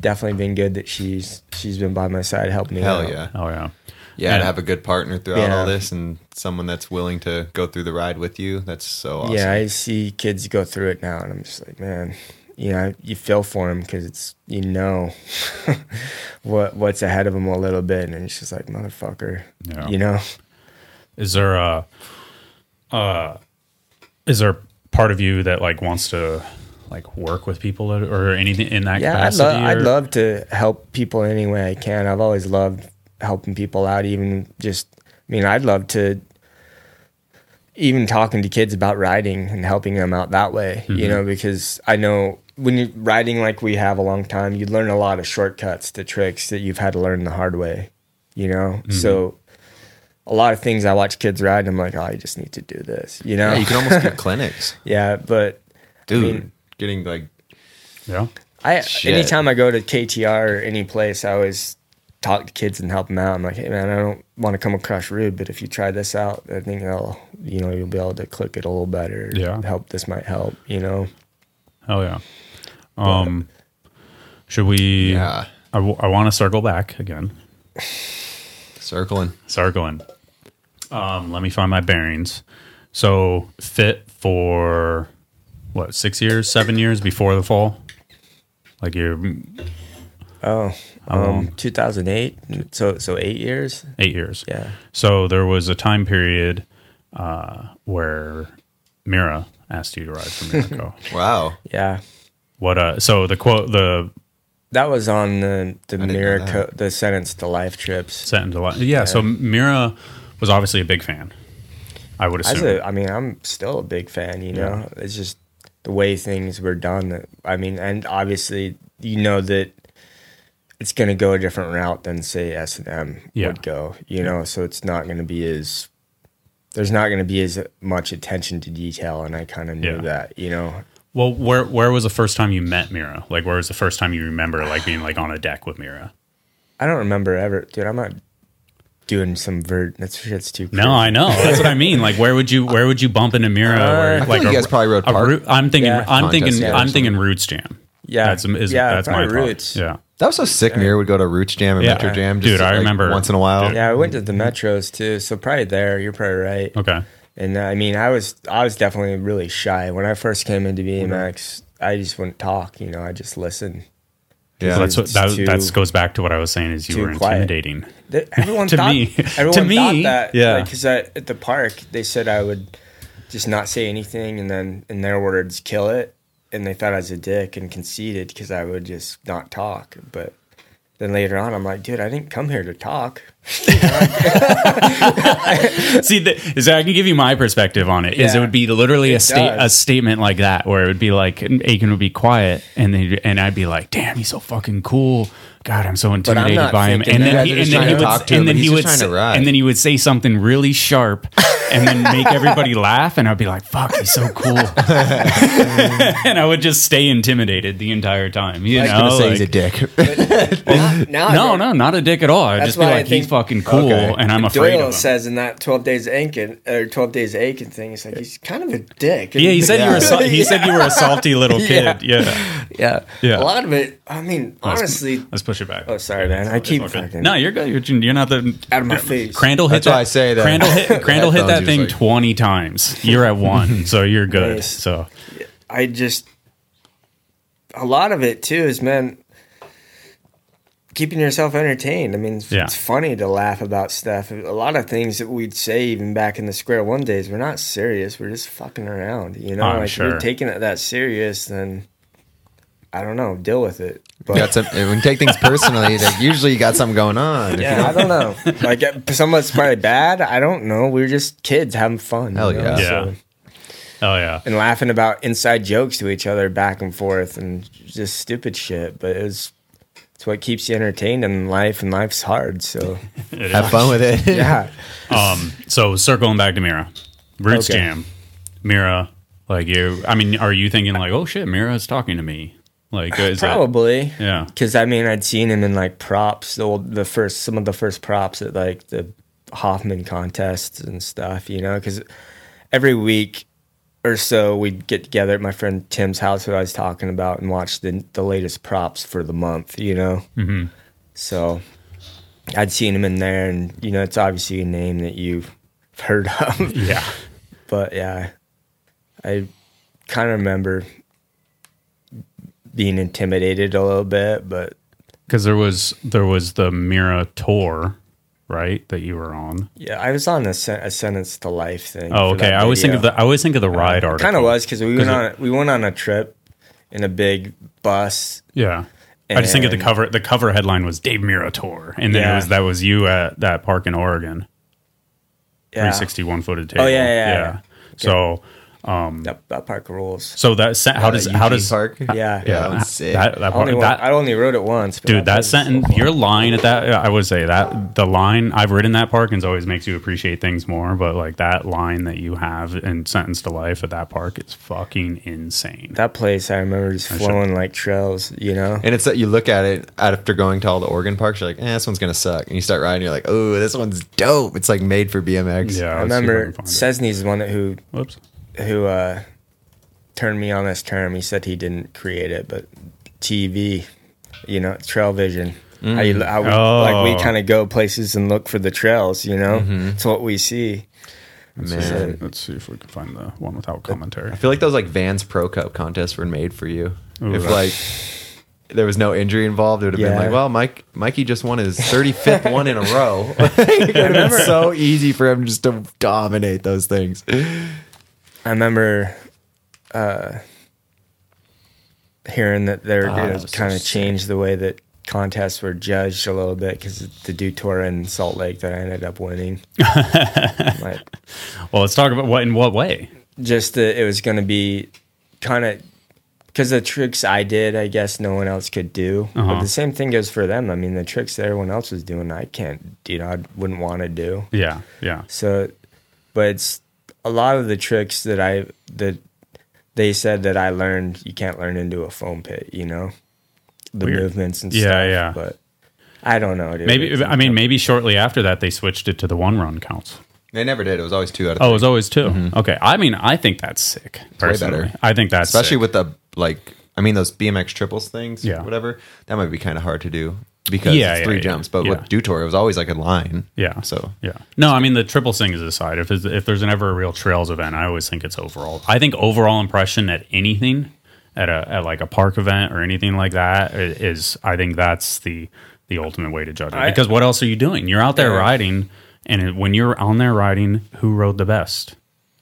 definitely been good that she's she's been by my side helping me Hell out. yeah. Oh, yeah. Yeah, Yeah. to have a good partner throughout Yeah. all this and someone that's willing to go through the ride with you. That's so awesome. yeah i see kids go through it now and i'm just like man you know you feel for them because it's you know (laughs) what what's ahead of them a little bit and it's just like motherfucker Yeah. you know Is there a, uh, is there part of you that like wants to like work with people that- or anything in that yeah I'd, capacity? lo- I'd or- love to help people in any way i can i've always loved helping people out even just i mean i'd love to even talking to kids about riding and helping them out that way Mm-hmm. you know because i know when you're riding like we have a long time you learn a lot of shortcuts to tricks that you've had to learn the hard way you know Mm-hmm. so a lot of things i watch kids ride and i'm like oh you just need to do this you know Yeah, yeah, you can (laughs) almost (laughs) get clinics. but Dude, mean- getting like Yeah. I Shit. anytime I go to KTR or any place, I always talk to kids and help them out. I'm like, hey man, I don't want to come across rude, but if you try this out, I think I'll, you know, you'll be able to click it a little better. Yeah. help. This might help. You know, Oh yeah. Um, should we? Yeah. I, w- I want to circle back again. circling. Circling. Um, let me find my bearings. So fit for what? Six years? Seven years before the fall? Like you're um, Oh. 2008, so so eight years. eight years. Yeah, So there was a time period uh, where Mira asked you to ride for Miracle. Wow. yeah. what? Uh, so the quote, the That was on the the know miracle, the sentence to life trips. sentence. a lot- Yeah. So Mira was obviously a big fan. I would As assume. a, I mean, I'm still a big fan. You know, it's just the way things were done. That I mean, and obviously, you know that it's going to go a different route than say S and M Yeah. would go. You know, so it's not going to be as there's not going to be as much attention to detail, and I kind of knew Yeah. that. You know, Well, where where was the first time you met Mira? Like, where was the first time you remember like being like on a deck with Mira? I don't remember ever, dude. I'm not doing some vert. That's shit's too. No, I know. That's what I mean. Like, where would you where would you bump into Mira? where, I feel like you guys probably rode a park. root- I'm thinking. Yeah. I'm thinking. Contest, yeah, or I'm thinking something. Roots Jam. Yeah. that's is, Yeah, that's my probably thought. Roots. Yeah, That was so sick. Mir would go to Roots Jam and Yeah. Metro Jam. Dude, I like, remember- once in a while. Dude. Yeah, I went to the metros too, so probably there. You're probably right. Okay. And uh, I mean, I was I was definitely really shy when I first came into BMX. I just wouldn't talk, you know. I just listened. Yeah. So that's what It's that too- that's goes back to what I was saying is you too were quiet. intimidating. (laughs) They- Everyone To thought me- to everyone me, thought that, yeah. Because at the park, they said I would just not say anything, and then in their words, kill it. And they thought I was a dick and conceited because I would just not talk. But then later on, I'm like, dude, I didn't come here to talk. (laughs) See, the, so I can give you my perspective on it. Is it Yeah. would be literally a state a does. statement like that where it would be like Aiken would be quiet and then and I'd be like, damn, he's so fucking cool. God, I'm so I'm not intimidated by him. thinking And that. then You he, guys and are then just trying he to talk would to him, and then but he he's would just trying say, to ride. and then he would say something really sharp and then (laughs) make everybody laugh and I'd be like, fuck, he's so cool. (laughs) and I would just stay intimidated the entire time. You I was know, gonna say he's a oh, like- (laughs) dick. (laughs) Now, now I no, re- no, not a dick at all. I'd That's just be why I like, he's think- fucking cool, Okay. and I'm afraid Doyle of him. says in that 12 days Aiken or 12 days Aiken thing, it's like he's kind of a dick. yeah, he said (laughs) you were. Yeah. So, he said you were a salty little kid. Yeah, yeah, Yeah. A lot of it. I mean, Let's- honestly. let's push it back. Oh, sorry, man. I It's keep all good. fucking No, you're good. You're, you're not the out of my face. Crandall hit That's why that- I say that. (laughs) Crandall hit Crandall hit that Headphones, thing he was like- twenty times. You're (laughs) at one, so you're good. Nice. So I just a lot of it too is man keeping yourself entertained. I mean, it's, Yeah. it's funny to laugh about stuff. A lot of things that we'd say even back in the square one days, we're not serious. We're just fucking around, you know. I'm like if sure. you're taking it that serious, then I don't know, deal with it. But got some, when you take things personally, like usually you got something going on. yeah, I don't know. (laughs) Like uh, someone's probably bad. I don't know. We were just kids having fun. you Hell know? yeah. yeah. Oh yeah. and laughing about inside jokes to each other back and forth and just stupid shit. But it was it's what keeps you entertained in life, and life's hard. So Have fun with it. (laughs) yeah, Um, so circling back to Mira, Roots Okay. Jam, Mira, like you. I mean, are you thinking like, oh shit, Mira is talking to me? Like, is that- probably. yeah, Because I mean, I'd seen him in like props, the old, the first some of the first props at like the Hoffman contests and stuff, you know. Because every week or so, we'd get together at my friend Tim's house, who I was talking about, and watch the the latest props for the month, you know. Mm-hmm. So I'd seen him in there, and you know, it's obviously a name that you've heard of, (laughs) yeah. but yeah, I kind of remember being intimidated a little bit, but. Because there was there was the Mira tour, right? That you were on. Yeah, I was on a, sen- a sentence to life thing. Oh, for okay. that I always think of video. the I always think of the ride article. Kind of was because we 'Cause went it- on we went on a trip in a big bus. Yeah. I just think of the And- cover. The cover headline was Dave Mira tour, and then it Yeah. was that was you at that park in Oregon, Yeah, 361 footed table. yeah, yeah, yeah. So, that, that park rules. so that sen- how does Uh, how UP does Park? Yeah, Yeah, that that one's sick. that, that I only, part, went- that I only rode it once, but dude that place is so sentence fun. your line at that i would say that the line i've ridden that parkins always makes you appreciate things more but like that line that you have in sentence to life at that park is fucking insane that place, I remember just should- flowing like trails. You know, And it's that you look at it after going to all the Oregon parks, you're like, eh, this one's gonna suck. And you start riding, you're like, oh, this one's dope. It's like made for BMX. yeah I let's see if remember can find it. Cesney's the one that who whoops who uh, turned me on this term. He said he didn't create it, but TV, you know, trail vision. Mm. How you, how we, Oh. Like we kind of go places and look for the trails, you know. Mm-hmm. It's what we see. Man. Man. let's see if we can find the one without commentary I feel like those like Vans Pro Cup contests were made for you. Ooh. if like there was no injury involved, it would have been Yeah. like, well, Mike, Mikey just won his 35th one in a row. (laughs) (laughs) it would have been so easy for him just to dominate those things. I remember uh, hearing that they're Ah, that going to was so kind of sick. change the way that contests were judged a little bit because the do tour in Salt Lake that I ended (laughs) up winning, like well let's talk about what in what way just that it was going to be kind of because the tricks I did, I guess no one else could do. Uh-huh. But the same thing goes for them. I mean, the tricks that everyone else was doing, I can't, you know, I wouldn't want to do. yeah yeah So, but it's a lot of the tricks that I that they said that I learned you can't learn into a foam pit, you know, the Weird. movements and Yeah, stuff. yeah. But I don't know. Dude. maybe i mean maybe shortly after that they switched it to the one run counts They never did. It was always two out of three. oh it was always 2 okay i mean i think that's sick way personally better. i think that's Especially sick. with the like, I mean, those BMX triples things, Yeah. whatever. That might be kind of hard to do because Yeah, it's yeah, three yeah. jumps. But Yeah. with Dutour, it was always like a line. Yeah. So yeah. No, I mean the triple thing is aside. If there's- if there's ever a real trails event, I always think it's overall. I think overall impression at anything, at a at like a park event or anything like that i- is I think that's the the ultimate way to judge it. I- because what else are you doing? You're out there Yeah. riding, and it- when you're on there riding, who rode the best?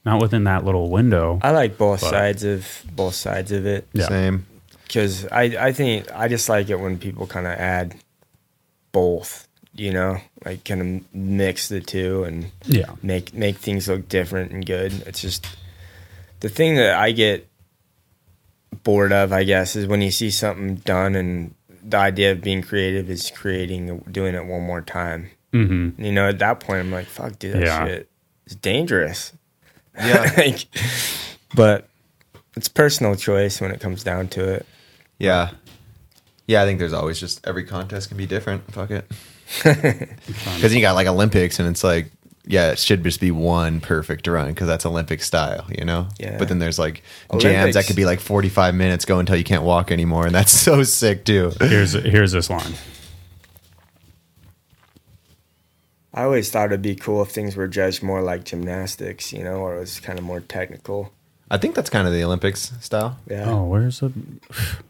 Not within that little window. I like both But- sides of both sides of it. Yeah. same. because I, I think I just like it when people kind of add both, you know, like kind of mix the two and yeah. make make things look different and good. It's just the thing that I get bored of, I guess, is when you see something done and the idea of being creative is creating doing it one more time. hmm And, you know, at that point, I'm like, fuck, dude, that Yeah. shit is dangerous. Yeah. (laughs) like, but it's personal choice when it comes down to it. Yeah. Yeah, I think there's always just every contest can be different. Fuck it. Because you got like Olympics and it's like, yeah, it should just be one perfect run because that's Olympic style, you know? Yeah. But then there's like jams that Olympics. could be like 45 minutes, go until you can't walk anymore. And that's (laughs) so sick, too. Here's here's this line. I always thought it'd be cool if things were judged more like gymnastics, you know, or it was kind of more technical. I think that's kind of the Olympics style. Yeah. Oh, where's the?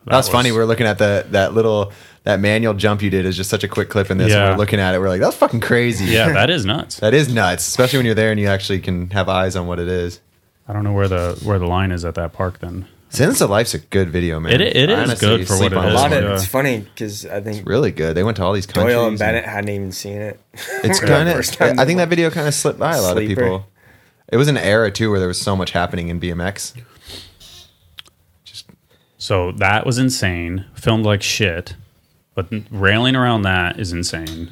That was funny. We were looking at the that little that manual jump you did is just such a quick clip in this. Yeah. We are looking at it. We're like, that's fucking crazy. yeah, that is (laughs) nuts. That is nuts, especially when you're there and you actually can have eyes on what it is. I don't know where the where the line is at that park. Then Sentence of Life's a good video, man. It- it is good for sleep what on it is. a this lot one. of Yeah. it's funny because I think really good. They went to all these countries. Doyle and and- Bennett hadn't even seen it. It's For the kind of. (laughs) first time I think that video kind of slipped by a lot Sleeper. of people. It was an era too where there was so much happening in BMX. So that was insane. Filmed like shit. But railing around that is insane.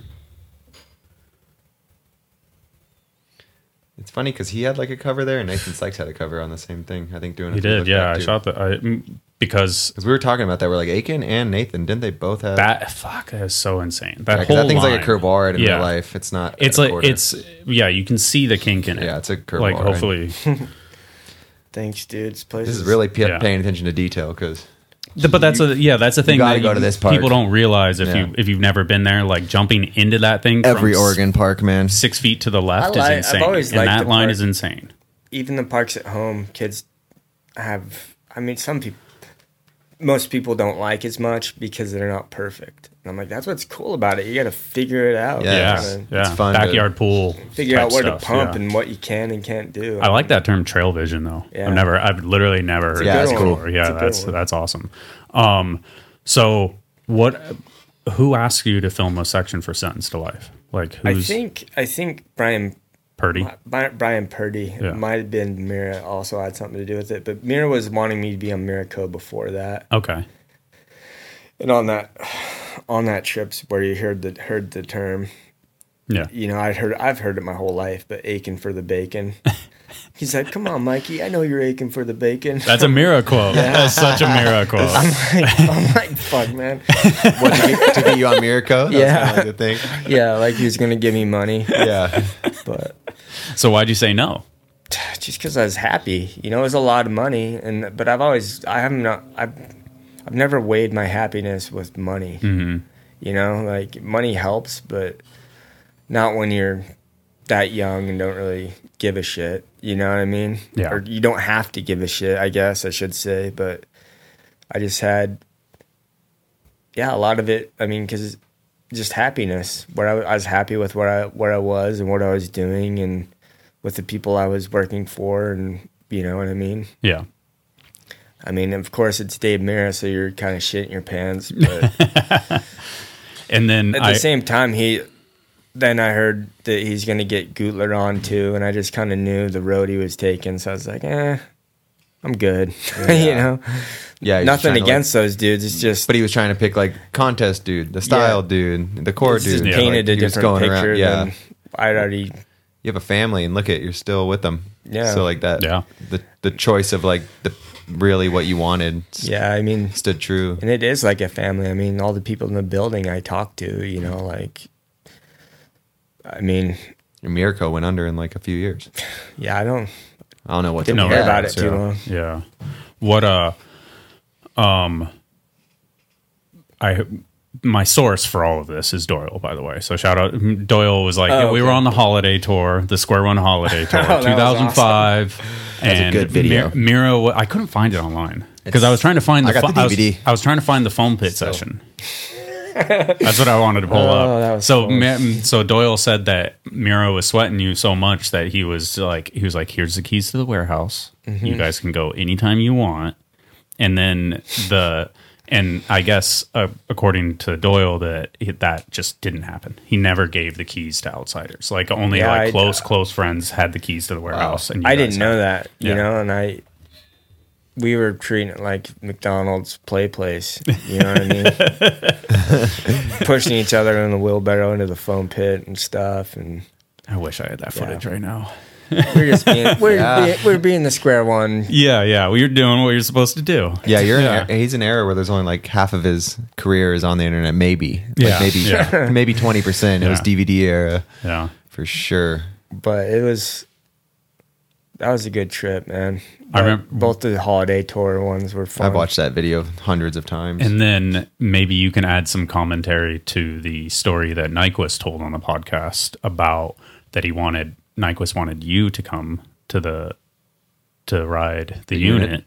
It's funny because he had like a cover there, and Nathan Sykes had a cover on the same thing. I think doing a He did, yeah. I shot the I, mm, because because we were talking about that. We're like Aiken and Nathan, didn't they both have that fuck that is so insane. That Yeah, 'cause whole that thing's like a line. curve bar in Yeah. real life. It's not. It's a like quarter. it's yeah. You can see the kink in it. Yeah, it's a curve Like ball, right? hopefully (laughs) Thanks, dude. This place This is really p- Yeah. paying attention to detail because The- but that's a yeah, that's a thing. gotta that go to this park. People don't realize if Yeah. you if you've never been there, like jumping into that thing. from every s- Oregon park, man. six feet to the left I like- I've is insane, always and liked that the line park. is insane. even the parks at home, kids have. I mean, some people, most people don't like as much because they're not perfect. And I'm like, that's what's cool about it. You got to figure it out. Yeah. Yeah, Yes. yeah, You gotta It's fun to- backyard pool. Figure type out where stuff, to pump yeah. and what you can and can't do. I like that term trail vision though. Yeah. I've never I've literally never heard Yeah, that that's cool. before. Yeah, It's a good that's one. that's awesome. Um so what who asked you to film a section for Sentence to Life? Like I who's think I think Brian Purdy? Brian, Brian Purdy Yeah. it might have been Mira also had something to do with it, but Mira was wanting me to be on Miracle before that. Okay. And on that (sighs) on that trips where you heard the heard the term, Yeah. you know, I'd heard I've heard it my whole life, but aching for the bacon. He's like, "Come on, Mikey, I know you're aching for the bacon." That's a miracle. (laughs) That's such a miracle. (laughs) I'm like, "Fuck, man." what, to, get, to get you on Mirko? That was Yeah. kinda like the thing. Yeah, like he was gonna give me money, Yeah. but So why'd you say no? (sighs) just because I was happy, you know, it was a lot of money, and but I've always I have not I've I've never weighed my happiness with money. You know, like money helps, but not when you're that young and don't really give a shit. You know what I mean? Yeah. Or you don't have to give a shit. I guess I should say, but I just had yeah, a lot of it. I mean, because just happiness. Where I, I was happy with where I where I was and what I was doing, and with the people I was working for, and you know what I mean. Yeah. I mean, of course, it's Dave Mira, so you're kind of shitting your (laughs) pants. But at And then the I, same time, he then I heard that he's going to get Gutler on too, and I just kind of knew the road he was taking. So I was like, eh, I'm good. (laughs) you know, Yeah. he was nothing trying to, like- against those dudes. It's just but he was trying to pick like contest dude, the style Yeah. dude, the core it's just dude. Yeah. Like, painted a he was different picture Yeah. than I'd already you have a family and look at you're still with them. Yeah. So like that. Yeah. The the choice of like the really what you wanted. s- Yeah, I mean, Stood true. and it is like a family. I mean, all the people in the building I talk to, you know, like, I mean, Mirko went under in like a few years. yeah, I don't. I don't know what to Didn't make hear of about that. it too yeah. long. Yeah. What uh um I my source for all of this is Doyle, by the way. So shout out Doyle was like Oh, we were okay. Oh, on the holiday tour, the Square One (laughs) holiday tour, that was 2005. and good video. Mi- Miro, I couldn't find it online because I was trying to find the, I got the I was- DVD. I was trying to find the foam pit session. That's what I wanted to pull Oh, that up. was So, close. Ma- so Doyle said that Miro was sweating you so much that he was like, he was like, "Here's the keys to the warehouse. Mm-hmm. You guys can go anytime you want." And then the, and I guess uh, according to Doyle, that it- that just didn't happen. He never gave the keys to outsiders. Like only Yeah, like I- close close friends had the keys to the warehouse. And you I guys didn't know had- that, you Yeah. know, and I. We were treating it like McDonald's play place. You know what I mean? (laughs) Pushing each other in the wheelbarrow into the foam pit and stuff, and I wish I had that footage right now. (laughs) we're just being we're, Yeah. being, we're being the square one. Yeah, yeah. Well, you're doing what you're supposed to do. Yeah, you're Yeah. An, e, he's an era where there's only like half of his career is on the internet, maybe. Like, Yeah. maybe Yeah. (laughs) maybe twenty percent. It was Yeah. DVD era Yeah. for sure. but it was that was a good trip, man. I But remember- both the holiday tour ones were fun. I've watched that video hundreds of times. And then maybe you can add some commentary to the story that Nyquist told on the podcast about that he wanted Nyquist wanted you to come to the to ride the, unit. unit.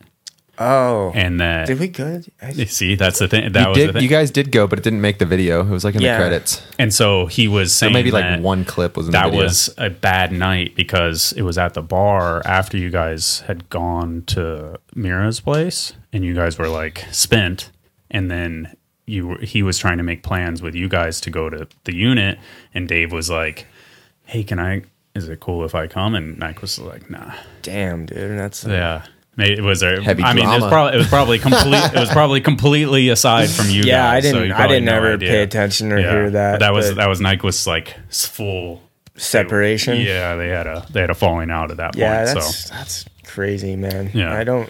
Oh, and that did we good? I, you see that's the thing that you was the did thing. you guys did go, but it didn't make the video. It was like in Yeah. the credits. and so he Or was saying maybe like that- one clip was in the that video. was a bad night because it was at the bar after you guys had gone to Mira's place and you guys were like spent and then you were, he was trying to make plans with you guys to go to the unit and Dave was like hey can I is it cool if I come and Nike was like nah damn, dude, that's yeah Maybe It was there. Heavy I mean, it was drama. probably it was (laughs) probably complete. it was probably completely aside from you. Yeah, I guys, so didn't- you I probably didn't had no ever idea. pay attention or hear that, That was but- that was Nyquist's like s- full Separation. Yeah, they had a they had a falling out at that Yeah, point. that's So that's crazy, man. Yeah. I don't.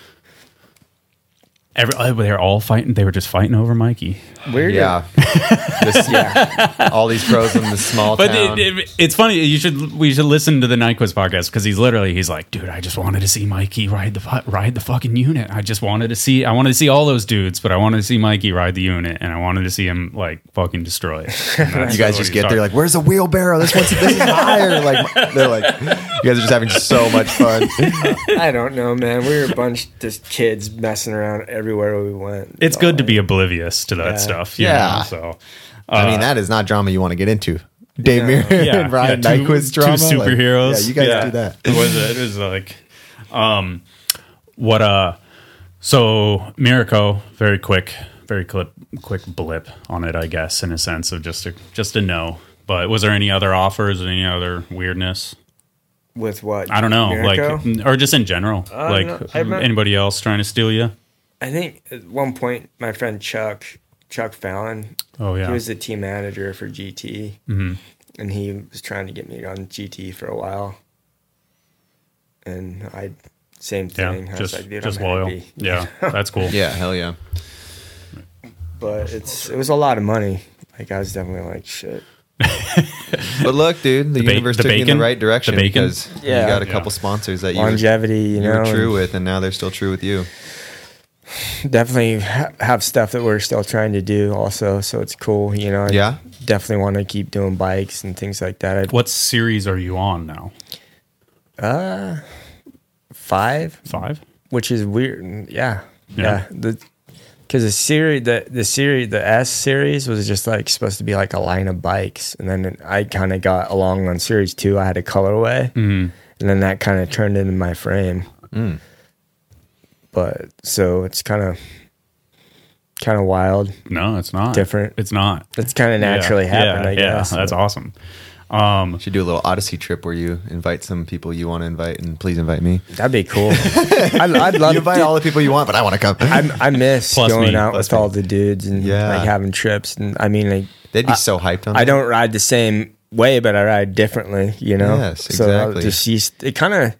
every oh, they're all fighting. They were just fighting over Mikey. Weird. Yeah. (laughs) Just- All these pros in the small (laughs) But town. it, it, it's funny. You should we should listen to the Nyquist podcast because he's literally he's like, dude, I just wanted to see Mikey ride the fu- ride the fucking unit. I just wanted to see I wanted to see all those dudes, but I wanted to see Mikey ride the unit, and I wanted to see him like fucking (laughs) destroy it. And that's you guys what just he's get talking- there like, where's the wheelbarrow? This one's this is higher. (laughs) Like they're like, you guys are just having so much (laughs) fun. I don't know, man. We were a bunch of just kids messing around everywhere we went. it's good to be oblivious to that Yeah. stuff. you "Oh, Yeah. know, so I mean, that is not drama you want to get into. Dave Mirren Uh, Yeah, (laughs) and Ryan yeah, two- Nyquist two drama. like, superheroes. yeah, you guys Yeah. do that. it was it was like, um, what uh, so Miraco, very quick, very clip, quick blip on it, I guess, in a sense of just a just a no. But was there any other offers, any other weirdness? with what I don't know, like Mirko? n- or just in general, Uh, like no, I've not- anybody else trying to steal you? I think at one point my friend Chuck Chuck Fallon. Oh yeah, Mm-hmm. He was the team manager for GT, and he was trying to get me on GT for a while. And I, same thing. yeah, I just was like, dude, just I'm loyal. happy. Yeah, that's cool. (laughs) Yeah, hell yeah. But it's it was a lot of money. Like I was definitely like, shit. But look, dude, the, ba- universe the took you in bacon? the right direction The bacon? because Yeah. you got a Yeah. couple sponsors that you were, you Longevity, you know, were true and with, and now they're still true with you. definitely ha- have stuff that we're still trying to do also. So it's cool, you know. I Yeah. definitely want to keep doing bikes and things like that. I, What series are you on now? uh, five. Five. which is weird. Yeah, Yeah. yeah. The because the series, the the series, the S series was just like supposed to be like a line of bikes, and then I kind of got along on series two. I had a colorway, Mm-hmm. and then that kind of turned into my frame. Mm. But so it's kind of kind of wild. No, it's not Different. It's not. It's kind of naturally happened. Yeah, I yeah, guess that's awesome. Um, Should do a little Odyssey trip where you invite some people you want to invite, and please invite me. That'd be cool. I'd, I'd love You invite dude, all the people you want, but I want to come. I, I miss Plus going me, out plus with me. all the dudes and Yeah. like having trips and I mean like (laughs) They'd be so hyped on. I that. don't ride the same way, but I ride differently. You know. Yes, So exactly. I just used, it kind of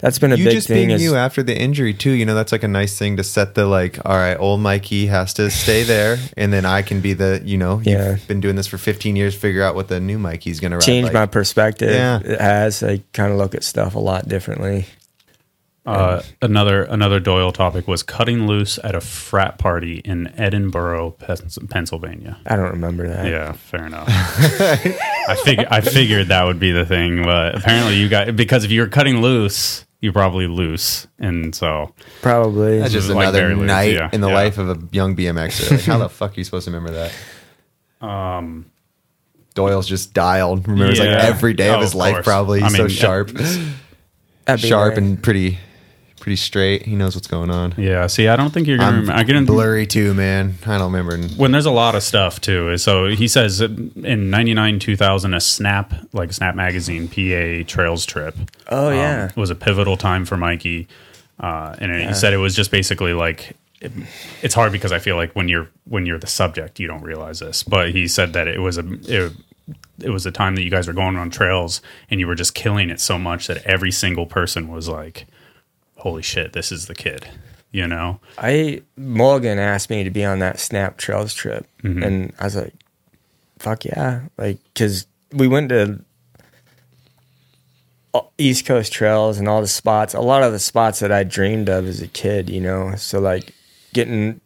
that's been a you big just thing. being is, you after the injury too. You know that's like a nice thing to set the like. All right, old Mikey has to stay there, and then I can be the. You know, Yeah. you've been doing this for 15 years. Figure out what the new Mikey's gonna ride. changed like. my perspective. Yeah. It has. I kind of look at stuff a lot differently. Uh, another another Doyle topic was cutting loose at a frat party in Edinburgh, Pens- Pennsylvania. I don't remember that. Yeah, fair enough. (laughs) I fig- I figured that would be the thing, but apparently you got because if you're cutting loose, you probably loose, and so Probably. That's just Like another very loose, night yeah, in the yeah. life of a young BMXer. Like, (laughs) how the fuck are you supposed to remember that? Um, Doyle's just dialed. Remembers Um, Yeah. like every day Oh, of his of life, course. probably. I He's mean, so sharp, That'd be sharp nice. and pretty, pretty straight. He knows what's going on. yeah. See, I don't think you're gonna. I'm Rem- I get in- blurry too, man. I don't remember. when there's a lot of stuff too. So he says in '99, 2000, a Snap like Snap Magazine PA Trails trip. Oh, um, yeah. Um, was a pivotal time for Mikey, uh, and he said it was just basically like. it- It's hard because I feel like when you're when you're the subject, you don't realize this. But he said that it was a it, it was a time that you guys were going on trails and you were just killing it so much that every single person was like, "Holy shit, this is the kid," you know? I Morgan asked me to be on that Snap Trails trip, and I was like, "Fuck yeah!" Like, because we went to all- East Coast trails and all the spots. A lot of the spots that I dreamed of as a kid, you know. So like, getting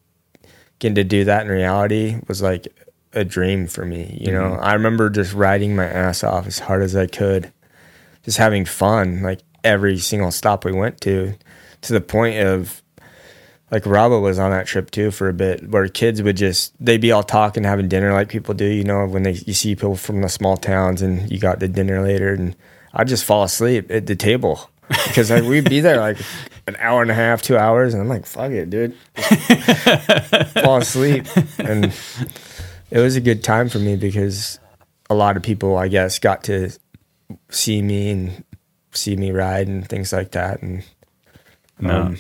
getting to do that in reality was like a dream for me. You know, I remember just riding my ass off as hard as I could, just having fun. Like every single stop we went to, to the point of like Robba was on that trip too for a bit, where kids would just they'd be all talking, having dinner like people do, you know, when they you see people from the small towns and you got to dinner later, and I'd just fall asleep at the table because like we'd be there like (laughs) an hour and a half, two hours, and I'm like, fuck it, dude, fall asleep, and it was a good time for me because a lot of people, I guess, got to Um, see me and see me ride and things like that, and No,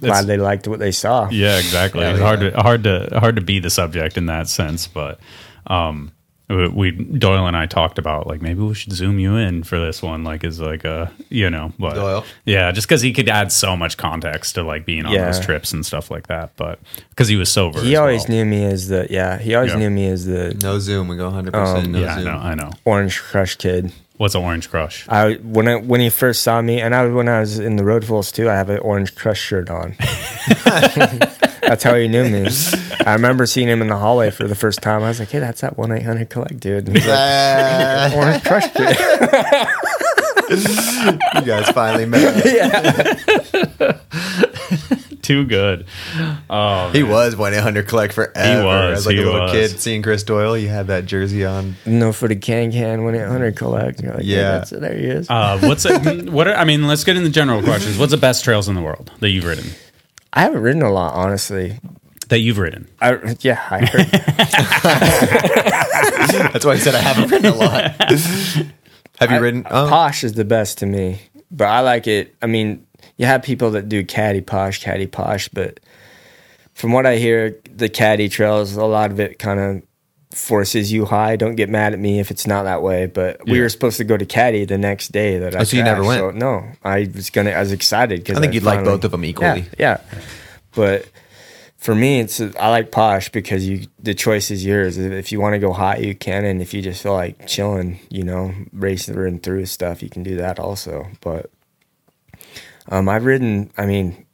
glad they liked what they saw. Yeah, exactly. Yeah, it's yeah. hard to hard to hard to be the subject in that sense, but um, we- we Doyle and I talked about like maybe we should zoom you in for this one, like is like a you know, but Doyle? yeah, just because he could add so much context to like being on Yeah. those trips and stuff like that, but because he was sober, He as always well. knew me as the yeah. He always Yeah. knew me as the No Zoom. We go 100% no Um, Yeah, I Zoom. know. I know. Orange Crush kid. What's an orange crush? I when I when he first saw me, and I when I was in the Road Fools too, I have an Orange Crush shirt (laughs) on. that's how he knew me. I remember seeing him in the hallway for the first time. I was like, "Hey, that's that one eight hundred collect dude." And he's (laughs) like, Ah, (laughs) Orange Crush kid. Ah, you guys finally (laughs) met. Too good. He was 1 800 Collect forever. was, As like he a little was. kid seeing Chris Doyle, you had that jersey on. no footed can can one eight hundred collect. You're like, yeah, Yeah. that's it. There he is. Uh, what's a, (laughs) what? Are, I mean, let's get into general questions. What's the best trails in the world that you've ridden? I haven't ridden a lot, honestly. That you've ridden? I yeah, I (laughs) heard. That's why I said I haven't ridden a lot. (laughs) Have you ridden? Oh, posh is the best to me, but I like it. I mean, you have people that do caddy posh, caddy posh, but from what I hear, the caddy trails, a lot of it kind of forces you high. Don't get mad at me if it's not that way, but we Yeah. were supposed to go to caddy the next day that I Oh, so you never crashed, went? no, I was gonna. I was excited because I think you'd like both of them equally. Yeah, yeah. but for me, it's I like posh because you the choice is yours. If- If you want to go hot, you can, and if you just feel like chilling, you know, racing and through stuff, you can do that also. But um, I've ridden. I mean,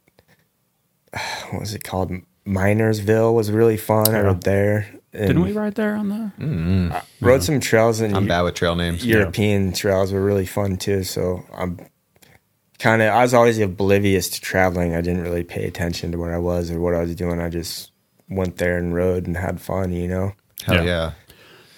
(sighs) what was it called? Minersville was really fun. I rode there. And Didn't we ride there on the? rode some trails and I'm bad with trail names. European trails were really fun too. So I'm kind of I was always oblivious to traveling. I didn't really pay attention to where I was or what I was doing. I just went there and rode and had fun. You know, Hell yeah. Yeah.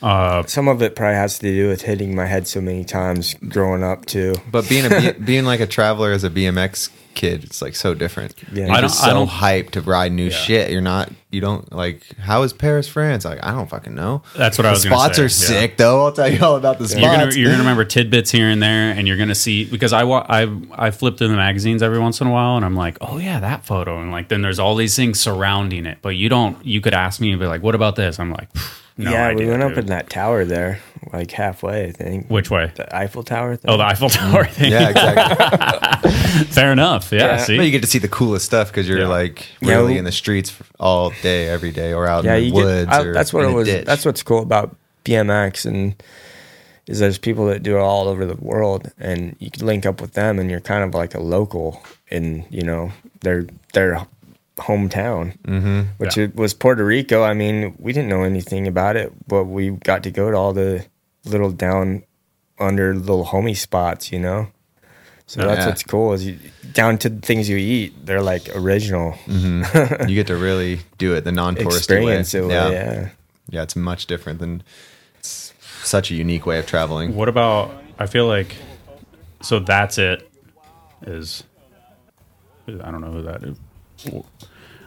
Uh, some of it probably has to do with hitting my head so many times growing up too. But being (laughs) a B- being like a traveler as a BMX kid, it's like so different. Yeah. You're I just don't- I so don't- hyped to ride new shit. You're not. You don't like. How is Paris, France? Like I don't fucking know. That's what the I was gonna Spots say, are yeah. sick though. I'll tell you all about the spots. You're gonna, eh. you're gonna remember tidbits here and there, and you're gonna see because I wa- I I flip through the magazines every once in a while, and I'm like, oh yeah, that photo, and like then there's all these things surrounding it, but you don't. You could ask me and be like, what about this? I'm like, "Pfft, no yeah, idea. we went up dude." in that tower there, like halfway, I think. Which (laughs) way? The Eiffel Tower thing. Oh, the Eiffel Tower thing. Mm. yeah, exactly. (laughs) fair enough. Yeah, Yeah. see, But you get to see the coolest stuff because you're Yeah. like Yeah, really we- in the streets all day, every day, or out yeah, in the you woods. get. I, or that's what in it a was. ditch. That's what's cool about BMX and is there's people that do it all over the world, and you can link up with them, and you're kind of like a local in you know their their hometown, mm-hmm. which Yeah. it was Puerto Rico. I mean, we didn't know anything about it, but we got to go to all the little down under little homie spots, you know. So that's Yeah. what's cool is you, down to the things you eat, they're like original Mm. you get to really do it the non-touristy experience. way. It was- yeah. yeah, yeah. It's much different than. It's such a unique way of traveling. what about? I feel like so that's it. Is I don't know who that is.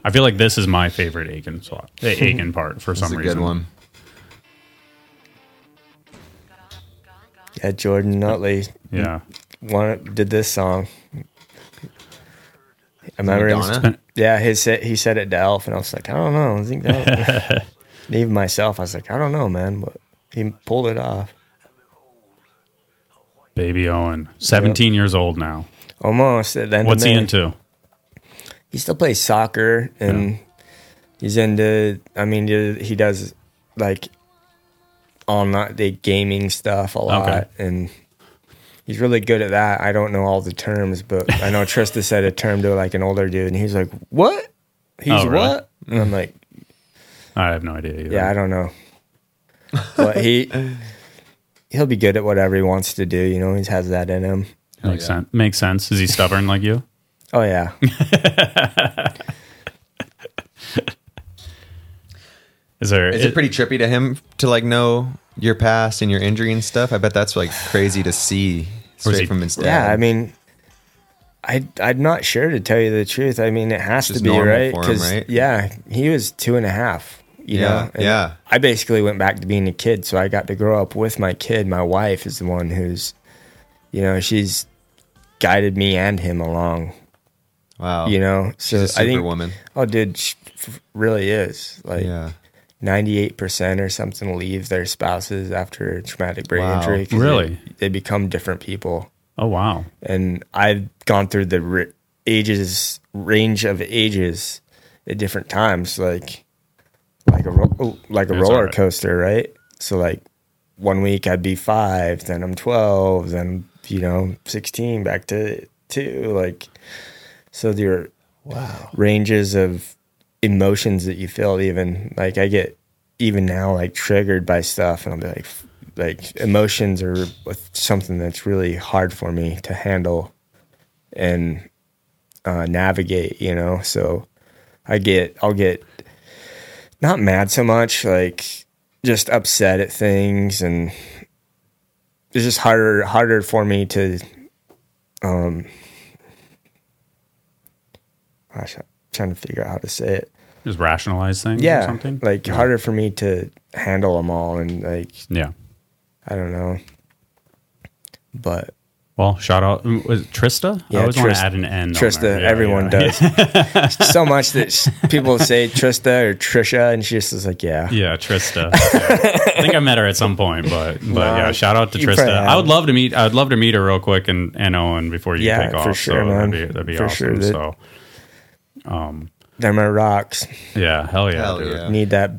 I feel like this is my favorite Aiken slot, (laughs) the Aiken part for It's some a reason. good one. Yeah, Jordan Nutley Yeah. one did this song. I remember him- Madonna? Yeah, his sa- he said it to Elf, and I was like, I don't know. I think that. (laughs) (laughs) and even myself, I was like, I don't know, man, but he pulled it off. Baby Owen, 17 years old now. Almost at the end of What's he May. into? He still plays soccer, and he's into. I mean, he- he does like all night the gaming stuff a lot, Okay. and he's really good at that. I don't know all the terms, but I know (laughs) Trista said a term to like an older dude, and he's like, "What? He's Oh, really? what?" And I'm like, I have no idea. Either. Yeah, I (laughs) don't know. But he he'll be good at whatever he wants to do. You know, he has that in him. makes sense. Makes sense. Is he stubborn like you? Oh yeah, Is there? Is it pretty trippy to him to like know your past and your injury and stuff? I bet that's like crazy to see Or is straight he- from his dad. yeah. I mean, I I'm not sure to tell you the truth. I mean, it has just to be normal right for him, because right? yeah, he was two and a half. You Yeah, know, And yeah. I basically went back to being a kid, so I got to grow up with my kid. My wife is the one who's, you know, she's guided me and him along Wow. you know. So Oh, She's a I think superwoman. Oh, dude, she f- really is like yeah. 98% or something leave their spouses after a traumatic brain Wow. injury. 'cause Really? They, they become different people. Oh wow. And I've gone through the r- ages, range of ages at different times, like, like a, ro- oh, like a It's all roller right. coaster, right? So like one week I'd be five, then I'm 12, then, you know, 16 back to two. Like, so your wow. ranges of emotions that you feel even like I get even now like triggered by stuff and I'll be like f- like emotions are something that's really hard for me to handle and uh, navigate you know so I get I'll get not mad so much like just upset at things and it's just harder harder for me to um gosh, I'm trying to figure out how to say it Just rationalize things yeah, or something. Like harder for me to handle them all, and like yeah. I don't know, but Well, shout out was it Trista. I Yeah, always want Trist- to add an N. on Trista, there. Yeah, everyone yeah. does so much that sh- people say Trista or Trisha, and she just is like, yeah, (laughs) Yeah, (laughs) Trista. Yeah. I think I met her at some point, but but Nah, yeah, shout out to you Trista. probably I would haven't. love to meet. I'd love to meet her real quick and and Owen before you Yeah, take for off. sure, so man. that'd be that'd be For awesome. sure. That- so they're my rocks. yeah, hell yeah, Hell dude. yeah. Need that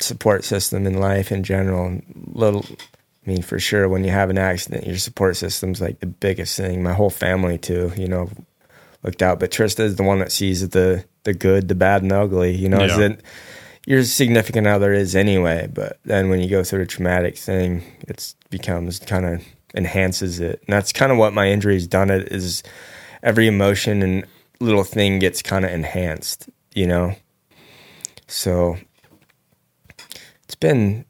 support system in life in general. Little, I mean, for sure, when you have an accident, your support system's like the biggest thing. My whole family too, you know, looked out. But Trista is the one that sees the the good, the bad, and the ugly. You know, Yeah. is it your significant other is anyway. But then when you go through a traumatic thing, it's becomes kind of enhances it, and that's kind of what my injury's done. It is every emotion and little thing gets kind of enhanced. You know, so it's been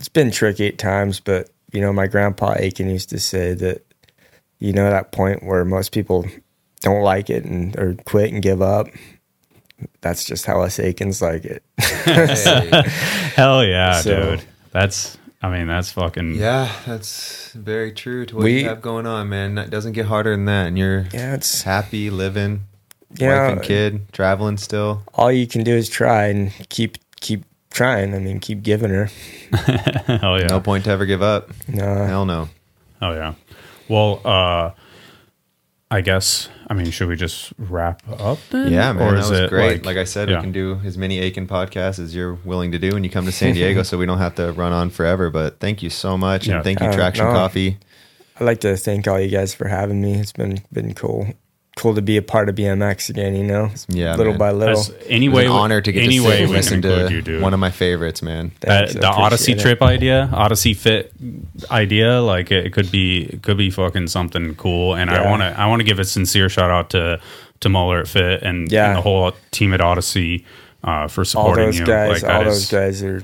it's been tricky at times, but you know, my grandpa Aiken used to say that you know that point where most people don't like it and or quit and give up. That's just how us Aikens like it. Hell yeah, So- dude. That's I mean that's fucking Yeah, that's very true to what We- you have going on, man. It doesn't get harder than that. And you're Yeah, (laughs) it's happy, living, Yeah. wife and kid, traveling still. all you can do is try and keep keep trying. I mean, keep giving her. (laughs) uh, hell yeah. No point to ever give up. No. Hell no. Oh yeah. Well, uh I guess I mean should we just wrap up then? Yeah, man, Or that is was it great. Like, I said, yeah. we can do as many Aiken podcasts as you're willing to do when you come to (laughs) San Diego, so we don't have to run on forever. But thank you so much, Yeah. and thank you, Uh, Traction no. Coffee. I'd like to thank all you guys for having me. It's been been cool. Cool to be a part of BMX again, you know? Yeah, Little man. by little. That's- any It was way an honor to get any to sit way and we can listen include to you, dude. one of my favorites, man. that, Thanks, I the Odyssey appreciate it. trip idea, Odyssey fit idea, like it, it could be it could be fucking something cool. And I Yeah. want to I want to give a sincere shout out to to Muller at Fit and, Yeah. and the whole team at Odyssey uh, for all supporting those you. guys, that all is- those guys are.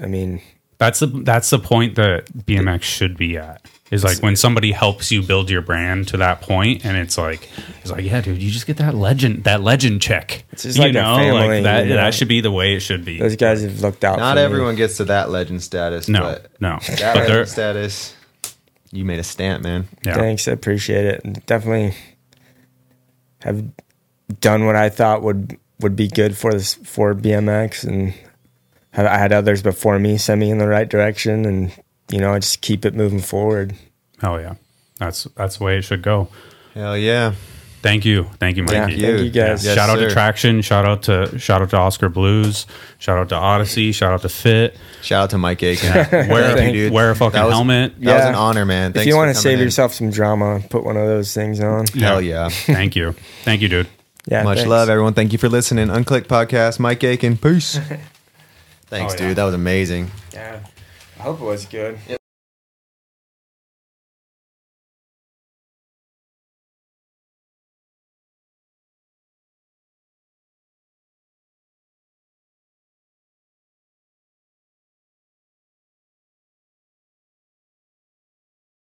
I mean, That's the that's the point that BMX should be at. Is like when somebody helps you build your brand to that point, and it's like it's like yeah, dude, you just get that legend that legend check. It's just like a family, that you know? that should be the way it should be. those guys have looked out. Not for me. everyone gets to that legend status. no, but no, that but they're legend status. You made a stamp, man. yeah. Thanks, I appreciate it. And definitely have done what I thought would would be good for this for BMX, and have, I had others before me send me in the right direction, and you know, I just keep it moving forward. Hell yeah, that's that's the way it should go. Hell yeah. Thank you, thank you, Mikey. Yeah, thank you guys. Yes, shout out sir. to Traction. Shout out to shout out to Oscar Blues. Shout out to Odyssey. Shout out to Fit. Shout out to Mike (laughs) Aiken. Wear (laughs) Thank you, a, dude. wear a fucking That was- helmet. That was an honor, man. Thanks if you for want to coming save in. yourself some drama, put one of those things on. Hell yeah. thank you, thank you, dude. Yeah, Much thanks. love, everyone. Thank you for listening. Unclick podcast. Mike (laughs) Aiken. Peace. Thanks, Oh, yeah. dude. That was amazing. Yeah, I hope it was good.